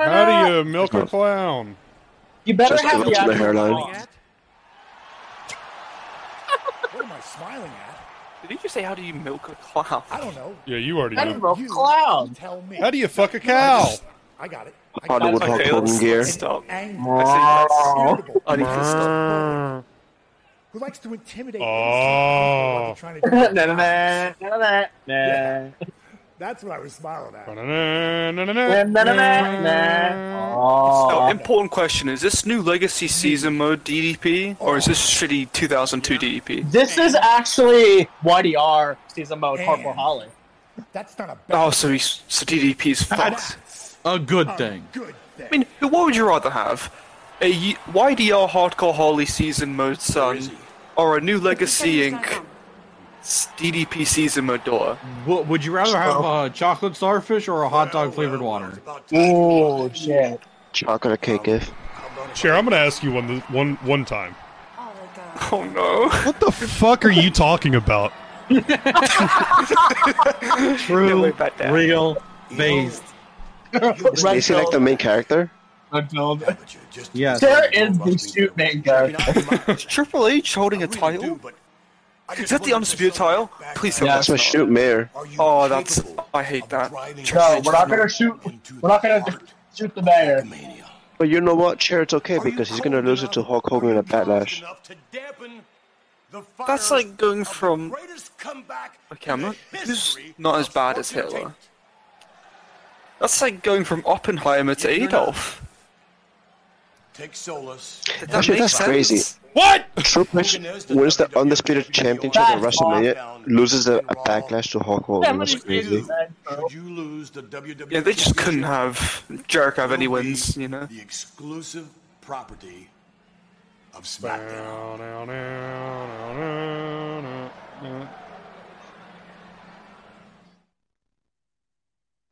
Speaker 1: how do you milk a clown?
Speaker 4: You better
Speaker 5: Just
Speaker 4: have
Speaker 5: give up to
Speaker 4: the
Speaker 5: the hairline.
Speaker 4: hairline.
Speaker 10: what am I smiling at?
Speaker 9: Did he just say how do you milk a clown?
Speaker 10: I don't know.
Speaker 1: Yeah, you already
Speaker 4: That is
Speaker 1: know.
Speaker 4: a
Speaker 10: You
Speaker 4: clown.
Speaker 10: Tell me.
Speaker 1: How do you fuck a cow?
Speaker 10: I got it. I got
Speaker 5: Hollywood
Speaker 10: it.
Speaker 5: Hulk
Speaker 9: Okay,
Speaker 5: Hogan
Speaker 9: let's,
Speaker 5: gear.
Speaker 9: let's stop. I
Speaker 10: Angry.
Speaker 9: think that's I think that's stop.
Speaker 10: Who likes to intimidate?
Speaker 1: Oh.
Speaker 10: innocent people while they're trying to do
Speaker 4: Na
Speaker 10: their
Speaker 4: na
Speaker 10: jobs.
Speaker 4: na na na na.
Speaker 10: That's what I was smiling at.
Speaker 4: Na na na na na.
Speaker 9: Now,
Speaker 4: Oh.
Speaker 9: important question: Is this new Legacy season mode DDP, or is this shitty 2002 DDP?
Speaker 4: This is actually YDR season mode Hardcore Holly.
Speaker 10: That's not a bad
Speaker 9: Oh, so he's so DDP's fucked.
Speaker 3: A good thing.
Speaker 10: good thing.
Speaker 9: I mean, who- what would you rather have? A Y- YDR Hardcore Holly season mode son, or a new Legacy Inc. s- DDP season mode daughter?
Speaker 3: W- would you rather have a chocolate starfish or a hot dog flavored water?
Speaker 4: Oh shit.
Speaker 5: Chocolate cake if.
Speaker 10: I'm gonna
Speaker 1: Chair, I'm gonna ask you one th- one one time.
Speaker 9: Oh no!
Speaker 1: What the fuck are you talking about?
Speaker 3: True, real, based.
Speaker 14: Isn't he like the main character?
Speaker 3: Yes.
Speaker 4: There is the shoot main character.
Speaker 9: Is Triple H holding a title? Is that the undisputed title? Please tell me
Speaker 14: That's
Speaker 9: that's
Speaker 14: my
Speaker 9: not.
Speaker 14: shoot mirror.
Speaker 9: Oh, that's. I hate that.
Speaker 4: No, we're not gonna shoot. We're not gonna shoot the mayor.
Speaker 14: But you know what, Chair, it's okay because he's gonna lose it to Hulk Hogan at Backlash.
Speaker 9: That's like going from. Okay, I'm not. Who's not as bad as Hitler? That's like going from Oppenheimer to Adolf.
Speaker 15: Take solace.
Speaker 9: That
Speaker 14: Actually,
Speaker 9: makes
Speaker 14: that's
Speaker 9: sense.
Speaker 14: crazy.
Speaker 1: What?
Speaker 14: Triple H wins the Undisputed Championship at WrestleMania, loses it at Backlash to Hulk Hogan. That's crazy.
Speaker 15: Should you lose the E WWE
Speaker 9: Yeah, they just couldn't have Jericho have any wins, you know.
Speaker 15: the exclusive property of SmackDown.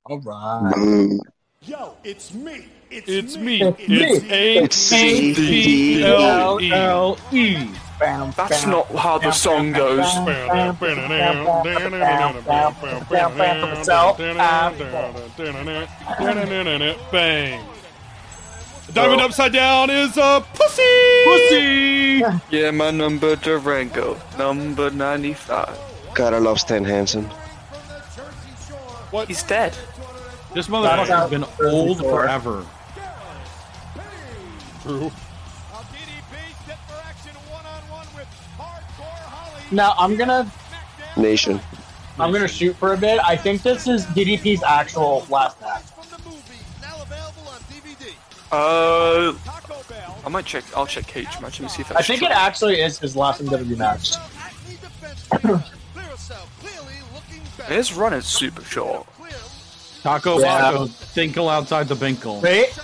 Speaker 4: All
Speaker 14: Mm.
Speaker 15: Yo, it's me. It's,
Speaker 1: It's
Speaker 15: me.
Speaker 1: me. It's A C D L E.
Speaker 3: L E.
Speaker 9: That's not how the song goes.
Speaker 1: Bang. Diamond upside down is a pussy. Pussy.
Speaker 9: Yeah, my number Durango, number ninety-five.
Speaker 5: Mm,
Speaker 14: God, I love Stan Hansen.
Speaker 1: What?
Speaker 9: He's dead.
Speaker 3: This motherfucker's been old forever.
Speaker 1: True.
Speaker 4: Now I'm gonna
Speaker 14: Nation.
Speaker 4: I'm gonna shoot for a bit. I think this is DDP's actual last match.
Speaker 9: Uh, I might check. I'll check cage match and see if that's
Speaker 4: I think it
Speaker 9: true.
Speaker 4: actually is his last MW match.
Speaker 9: His run is super short.
Speaker 3: Taco
Speaker 9: Yeah.
Speaker 3: Baco, Tinkle outside the Binkle.
Speaker 4: Wait.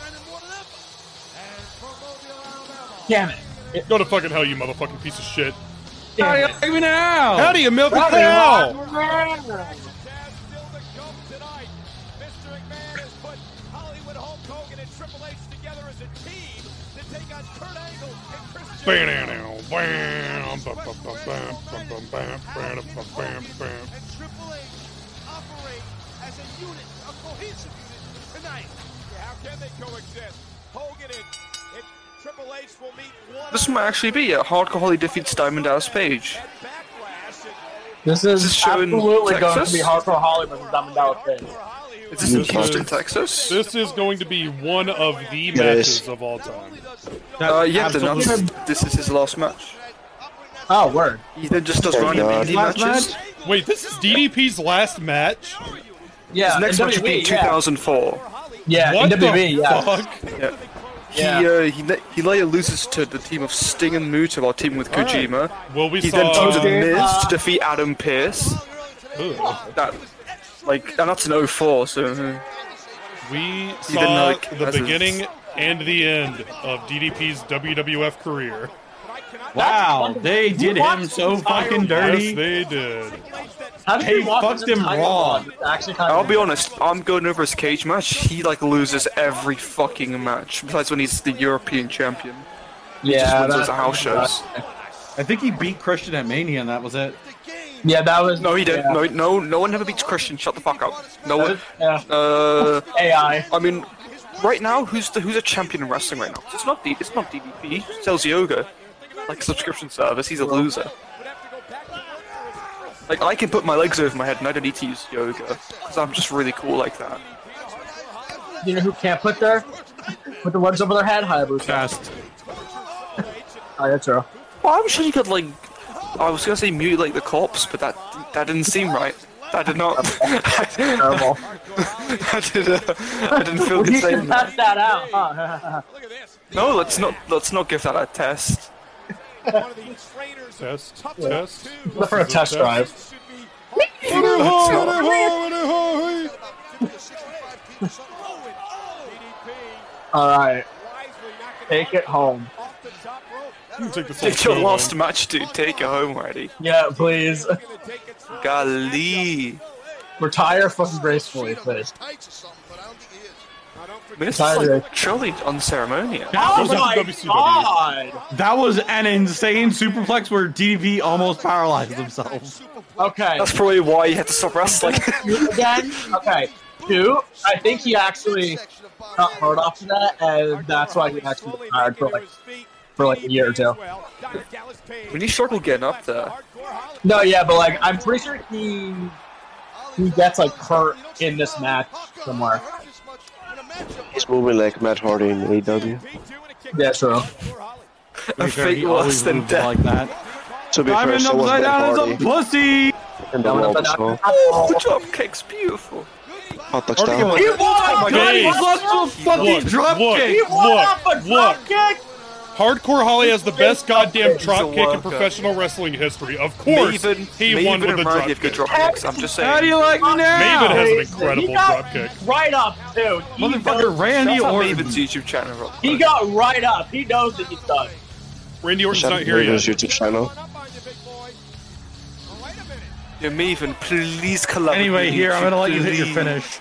Speaker 4: Damn it.
Speaker 1: Go to fucking hell, you motherfucking piece of shit.
Speaker 3: Howdy, Even now.
Speaker 1: Howdy, you milk a cow. Bam, bam, bam, bam, bam, bam, bam, bam, bam, bam, bam, bam.
Speaker 2: as a unit, a cohesive unit tonight. Yeah, how can they coexist? Hogan and, and Triple H will meet one
Speaker 9: This might actually be it. Hardcore Holly defeats Diamond Dallas Page.
Speaker 4: This is
Speaker 9: showing
Speaker 4: absolutely going to
Speaker 9: Texas?
Speaker 4: be hardcore Hollywood and Diamond Dallas Page.
Speaker 9: Is this in Houston, Texas?
Speaker 1: This is going to be one of the
Speaker 9: Yes.
Speaker 1: matches of all time.
Speaker 9: Uh, yeah, then
Speaker 1: Absolutely.
Speaker 9: that's- this is his last match.
Speaker 4: Oh, word.
Speaker 9: He then just does
Speaker 1: Oh,
Speaker 9: random
Speaker 1: God.
Speaker 9: indie
Speaker 1: Last
Speaker 9: matches.
Speaker 1: Wait, this is DDP's last match?
Speaker 4: Yeah,
Speaker 9: his next
Speaker 4: in
Speaker 9: match will be
Speaker 4: WWE, E, yeah.
Speaker 9: 2004.
Speaker 4: Yeah,
Speaker 1: What the
Speaker 4: NWB, yeah.
Speaker 1: fuck?
Speaker 9: Yeah. He, uh, he, ne- he later loses to the team of Sting and Muta while teaming with Kojima.
Speaker 1: Well, we
Speaker 9: he then
Speaker 1: saw-
Speaker 9: teams with
Speaker 1: Okay.
Speaker 9: Miz
Speaker 1: Uh,
Speaker 9: to defeat Adam Pearce. That, like, and that's an 04, so... uh,
Speaker 1: We
Speaker 9: He didn't
Speaker 1: saw
Speaker 9: like
Speaker 1: the
Speaker 9: as a-
Speaker 1: beginning and the end of DDP's WWF career.
Speaker 3: Wow, they did him so fucking
Speaker 1: Yes,
Speaker 3: dirty.
Speaker 1: they did.
Speaker 4: How did
Speaker 3: They
Speaker 4: we watch
Speaker 3: fucked
Speaker 4: this
Speaker 3: him
Speaker 4: entire
Speaker 3: raw.
Speaker 4: one? It's Actually kind
Speaker 9: I'll be honest, I'm going over his cage match. He, like, loses every fucking match, besides when he's the European champion. He just wins those house shows.
Speaker 3: I think he beat Christian at Mania, and that was it.
Speaker 4: Yeah, that was.
Speaker 9: No, he didn't.
Speaker 4: yeah.
Speaker 9: No, no, no one ever beats Christian. Shut the fuck up. No one.
Speaker 4: Yeah.
Speaker 9: Uh,
Speaker 4: AI.
Speaker 9: I mean, right now, who's the who's a champion in wrestling right now? It's not D. It's not DDP. He sells yoga, like subscription service. He's a loser. Like I can put my legs over my head, and I don't need to use yoga because I'm just really cool like that.
Speaker 4: You know who can't put their put the legs over their head? Hayabusa.
Speaker 3: Fast.
Speaker 4: Oh, that's true.
Speaker 9: Well, I'm sure you could like. I was gonna say mutilate the corpse, but that that didn't seem right. That did not.
Speaker 4: Terrible.
Speaker 9: I, did, uh, I didn't feel good
Speaker 4: you
Speaker 9: saying
Speaker 4: should
Speaker 9: that.
Speaker 4: cut that out. huh?
Speaker 9: No, let's not let's not give that a test.
Speaker 1: Test,
Speaker 4: Yeah.
Speaker 1: test.
Speaker 4: Look for a test drive.
Speaker 12: oh,
Speaker 4: All right. Take it home.
Speaker 1: Take this
Speaker 9: It's your last match, dude. Take it home already.
Speaker 4: Yeah, please.
Speaker 9: Golly.
Speaker 4: Retire fucking gracefully, please.
Speaker 12: tights or something, but I don't think he is. I don't
Speaker 2: mean, this is like truly unceremonious.
Speaker 3: That was, that was an insane superplex where DDP almost paralyzed themselves.
Speaker 4: Okay.
Speaker 2: That's probably why you had to stop wrestling.
Speaker 4: Again, okay. Two, I think he actually got hurt off of that, and that's why he actually retired for like for like a year or two.
Speaker 2: When you struggle getting up there,
Speaker 4: No, yeah, but like I'm pretty sure he he gets like hurt in this match somewhere.
Speaker 5: He's moving like Matt Hardy in AEW.
Speaker 4: Yeah, true.
Speaker 2: a fate worse than death.
Speaker 3: Like that.
Speaker 5: To be fair,
Speaker 3: Diamond
Speaker 5: so was
Speaker 3: upside
Speaker 5: Matt
Speaker 3: down
Speaker 5: Hardy.
Speaker 3: is a pussy.
Speaker 5: And the Rob as well.
Speaker 2: Oh, the drop kick's beautiful.
Speaker 5: Hot touchdown.
Speaker 2: He won!
Speaker 5: Oh my
Speaker 2: God, he
Speaker 1: Hey,
Speaker 2: lost to a fucking
Speaker 1: look,
Speaker 2: drop
Speaker 1: look,
Speaker 2: kick. He won
Speaker 1: look,
Speaker 2: off a
Speaker 1: look.
Speaker 2: drop
Speaker 1: Hardcore Holly has the best goddamn
Speaker 2: He's
Speaker 1: drop
Speaker 2: a
Speaker 1: kick in
Speaker 2: worker.
Speaker 1: professional wrestling history. Of course,
Speaker 2: Maven-
Speaker 1: he
Speaker 2: Maven
Speaker 1: won with
Speaker 2: and
Speaker 1: a drop
Speaker 2: Randy
Speaker 1: kick.
Speaker 2: have good drop kicks, I'm just saying. How do
Speaker 3: you like me now?
Speaker 1: Maven has an
Speaker 3: Crazy.
Speaker 1: incredible
Speaker 4: He got-
Speaker 1: drop kick.
Speaker 4: Right up too. He knows-
Speaker 2: Shout out Maven's YouTube channel. Rob.
Speaker 4: He got right up. He knows that he's done.
Speaker 1: Randy Orton's
Speaker 5: Shout
Speaker 1: not
Speaker 5: out
Speaker 1: here
Speaker 5: Raven's
Speaker 1: yet.
Speaker 5: YouTube channel.
Speaker 2: Yeah, Maven, please collaborate.
Speaker 3: Anyway, here, I'm gonna let you hit your finish.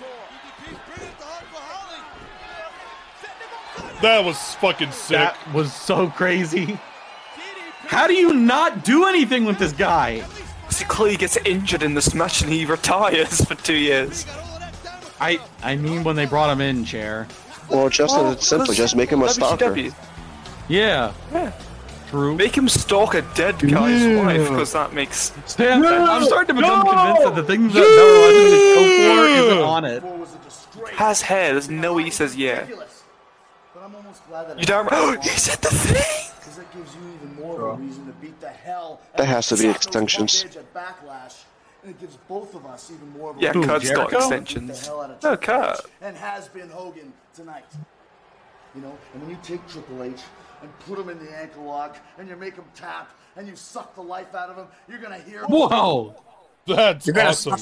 Speaker 1: That was fucking sick.
Speaker 3: That was so crazy. How do you not do anything with this guy?
Speaker 2: See, Clay gets injured in this match and he retires for two years.
Speaker 3: I I mean when they brought him in, chair.
Speaker 5: Well, just
Speaker 2: Well,
Speaker 5: it's simple.
Speaker 2: let's-
Speaker 5: Just make him a stalker.
Speaker 2: WCW.
Speaker 3: Yeah. True.
Speaker 2: Make him stalk a dead guy's
Speaker 3: Yeah.
Speaker 2: wife because that makes.
Speaker 3: Stan, I'm starting to become
Speaker 2: No!
Speaker 3: convinced that the things that Bella Rogers is so for isn't on it.
Speaker 2: Has hair. There's no way he says yeah.
Speaker 10: But I'm almost glad that
Speaker 2: You don't.
Speaker 10: Oh,
Speaker 2: he said the thing.
Speaker 10: Because that gives you even more of a reason to beat the hell.
Speaker 5: There has to be
Speaker 10: out of those
Speaker 5: extensions.
Speaker 10: fuckheads at Backlash, and it gives both of us even more of a
Speaker 2: Yeah,
Speaker 10: reason
Speaker 2: Kurt's
Speaker 10: to
Speaker 2: got
Speaker 10: beat the
Speaker 2: extensions.
Speaker 10: hell out of
Speaker 2: No,
Speaker 10: Triple H,
Speaker 2: Kurt.
Speaker 10: And has been Hogan tonight. You know, and when you take Triple H and put him in the ankle lock, and you make him tap, and you suck the life out of him, you're gonna hear.
Speaker 1: Whoa. That's
Speaker 10: You're gonna-
Speaker 1: awesome.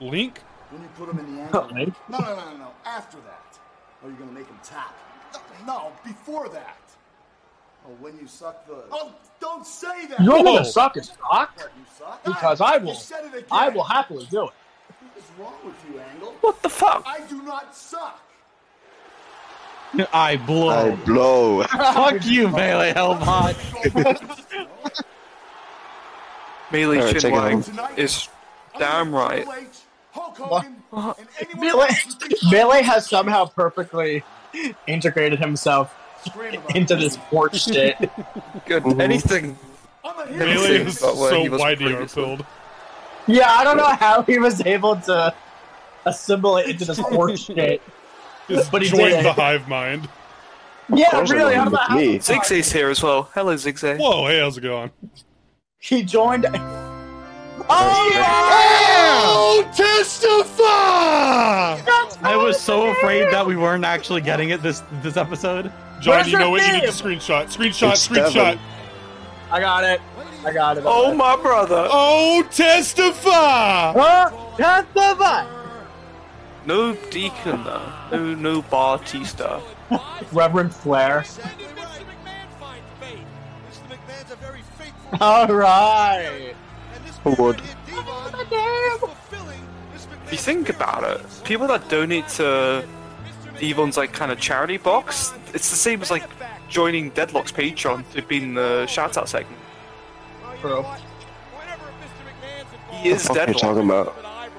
Speaker 1: Link?
Speaker 10: When you put him in the ankle.
Speaker 1: Not Link.
Speaker 10: No, no, no, no, no. After that. Are you going to make him tap? No, before that. Oh, when you suck the. Oh, don't say that!
Speaker 4: You're gonna suck his cock?
Speaker 10: What, you suck?
Speaker 4: Because I will.
Speaker 10: You said it again.
Speaker 4: I will happily do it.
Speaker 10: What is wrong with you, Angle?
Speaker 2: What the fuck?
Speaker 10: I do not suck!
Speaker 3: I blow.
Speaker 5: I blow.
Speaker 3: Fuck you, Melee Hellbot.
Speaker 2: Melee
Speaker 5: Alright,
Speaker 2: Chin
Speaker 5: take it
Speaker 2: Wang
Speaker 5: home.
Speaker 2: is damn right.
Speaker 4: Melee, Melee has somehow perfectly integrated himself into this porch shit.
Speaker 2: Good. Anything.
Speaker 1: Melee is
Speaker 2: But where he
Speaker 1: so
Speaker 2: was
Speaker 1: widely outfilled.
Speaker 4: Yeah, I don't know how he was able to assimilate into this porch shit.
Speaker 1: Just
Speaker 4: But he
Speaker 1: joined
Speaker 4: did.
Speaker 1: the hive mind.
Speaker 4: Yeah, really. How about how
Speaker 2: Zigzag's here as well. Hello, Zigzag.
Speaker 1: Whoa, hey, how's it going?
Speaker 4: he joined?
Speaker 2: Oh,
Speaker 4: Oh,
Speaker 3: yeah!
Speaker 1: testify!
Speaker 3: I was so afraid that we weren't actually getting it this this episode.
Speaker 1: John, you know what? You need to screenshot. Screenshot,
Speaker 3: It's
Speaker 1: screenshot.
Speaker 3: Devin.
Speaker 4: I got it. I got it.
Speaker 2: Oh, my brother.
Speaker 1: Oh, testify!
Speaker 4: Oh, testify!
Speaker 2: No Deacon, though. No, no Bartista.
Speaker 4: Reverend Flair.
Speaker 16: Mr. McMahon's a very faithful
Speaker 4: All right.
Speaker 5: Would.
Speaker 2: If you think about it, people that donate to Devon's like kind of charity box, it's the same as like joining Deadlock's Patreon to be in the shout out segment.
Speaker 4: Bro.
Speaker 2: He is
Speaker 5: What the fuck are you
Speaker 2: Deadlock.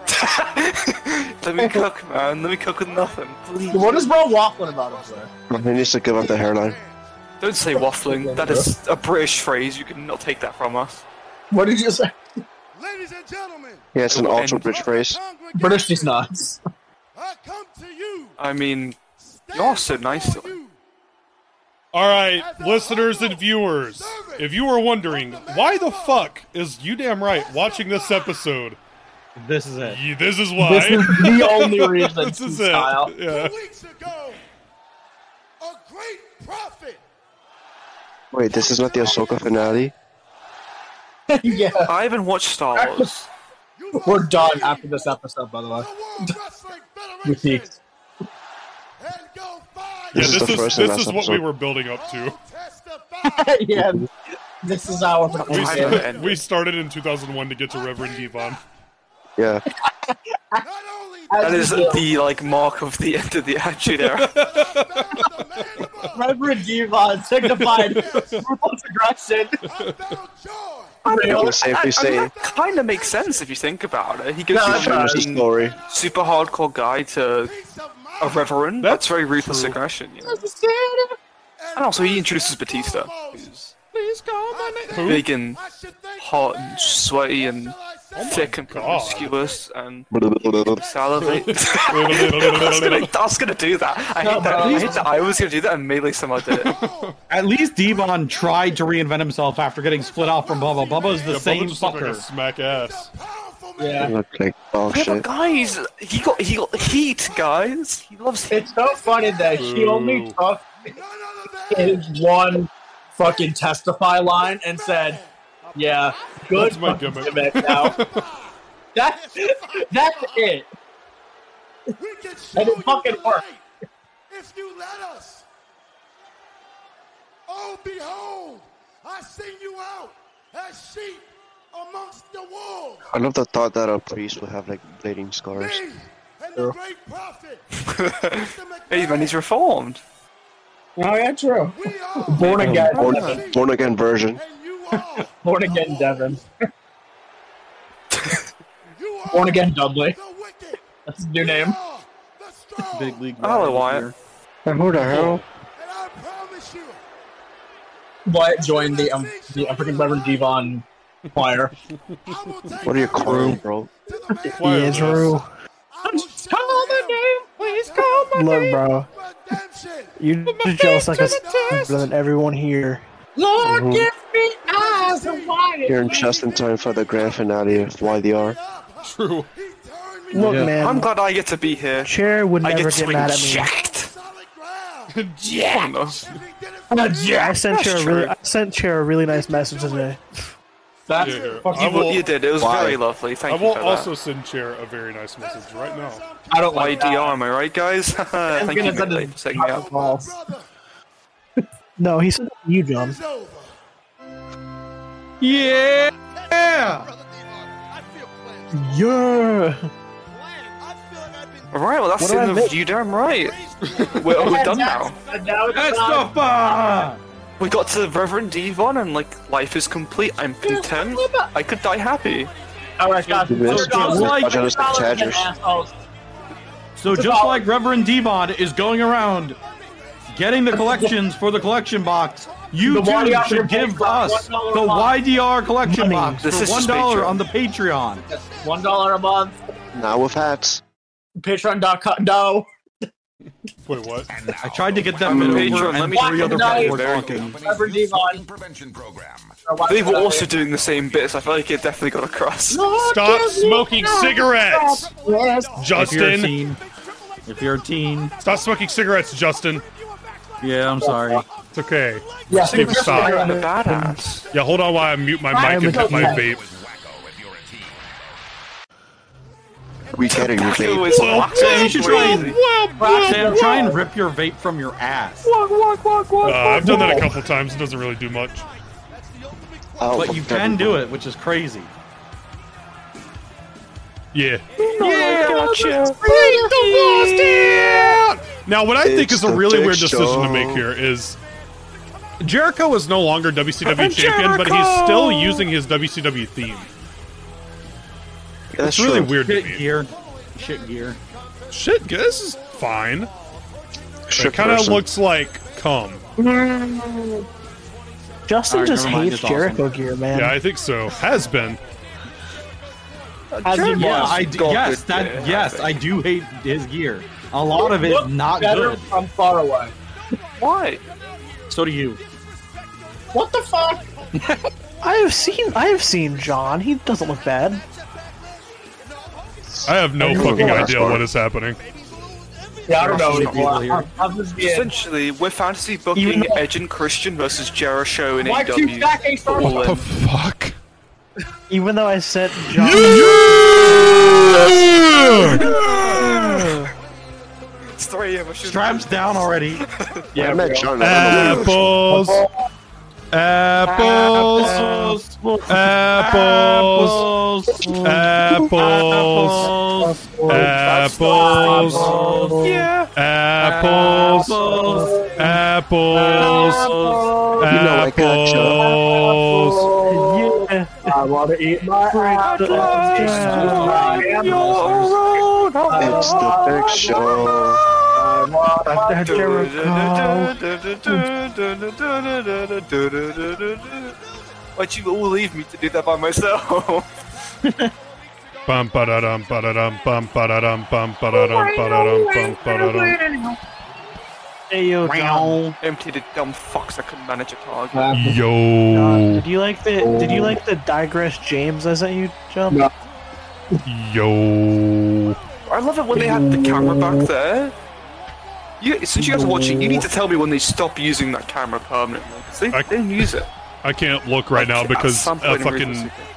Speaker 5: talking about?
Speaker 2: Let me cook, man. Let me cook with nothing, please.
Speaker 4: What is Bro waffling about him for?
Speaker 5: He needs to give up the hairline.
Speaker 2: Don't say waffling. That is a British phrase. You cannot take that from us.
Speaker 4: What did you say?
Speaker 16: Ladies and gentlemen,
Speaker 5: Yeah, it's an ultra bridge phrase.
Speaker 4: British is nuts.
Speaker 16: I come to you.
Speaker 2: I mean, you're so nice. to him.
Speaker 1: All right, listeners and viewers, if you were wondering why the fuck is you damn right watching this episode,
Speaker 3: this is it.
Speaker 1: this is why.
Speaker 4: This is the only reason,
Speaker 1: this is it.
Speaker 4: Kyle.
Speaker 1: Yeah.
Speaker 16: Two weeks ago, a great prophet.
Speaker 5: Wait, this is not the Ahsoka finale.
Speaker 4: yeah.
Speaker 2: I haven't watched Star Wars.
Speaker 4: We're done after this episode, by the way. We peaked.
Speaker 1: Yeah,
Speaker 5: This is
Speaker 1: this
Speaker 5: the
Speaker 1: is
Speaker 5: first and
Speaker 1: this
Speaker 5: last
Speaker 1: is what we
Speaker 5: episode.
Speaker 1: were building up to.
Speaker 4: yeah, this is our
Speaker 1: We,
Speaker 4: Yeah.
Speaker 1: st- we started in 2001 to get to Reverend Devon.
Speaker 5: Yeah.
Speaker 9: That
Speaker 4: As
Speaker 9: is
Speaker 4: you do.
Speaker 9: the like mark of the end of the Attitude Era.
Speaker 4: Reverend Devon signified ruthless aggression.
Speaker 9: Well,
Speaker 5: the same
Speaker 9: I-
Speaker 5: we
Speaker 9: I
Speaker 5: say.
Speaker 9: mean, that kind of makes sense if you think about it. He goes
Speaker 5: No, it
Speaker 9: from
Speaker 5: does.
Speaker 9: being
Speaker 5: Story.
Speaker 9: super hardcore guy to a reverend. That's, very ruthless aggression. You know? And also, he introduces Batista, who's
Speaker 10: Please call my name.
Speaker 9: big and hot and sweaty and
Speaker 2: Oh
Speaker 9: thick and promiscuous and salivate. I was gonna- I was gonna do that. I hate that. I hate that. I was gonna do that, and melee somehow did it.
Speaker 3: At least Devon tried to reinvent himself after getting split off from Bubba. Bubba's the
Speaker 1: Yeah, Bubba
Speaker 3: same
Speaker 1: just looked like a
Speaker 3: fucker.
Speaker 1: smack ass.
Speaker 5: Look like dog
Speaker 9: Yeah, but
Speaker 5: oh, shit.
Speaker 9: guys, he got he got heat, guys. He loves heat.
Speaker 4: It's so funny that he only took his one fucking testify line and said, "Yeah, good
Speaker 1: That's my
Speaker 4: fucking
Speaker 1: gimmick."
Speaker 4: gimmick now." that, that's it. And it fucking worked.
Speaker 10: If you let us. Oh, behold, I sing you out as sheep amongst the wolves.
Speaker 5: I love the thought that a priest would have like bleeding scars.
Speaker 9: hey man, he's reformed.
Speaker 4: Oh yeah, true. Um, Born again,
Speaker 5: Born, born again version.
Speaker 4: born again, Devon. born again, Dudley. That's his new name.
Speaker 3: Big league.
Speaker 9: Hello, Wyatt.
Speaker 5: And who the hell?
Speaker 4: Wyatt joined the um, the African Reverend Devon choir.
Speaker 5: What are you calling, bro?
Speaker 2: Andrew.
Speaker 4: Call my name, please call
Speaker 2: Look, bro. You're just jealous like a than everyone here.
Speaker 4: Lord,
Speaker 5: Mhm.
Speaker 4: give me eyes of Wyatt.
Speaker 5: You're in just in time for the grand finale of YDR.
Speaker 1: True.
Speaker 2: Look, man.
Speaker 9: I'm glad I get to be here.
Speaker 2: Chair would
Speaker 9: I
Speaker 2: never
Speaker 9: get
Speaker 2: get,
Speaker 9: to be
Speaker 2: mad at me.
Speaker 9: jacked.
Speaker 2: Jacked. I
Speaker 9: Jacked.
Speaker 2: sent you
Speaker 9: That's
Speaker 2: a really,
Speaker 9: true.
Speaker 2: I sent you a really nice message today.
Speaker 4: That's
Speaker 1: Yeah.
Speaker 9: You, you did. It was very lovely. Thank
Speaker 1: I will
Speaker 9: you for
Speaker 1: also
Speaker 9: that.
Speaker 1: send Chair a very nice message right now.
Speaker 4: I don't like
Speaker 9: YDR, am I right, guys? Thank
Speaker 4: gonna
Speaker 9: you for
Speaker 4: send a-
Speaker 9: setting me up.
Speaker 4: Balls.
Speaker 2: No, he sent it to you, John.
Speaker 3: Yeah.
Speaker 2: Yeah.
Speaker 9: Alright, well, that's
Speaker 2: What
Speaker 9: the
Speaker 2: do I
Speaker 9: end
Speaker 2: miss?
Speaker 9: of You Damn Right. We're, we're done now.
Speaker 4: That's
Speaker 3: the bar!
Speaker 9: We got to Reverend Devon, and like, life is complete. I'm content. I could die happy.
Speaker 4: Alright, guys.
Speaker 5: You missed.
Speaker 4: John,
Speaker 5: I
Speaker 4: like,
Speaker 5: just like Chargers.
Speaker 4: assholes.
Speaker 3: So just like Reverend Devon is going around getting the collections for the collection box, you
Speaker 4: The
Speaker 3: too
Speaker 4: YDR
Speaker 3: should give us the
Speaker 4: $1 box.
Speaker 3: YDR collection
Speaker 2: Money.
Speaker 3: box
Speaker 9: This
Speaker 3: for
Speaker 9: is just
Speaker 3: one dollar
Speaker 9: Patreon.
Speaker 3: on the Patreon.
Speaker 4: One dollar a month.
Speaker 5: Now with hats.
Speaker 4: Patreon.com. No.
Speaker 1: Wait, what?
Speaker 3: I tried to get that
Speaker 9: I'm
Speaker 3: bit
Speaker 9: a
Speaker 3: over
Speaker 9: patron, let
Speaker 3: and
Speaker 9: me
Speaker 3: three
Speaker 9: tell
Speaker 3: other
Speaker 9: you about
Speaker 3: people
Speaker 9: it.
Speaker 3: were
Speaker 9: Very
Speaker 3: talking.
Speaker 4: Reverend Devon.
Speaker 10: Prevention program.
Speaker 9: They were also doing the same bits. I feel like it definitely got across.
Speaker 1: Stop smoking cigarettes,
Speaker 3: If you're a
Speaker 1: Justin.
Speaker 3: teen, if you're a teen,
Speaker 1: Stop smoking cigarettes, Justin.
Speaker 3: yeah, I'm sorry.
Speaker 1: It's okay.
Speaker 4: Yeah,
Speaker 1: Steve,
Speaker 4: just
Speaker 1: stop.
Speaker 4: like-
Speaker 9: I'm a badass.
Speaker 1: Yeah, hold on while I mute my
Speaker 4: Right.
Speaker 1: mic and hit my
Speaker 4: Okay.
Speaker 1: vape.
Speaker 5: We getting you, Oh,
Speaker 9: It
Speaker 5: babe.
Speaker 9: was
Speaker 1: Well,
Speaker 9: fucking
Speaker 3: well, you should try and-
Speaker 9: crazy.
Speaker 3: Sam, try and rip your vape from your ass.
Speaker 1: Uh, I've done that a couple times. It doesn't really do much.
Speaker 5: Out
Speaker 3: But
Speaker 5: of
Speaker 3: you
Speaker 5: the
Speaker 3: can do it, which is crazy.
Speaker 1: Yeah.
Speaker 3: Oh
Speaker 9: Yeah, gotcha.
Speaker 1: Now, what I think
Speaker 5: It's
Speaker 1: is a
Speaker 5: the
Speaker 1: really
Speaker 5: big
Speaker 1: weird decision to
Speaker 5: show.
Speaker 1: make here is Jericho is no longer WCW champion, but he's
Speaker 9: Jericho!
Speaker 1: still using his WCW theme.
Speaker 5: That's
Speaker 1: It's really
Speaker 5: true.
Speaker 1: weird to
Speaker 3: Shit
Speaker 1: me.
Speaker 3: gear. Shit gear.
Speaker 1: Shit, this is fine. It
Speaker 5: Shit
Speaker 1: kind of
Speaker 5: person.
Speaker 1: looks like cum.
Speaker 2: Justin
Speaker 3: Alright,
Speaker 2: just
Speaker 3: never mind,
Speaker 2: hates
Speaker 3: it's awesome.
Speaker 2: Jericho gear, man.
Speaker 1: Yeah, I think so. Has been.
Speaker 2: As you
Speaker 3: Yeah,
Speaker 2: know.
Speaker 3: I d-
Speaker 9: God,
Speaker 3: yes,
Speaker 9: good
Speaker 3: that
Speaker 9: gear.
Speaker 3: yes, I do hate his gear. A lot of it
Speaker 4: Look
Speaker 3: not
Speaker 4: better
Speaker 3: good.
Speaker 4: from far away.
Speaker 9: Why?
Speaker 3: So do you.
Speaker 4: What the fuck?
Speaker 2: I have seen I have seen John. He doesn't look bad.
Speaker 1: I have no
Speaker 5: Everyone
Speaker 1: fucking
Speaker 5: loves
Speaker 1: idea
Speaker 5: Spark.
Speaker 1: what is happening.
Speaker 4: Yeah, I don't know
Speaker 3: Russian people
Speaker 4: anymore.
Speaker 3: here.
Speaker 4: I'm, I'm just being.
Speaker 9: Essentially, we're fantasy
Speaker 4: Even
Speaker 9: booking
Speaker 4: though-
Speaker 9: Edge and Christian versus Jericho in
Speaker 4: Why two
Speaker 9: AEW.
Speaker 4: back ain't starting?
Speaker 9: All in.
Speaker 1: fuck?
Speaker 2: Even though I sent John
Speaker 9: It's 3 a.m. I should-
Speaker 3: Straps down already.
Speaker 5: I met John. I don't know where he was.
Speaker 1: Apples. Oh,
Speaker 9: Apples. Apples. Apples. Apples.
Speaker 4: Uh,
Speaker 9: Apples. Yeah. Apples. Apples. Apples. Yeah. I want to eat my
Speaker 4: Uh,
Speaker 5: It's the big show.
Speaker 2: Why'd you all leave me to do that by myself?
Speaker 1: Bum ba da dum ba da dum bum ba da dum bum ba da dum ba da dum bum ba da dum.
Speaker 9: Hey yo, John.
Speaker 2: Empty the dumb fucks that couldn't manage a target.
Speaker 1: Yo.
Speaker 9: Did you like the Did you like the digress James I sent you, John?
Speaker 1: Yo.
Speaker 2: I love it when they had the camera back there. You, since you guys are watching, you need to tell me when they stop using that camera permanently. 'cause They, they don't use it.
Speaker 1: I can't look right now because
Speaker 2: some
Speaker 1: uh,
Speaker 2: point in Ruthless
Speaker 1: fucking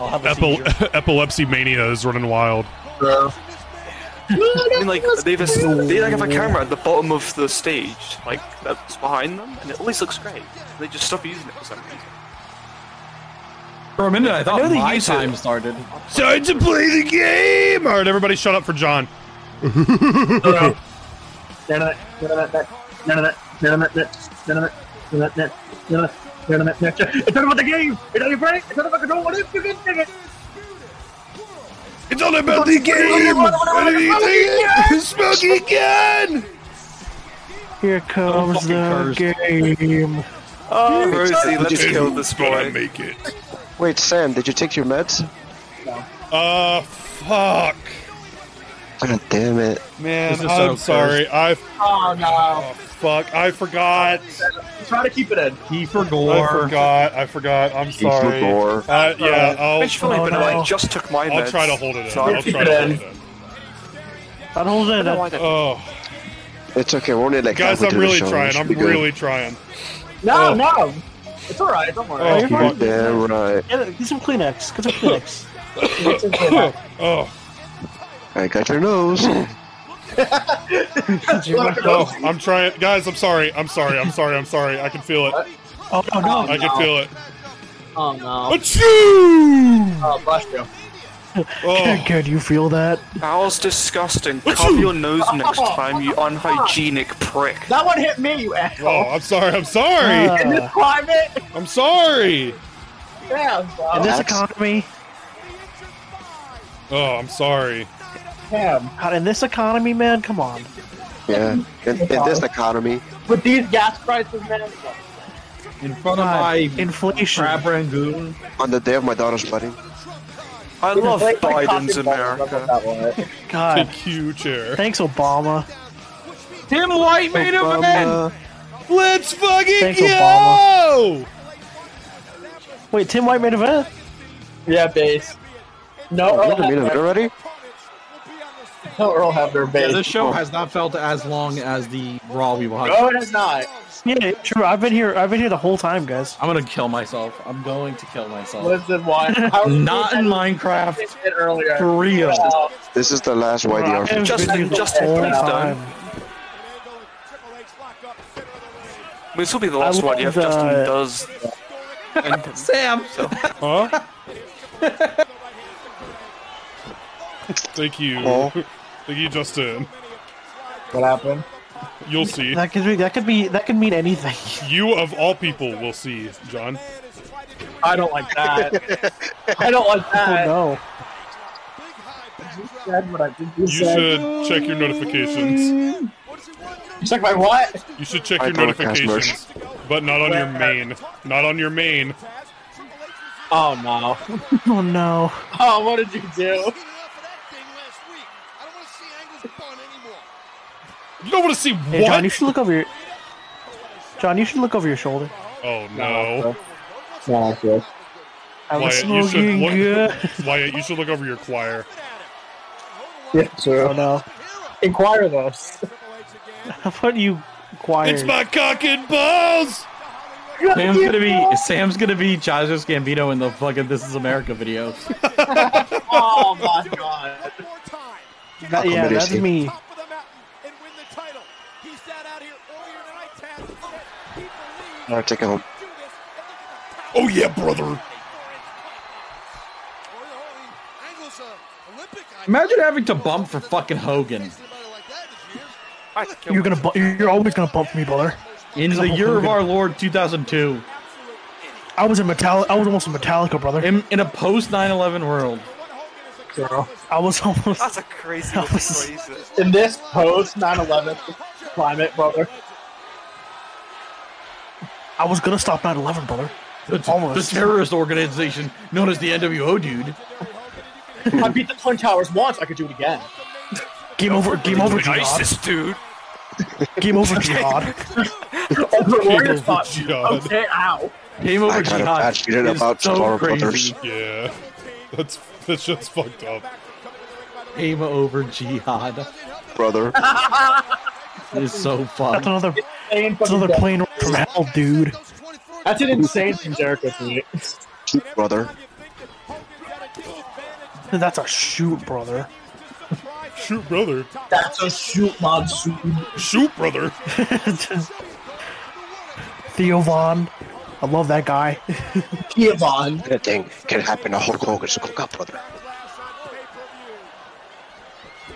Speaker 2: I'll have a
Speaker 1: epil- epilepsy mania is running wild.
Speaker 2: I mean, like they just they like have a camera at the bottom of the stage, like that's behind them, and it always looks great. They just stop using it for some reason.
Speaker 3: For a minute, I thought
Speaker 2: know they
Speaker 3: my
Speaker 2: use it.
Speaker 3: time started.
Speaker 1: Time to play the game. All right, everybody, shut up for John.
Speaker 4: None of that. None of that. None of that. None of that. None of that. None of that. None of that. None of that. It's not about the game. It's not about It's not about control. What if you can take it?
Speaker 1: It's all about the
Speaker 10: game.
Speaker 1: Smoking gun.
Speaker 9: Here comes the game.
Speaker 2: Oh, Rosie, let's kill this boy.
Speaker 1: Make it.
Speaker 5: Wait, Sam, did you take your meds?
Speaker 1: Uh, fuck.
Speaker 5: God damn it.
Speaker 1: Man, I'm sorry. I
Speaker 4: Oh no.
Speaker 1: fuck. I forgot.
Speaker 4: Try to keep it in.
Speaker 3: He for
Speaker 1: I forgot. I forgot. I'm
Speaker 5: for
Speaker 1: sorry.
Speaker 5: gore.
Speaker 1: Uh, yeah. I'll,
Speaker 4: Oh,
Speaker 2: Bitch, Philip and I just took my meds.
Speaker 1: I'll try to hold it in.
Speaker 2: So I'll
Speaker 1: I'll
Speaker 2: keep
Speaker 1: try
Speaker 2: it
Speaker 1: to
Speaker 2: in.
Speaker 1: hold it in.
Speaker 9: I don't know that.
Speaker 1: Oh,
Speaker 5: It's okay, we're only like
Speaker 1: guys,
Speaker 5: halfway
Speaker 1: I'm
Speaker 5: through the
Speaker 1: really
Speaker 5: show, we
Speaker 1: trying.
Speaker 5: should
Speaker 1: I'm
Speaker 5: be good.
Speaker 1: really trying.
Speaker 4: No,
Speaker 1: Oh.
Speaker 4: no. It's all right. Don't worry.
Speaker 1: Oh,
Speaker 5: You're
Speaker 1: fuck.
Speaker 5: damn right.
Speaker 9: Get, get some Kleenex. Get some Kleenex.
Speaker 1: Oh,
Speaker 5: I got your nose.
Speaker 1: oh, I'm trying, guys. I'm sorry. I'm sorry. I'm sorry. I'm sorry. I can feel it.
Speaker 9: Oh no!
Speaker 1: I can feel it.
Speaker 4: Oh no.
Speaker 1: Achoo!
Speaker 4: Oh, bless you.
Speaker 1: Oh,
Speaker 9: Can you feel that?
Speaker 2: Bowel's disgusting. Cover your nose next time, you unhygienic prick.
Speaker 4: Oh, That one hit me, you
Speaker 1: oh,
Speaker 4: asshole.
Speaker 1: I'm sorry. I'm sorry.
Speaker 4: In this climate.
Speaker 1: I'm sorry.
Speaker 4: Yeah.
Speaker 9: In
Speaker 4: Well,
Speaker 9: this
Speaker 5: That's-
Speaker 9: economy,
Speaker 1: Oh, I'm sorry.
Speaker 4: damn.
Speaker 9: God, in this economy, man, come on.
Speaker 5: Yeah. In, in this economy,
Speaker 4: With these gas prices, man.
Speaker 3: In front of
Speaker 9: God,
Speaker 3: my
Speaker 9: inflation.
Speaker 3: crab rangoon.
Speaker 5: on the day of my daughter's wedding,
Speaker 2: I love Biden's
Speaker 4: That's
Speaker 2: America.
Speaker 4: that one.
Speaker 9: God,
Speaker 1: Thank you, chair.
Speaker 9: thanks Obama.
Speaker 3: Tim White made a man.
Speaker 1: Let's fucking
Speaker 9: Thanks,
Speaker 1: go!
Speaker 9: Wait, Tim White made a event.
Speaker 4: Yeah, base. No,
Speaker 5: Oh,
Speaker 4: Earl
Speaker 5: wait a minute,
Speaker 4: Hebner.
Speaker 5: already?
Speaker 4: No, Earl Hebner,
Speaker 3: Yeah,
Speaker 4: base.
Speaker 3: this show has not felt as long as the Raw we watched.
Speaker 4: No, it is not.
Speaker 9: Yeah, true. I've been here. I've been here the whole time, guys.
Speaker 3: I'm gonna kill myself. I'm going to kill myself.
Speaker 4: Listen, why? How
Speaker 3: Not in Minecraft.
Speaker 4: It earlier.
Speaker 3: For real.
Speaker 4: Wow.
Speaker 5: This is the last
Speaker 9: Bro, I've
Speaker 5: YDR.
Speaker 9: been
Speaker 5: feature.
Speaker 2: Justin-
Speaker 9: here the
Speaker 2: Justin,
Speaker 9: whole
Speaker 2: please don't.
Speaker 9: time.
Speaker 2: I mean, this will be the last one. Yeah,
Speaker 9: love,
Speaker 2: if Justin
Speaker 9: uh,
Speaker 2: does. And
Speaker 3: Sam,
Speaker 1: Huh? Thank you.
Speaker 5: Oh.
Speaker 1: Thank you, Justin.
Speaker 4: What happened?
Speaker 1: You'll see.
Speaker 9: That could be. That could be. That could mean anything.
Speaker 1: You, of all people, will see, John.
Speaker 4: I don't like that. I don't like
Speaker 9: Oh
Speaker 4: that.
Speaker 9: no!
Speaker 4: You said what I think you,
Speaker 1: You
Speaker 4: said.
Speaker 1: should check your notifications.
Speaker 4: You check my what?
Speaker 1: You should check
Speaker 5: I
Speaker 1: your
Speaker 5: don't cast
Speaker 1: notifications, but not on your main. Not on your main.
Speaker 4: Oh no.
Speaker 9: Oh no!
Speaker 4: Oh, what did you do?
Speaker 1: You don't want to see
Speaker 9: Hey, John, you
Speaker 1: what?
Speaker 9: should look over your. John, you should look over your shoulder.
Speaker 1: Oh no,
Speaker 4: No, that's good.
Speaker 9: I was
Speaker 1: Wyatt, you should
Speaker 9: smoking
Speaker 1: look.
Speaker 9: good.
Speaker 1: Wyatt, you should look over your choir.
Speaker 4: Yeah,
Speaker 9: Oh
Speaker 4: true.
Speaker 9: no!
Speaker 4: Inquire this.
Speaker 9: What are you choir?
Speaker 1: It's my cock and balls.
Speaker 3: Sam's gonna be Sam's gonna be Chazos Gambino in the fucking This Is America video.
Speaker 4: Oh my god.
Speaker 9: That- yeah,
Speaker 5: Comedy
Speaker 9: that's
Speaker 5: scene.
Speaker 9: me.
Speaker 17: Top of the mountain and win the title. He sat out here earlier tonight, Taz. and said he believes
Speaker 5: Alright, take it home.
Speaker 17: we can do this
Speaker 1: Oh yeah, brother.
Speaker 3: Imagine having to bump for fucking Hogan.
Speaker 9: You're gonna, bu- you're always gonna bump me, brother.
Speaker 3: In the year of our Lord 2002,
Speaker 9: I was in Metallica. I was almost a Metallica, brother.
Speaker 3: In, in a post 9/11 world.
Speaker 9: I was almost.
Speaker 10: That's a crazy.
Speaker 9: I was,
Speaker 4: In this post 9 11 climate, brother.
Speaker 9: I was gonna stop 9/11, brother.
Speaker 3: The,
Speaker 9: almost.
Speaker 3: the terrorist organization known as the NWO, dude.
Speaker 4: I beat the Twin Towers once, I could do it again.
Speaker 9: game over. Game over, Jihad.
Speaker 10: dude.
Speaker 9: Game over, Jihad.
Speaker 4: Ultimate Warrior
Speaker 9: over,
Speaker 4: spot.
Speaker 9: Jihad.
Speaker 4: Okay, ow.
Speaker 3: Game
Speaker 5: I
Speaker 3: over
Speaker 5: got a
Speaker 3: jihad.
Speaker 5: bad feeling
Speaker 3: is
Speaker 5: about
Speaker 3: so
Speaker 5: Tomorrow
Speaker 3: crazy.
Speaker 5: Brothers.
Speaker 1: Yeah, that's that's just fucked up.
Speaker 3: Game over jihad.
Speaker 5: Brother.
Speaker 3: It is so
Speaker 9: That's
Speaker 3: fun.
Speaker 9: another. That's another plane ride from hell, dude.
Speaker 4: That's an insane from Jericho tonight.
Speaker 5: Brother.
Speaker 9: That's a shoot, brother.
Speaker 1: Shoot, brother.
Speaker 4: That's a shoot, man. Shoot,
Speaker 1: shoot brother.
Speaker 9: Theo Vaughn. I love that guy.
Speaker 4: Theo Vaughn.
Speaker 5: Anything can happen to Hulk Hogan, so cook up, brother.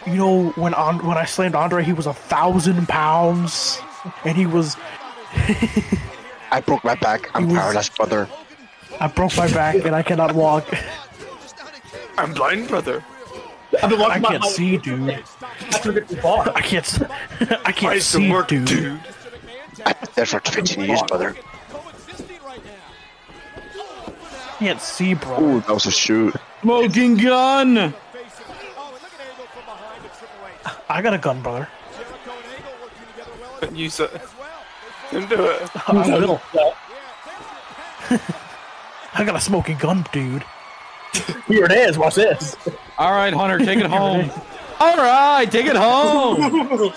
Speaker 9: You know when on when I slammed Andre, he was a thousand pounds, and he was.
Speaker 5: I broke my back. I'm paralyzed, brother.
Speaker 9: I broke my back and I cannot walk.
Speaker 10: I'm blind, brother.
Speaker 4: I've been
Speaker 9: I
Speaker 4: watching
Speaker 9: can't
Speaker 4: my
Speaker 9: see, dude.
Speaker 4: I took it too far.
Speaker 9: I can't. s- I
Speaker 10: I
Speaker 9: can't
Speaker 10: used to
Speaker 9: see,
Speaker 10: work,
Speaker 9: dude.
Speaker 5: I did that for 20 years, brother.
Speaker 9: I can't see, bro.
Speaker 5: Ooh, that was a shoot.
Speaker 3: Smoking gun.
Speaker 9: I got a gun, brother.
Speaker 10: Don't use it. Don't do it.
Speaker 9: I will. I got a smoking gun, dude.
Speaker 4: Here it is. Watch this.
Speaker 3: All right, Hunter, take it home. All right, take it home.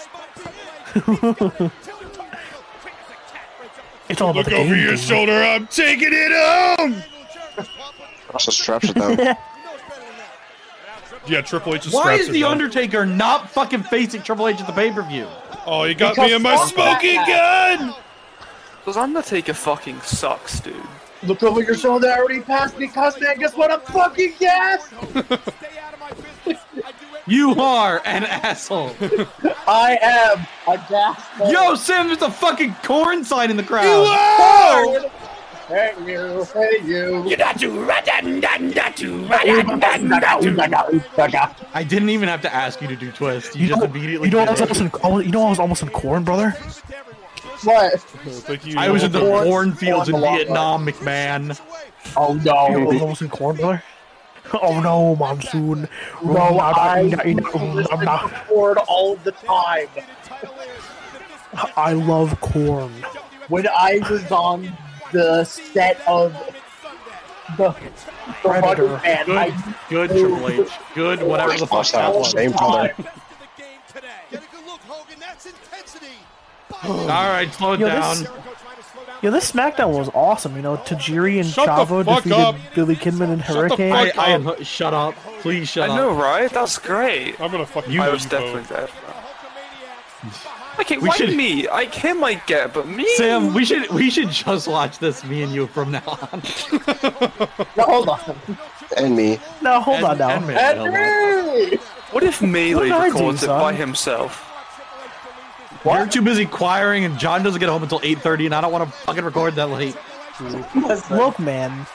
Speaker 9: It's all
Speaker 1: Look
Speaker 9: about the
Speaker 1: over
Speaker 9: game,
Speaker 1: your
Speaker 9: dude.
Speaker 1: shoulder. I'm taking it home.
Speaker 5: Also straps it down.
Speaker 1: Yeah, Triple H is
Speaker 3: Why
Speaker 1: straps
Speaker 3: is
Speaker 1: are
Speaker 3: the
Speaker 1: done.
Speaker 3: Undertaker not fucking facing Triple H at the pay per view?
Speaker 1: Oh, he got
Speaker 4: Because
Speaker 1: me in my
Speaker 4: fuck
Speaker 1: smoking
Speaker 4: that
Speaker 1: gun.
Speaker 10: Because Undertaker fucking sucks, dude.
Speaker 4: Look over your shoulder. I already passed because man, guess what? I'm fucking yes.
Speaker 3: You are an asshole.
Speaker 4: I am a gas.
Speaker 3: Yo, Sam, there's a fucking corn sign in the crowd.
Speaker 4: Hey you, hey you. You're not too right,
Speaker 3: I didn't even have to ask you to do twist. You, just immediately.
Speaker 9: You know, I
Speaker 3: did it.
Speaker 9: was almost in, I was- you know I was almost in corn, brother.
Speaker 4: What?
Speaker 3: I was in the
Speaker 4: Corn-
Speaker 3: cornfields in
Speaker 4: corn a lot,
Speaker 3: Vietnam, McMahon.
Speaker 4: Oh
Speaker 9: I was
Speaker 4: no.
Speaker 9: almost in corn, brother. Oh no, monsoon.
Speaker 4: No, I
Speaker 9: I'm not-
Speaker 4: listen
Speaker 9: I'm not-
Speaker 4: to Ford all the time.
Speaker 9: I love corn. uh,
Speaker 4: When I was on the set of the, the
Speaker 9: Predator.
Speaker 4: Hunter Man,
Speaker 3: Good,
Speaker 4: I
Speaker 3: good Triple H. Good, whatever the fuck that was.
Speaker 5: Same brother.
Speaker 3: All right, slow it
Speaker 9: Yo,
Speaker 3: down.
Speaker 9: this- Yeah, this SmackDown was awesome. You know, Tajiri and
Speaker 1: Shut the
Speaker 9: Chavo
Speaker 1: fuck
Speaker 9: defeated
Speaker 1: up.
Speaker 9: Billy Kidman and
Speaker 1: Shut the
Speaker 9: Hurricane.
Speaker 1: fuck
Speaker 3: I,
Speaker 1: up.
Speaker 3: I am. Shut up, please. Shut
Speaker 10: I know,
Speaker 3: up.
Speaker 10: right? That's great.
Speaker 1: I'm gonna fucking.
Speaker 10: I
Speaker 1: kill
Speaker 10: was
Speaker 1: you
Speaker 10: definitely
Speaker 1: both.
Speaker 10: there. Okay,
Speaker 3: We
Speaker 10: why
Speaker 3: should-
Speaker 10: me? Like him, I get, but me.
Speaker 3: Sam, we should we should just watch this, me and you, from now on.
Speaker 4: no, hold on.
Speaker 5: And me.
Speaker 9: now hold
Speaker 3: And-
Speaker 9: on now.
Speaker 3: and Mary, hold on.
Speaker 4: Henry!
Speaker 10: What if Melee
Speaker 9: What did I do,
Speaker 10: records it
Speaker 9: son?
Speaker 10: by himself?
Speaker 3: You're too busy choiring, and John doesn't get home until 8:30, and I don't want to fucking record that late.
Speaker 9: Look, man.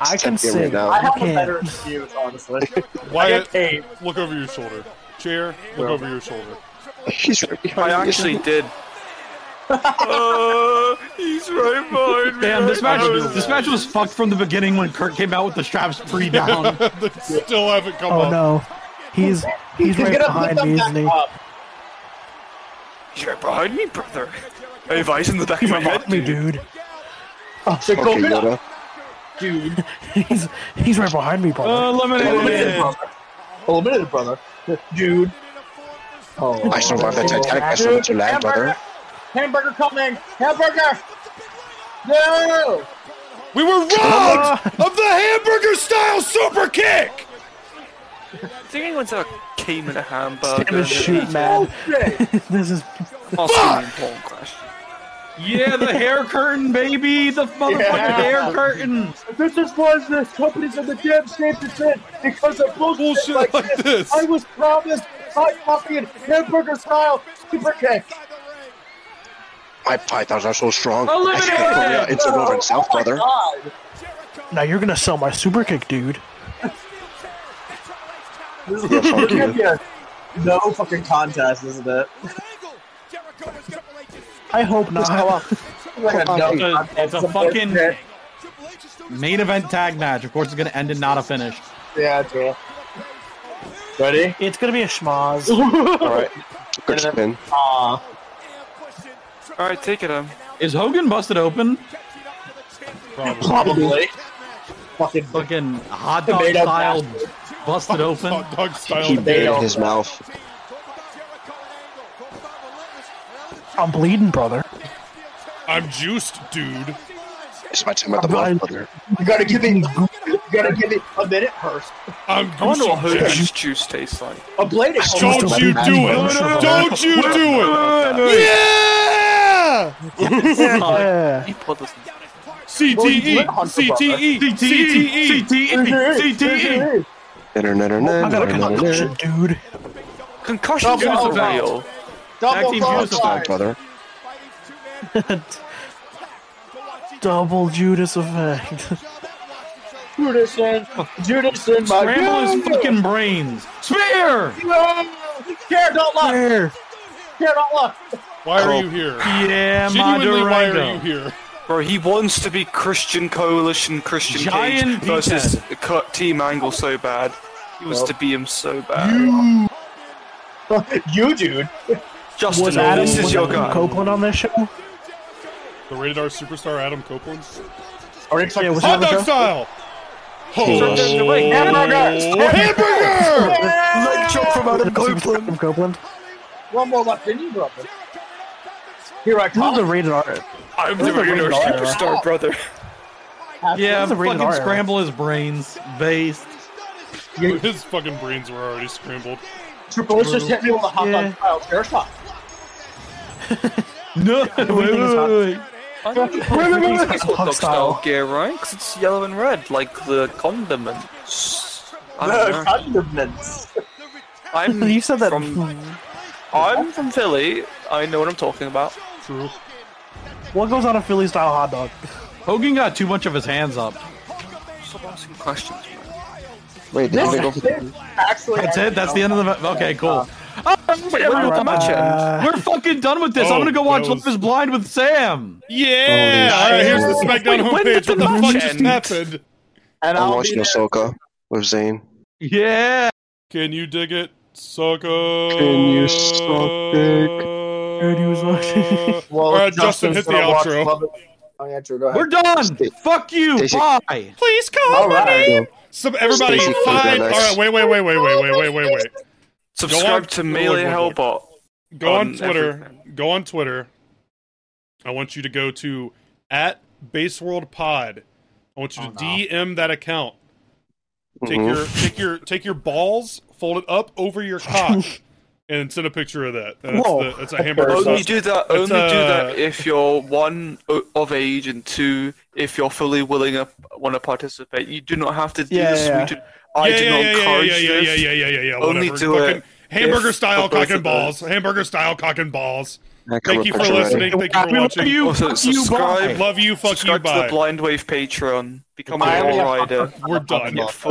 Speaker 9: I can
Speaker 5: Step in right
Speaker 9: sing.
Speaker 5: now.
Speaker 4: I have
Speaker 9: You
Speaker 4: a better
Speaker 9: can't.
Speaker 4: excuse, honestly.
Speaker 1: Wyatt,
Speaker 4: Hey.
Speaker 1: look over your shoulder. Chair, look over your shoulder.
Speaker 5: He's right
Speaker 10: I
Speaker 5: behind me.
Speaker 10: actually did. Uh, he's right behind me.
Speaker 3: Damn, this
Speaker 10: right
Speaker 3: match
Speaker 10: now.
Speaker 3: this match was fucked from the beginning when Kurt came out with the straps pre-down.
Speaker 1: they still haven't come
Speaker 9: Oh
Speaker 1: up.
Speaker 9: no, he's he's
Speaker 4: He's
Speaker 9: right
Speaker 4: gonna put
Speaker 9: behind me,
Speaker 4: them
Speaker 9: isn't
Speaker 4: back
Speaker 9: he?
Speaker 4: up.
Speaker 10: He's right behind me, brother. I have eyes in the back of my head.
Speaker 9: Fuck me, dude. Oh,
Speaker 4: So go
Speaker 5: Fucking
Speaker 4: get
Speaker 5: Yoda.
Speaker 4: up, dude.
Speaker 9: He's he's right behind me, brother.
Speaker 4: Eliminated
Speaker 3: Eliminated.
Speaker 4: brother. Eliminated brother. Dude. Oh,
Speaker 5: I survived the Titanic. I survived to land, brother.
Speaker 4: Hamburger coming! Hamburger! No!
Speaker 1: We were robbed of the hamburger style super kick.
Speaker 10: I think anyone's ever came in a hamburger.
Speaker 9: Damn it, shoot, man.
Speaker 4: Bullshit!
Speaker 9: this is
Speaker 10: Fuck! Porn crash.
Speaker 3: Yeah, the hair curtain, baby! The motherfucking
Speaker 4: Yeah.
Speaker 3: hair curtain!
Speaker 4: This is why the companies are the damn same percent because of bullshit, like, this. I was promised hot coffee and hamburger style super cake.
Speaker 5: My pythons are so strong. I
Speaker 4: Eliminate
Speaker 5: think I can uh,
Speaker 4: it!
Speaker 5: insert over and south, brother.
Speaker 1: Oh,
Speaker 4: Oh
Speaker 10: Now you're gonna sell my super kick, dude.
Speaker 18: This is a no fucking contest, isn't it?
Speaker 10: I hope not.
Speaker 18: Like a dumb
Speaker 3: It's a- it's a
Speaker 18: contest.
Speaker 3: fucking main event tag match. Of course, it's gonna end in not a finish.
Speaker 4: Yeah, true.
Speaker 18: Ready?
Speaker 10: It's gonna be a schmoz.
Speaker 5: Alright. Good spin.
Speaker 2: Alright, take it, um.
Speaker 3: Is Hogan busted open?
Speaker 18: Probably.
Speaker 3: Fucking, fucking hot dog
Speaker 18: Tomato
Speaker 3: style busted open. Hot
Speaker 1: dog
Speaker 5: He buried his mouth.
Speaker 10: I'm bleeding, brother.
Speaker 1: I'm juiced, dude.
Speaker 5: It's my time at the
Speaker 10: I'm-
Speaker 5: mouth, brother.
Speaker 4: You gotta give it. You gotta give it a minute first.
Speaker 1: I'm
Speaker 2: I wonder what
Speaker 1: goosey
Speaker 2: Hogan's
Speaker 1: jacked.
Speaker 2: juice tastes like.
Speaker 4: A blade. of-
Speaker 1: Don't you do it! Don't you do it! Yeah!
Speaker 2: Yeah! People doesn't
Speaker 1: E. CTE! CTE!
Speaker 3: E.
Speaker 1: CTE!
Speaker 10: CTE. I got a concussion, dude.
Speaker 2: Concussions are
Speaker 10: Double out.
Speaker 2: real.
Speaker 10: Double Tag team out. Judas effect.
Speaker 5: brother.
Speaker 10: Double Judas effect.
Speaker 4: Judas in. Judas in my.
Speaker 3: Scramble his fucking brains. Spear!
Speaker 4: Care, don't look.
Speaker 10: There.
Speaker 4: Care, don't look.
Speaker 1: Why are
Speaker 2: Cool.
Speaker 1: you here?
Speaker 3: Yeah,
Speaker 2: Genuinely, why are
Speaker 3: Madurango.
Speaker 2: you Bro, he wants to be Christian Coalition, Christian
Speaker 3: Giant
Speaker 2: Cage versus Co- Team Angle so bad. He wants
Speaker 4: Well.
Speaker 2: to be him so bad.
Speaker 4: You. you, dude.
Speaker 2: Justin,
Speaker 10: was Adam,
Speaker 2: this is
Speaker 10: was
Speaker 2: your
Speaker 10: Adam
Speaker 2: guy.
Speaker 10: Copeland on this show?
Speaker 1: The rated R superstar Adam Copeland.
Speaker 4: Are you expecting
Speaker 10: was
Speaker 1: Hot
Speaker 10: he on the
Speaker 1: dog
Speaker 10: show?
Speaker 1: style!
Speaker 10: Sure, there's no way.
Speaker 1: Hamburger! Hamburger!
Speaker 2: Leg chop from Adam Copeland.
Speaker 10: Adam Copeland.
Speaker 4: One more left in you, brother. Here I
Speaker 10: This
Speaker 4: come.
Speaker 10: is a rated R.
Speaker 2: I'm
Speaker 10: This
Speaker 2: the
Speaker 10: is a
Speaker 2: regular
Speaker 10: rated R.
Speaker 2: superstar, brother.
Speaker 3: Yeah,
Speaker 10: This is a rated
Speaker 3: fucking
Speaker 10: R.
Speaker 3: scramble his brains. Based.
Speaker 1: His fucking brains were already scrambled.
Speaker 4: Triple H just hit me with a hot
Speaker 10: Yeah.
Speaker 4: dog style chair shot.
Speaker 3: No, wait, wait, wait, wait.
Speaker 2: I don't know
Speaker 10: wait, wait,
Speaker 2: if
Speaker 10: wait.
Speaker 2: it's hot dog
Speaker 10: Hot style.
Speaker 2: style gear, right? 'Cause it's yellow and red, like the condiments. I
Speaker 18: The
Speaker 2: don't know.
Speaker 18: condiments.
Speaker 2: I'm
Speaker 10: you said that.
Speaker 2: From, I'm from Philly. I know what I'm talking about.
Speaker 1: True.
Speaker 10: What goes on a Philly style hot dog?
Speaker 3: Hogan got too much of his hands up.
Speaker 2: Stop asking questions.
Speaker 5: Wait, did they go for
Speaker 4: Actually,
Speaker 3: That's it. That's the end of the. ma- Okay, cool. Uh,
Speaker 2: Wait, everyone with the match ends.
Speaker 3: We're fucking done with this. I'm
Speaker 1: Oh,
Speaker 3: gonna go watch
Speaker 1: that was-
Speaker 3: Love Is Blind with Sam.
Speaker 1: Yeah! Alright, here's the SmackDown
Speaker 2: Wait, when
Speaker 1: homepage.
Speaker 2: did
Speaker 1: What the
Speaker 2: the
Speaker 1: fuck
Speaker 2: match
Speaker 1: just
Speaker 2: end?
Speaker 1: happened?
Speaker 4: And
Speaker 5: I'm
Speaker 4: I'll be
Speaker 5: watching
Speaker 4: there.
Speaker 5: Ahsoka with Zayn.
Speaker 3: Yeah.
Speaker 1: Can you dig it, sucker?
Speaker 5: Can you suck dick?
Speaker 1: Dude, he was watching. Alright, Justin,
Speaker 4: Justin's
Speaker 1: hit the
Speaker 4: gonna watch
Speaker 1: outro.
Speaker 4: Love Is- Oh, yeah, true. Go ahead.
Speaker 3: We're done. Fuck you.
Speaker 5: Stacey-
Speaker 3: Bye.
Speaker 1: Please call
Speaker 4: All right.
Speaker 1: Some everybody
Speaker 5: Stacey Keebler,
Speaker 1: find. All right,
Speaker 5: nice.
Speaker 1: wait, wait, wait, wait, wait, wait, wait, wait, wait.
Speaker 2: Subscribe
Speaker 1: on-
Speaker 2: to Melee
Speaker 1: Lord, Lord,
Speaker 2: Hellbot.
Speaker 1: Go on
Speaker 2: On
Speaker 1: Twitter.
Speaker 2: everything.
Speaker 1: Go on Twitter. I want you to go to at Baseworld Pod. I want you to DM that account. Take
Speaker 2: Mm-hmm.
Speaker 5: Mhm.
Speaker 1: your take your take your balls, fold it up over your cock, and send a picture of that. That's,
Speaker 10: Whoa.
Speaker 1: the, that's a hamburger.
Speaker 2: Only
Speaker 1: sauce.
Speaker 2: do that.
Speaker 1: That's,
Speaker 2: only do
Speaker 1: uh,
Speaker 2: that if you're one o- of age and two, if you're fully willing to want to participate. You do not have to do
Speaker 10: Yeah,
Speaker 2: this.
Speaker 10: yeah,
Speaker 2: We do, I do not encourage
Speaker 1: yeah, yeah,
Speaker 2: this.
Speaker 1: Yeah, yeah, yeah, yeah, yeah.
Speaker 2: Only
Speaker 1: whatever.
Speaker 2: do
Speaker 1: Fucking
Speaker 2: it
Speaker 1: Hamburger
Speaker 2: if
Speaker 1: style
Speaker 2: for
Speaker 1: cock
Speaker 2: both
Speaker 1: and
Speaker 2: of us.
Speaker 1: balls. Hamburger style cock and balls.
Speaker 5: I come
Speaker 1: Thank
Speaker 5: with
Speaker 1: you for
Speaker 5: picture ready.
Speaker 1: listening. Thank you for
Speaker 10: We love
Speaker 1: watching.
Speaker 10: you.
Speaker 2: Also,
Speaker 10: Fuck you.
Speaker 2: subscribe.
Speaker 10: Bye.
Speaker 1: Love you. Fuck you.
Speaker 2: Subscribe to
Speaker 1: Bye.
Speaker 2: the Blind Wave Patreon. Become a
Speaker 4: Miami-
Speaker 2: wall rider.
Speaker 1: We're done.
Speaker 2: Get full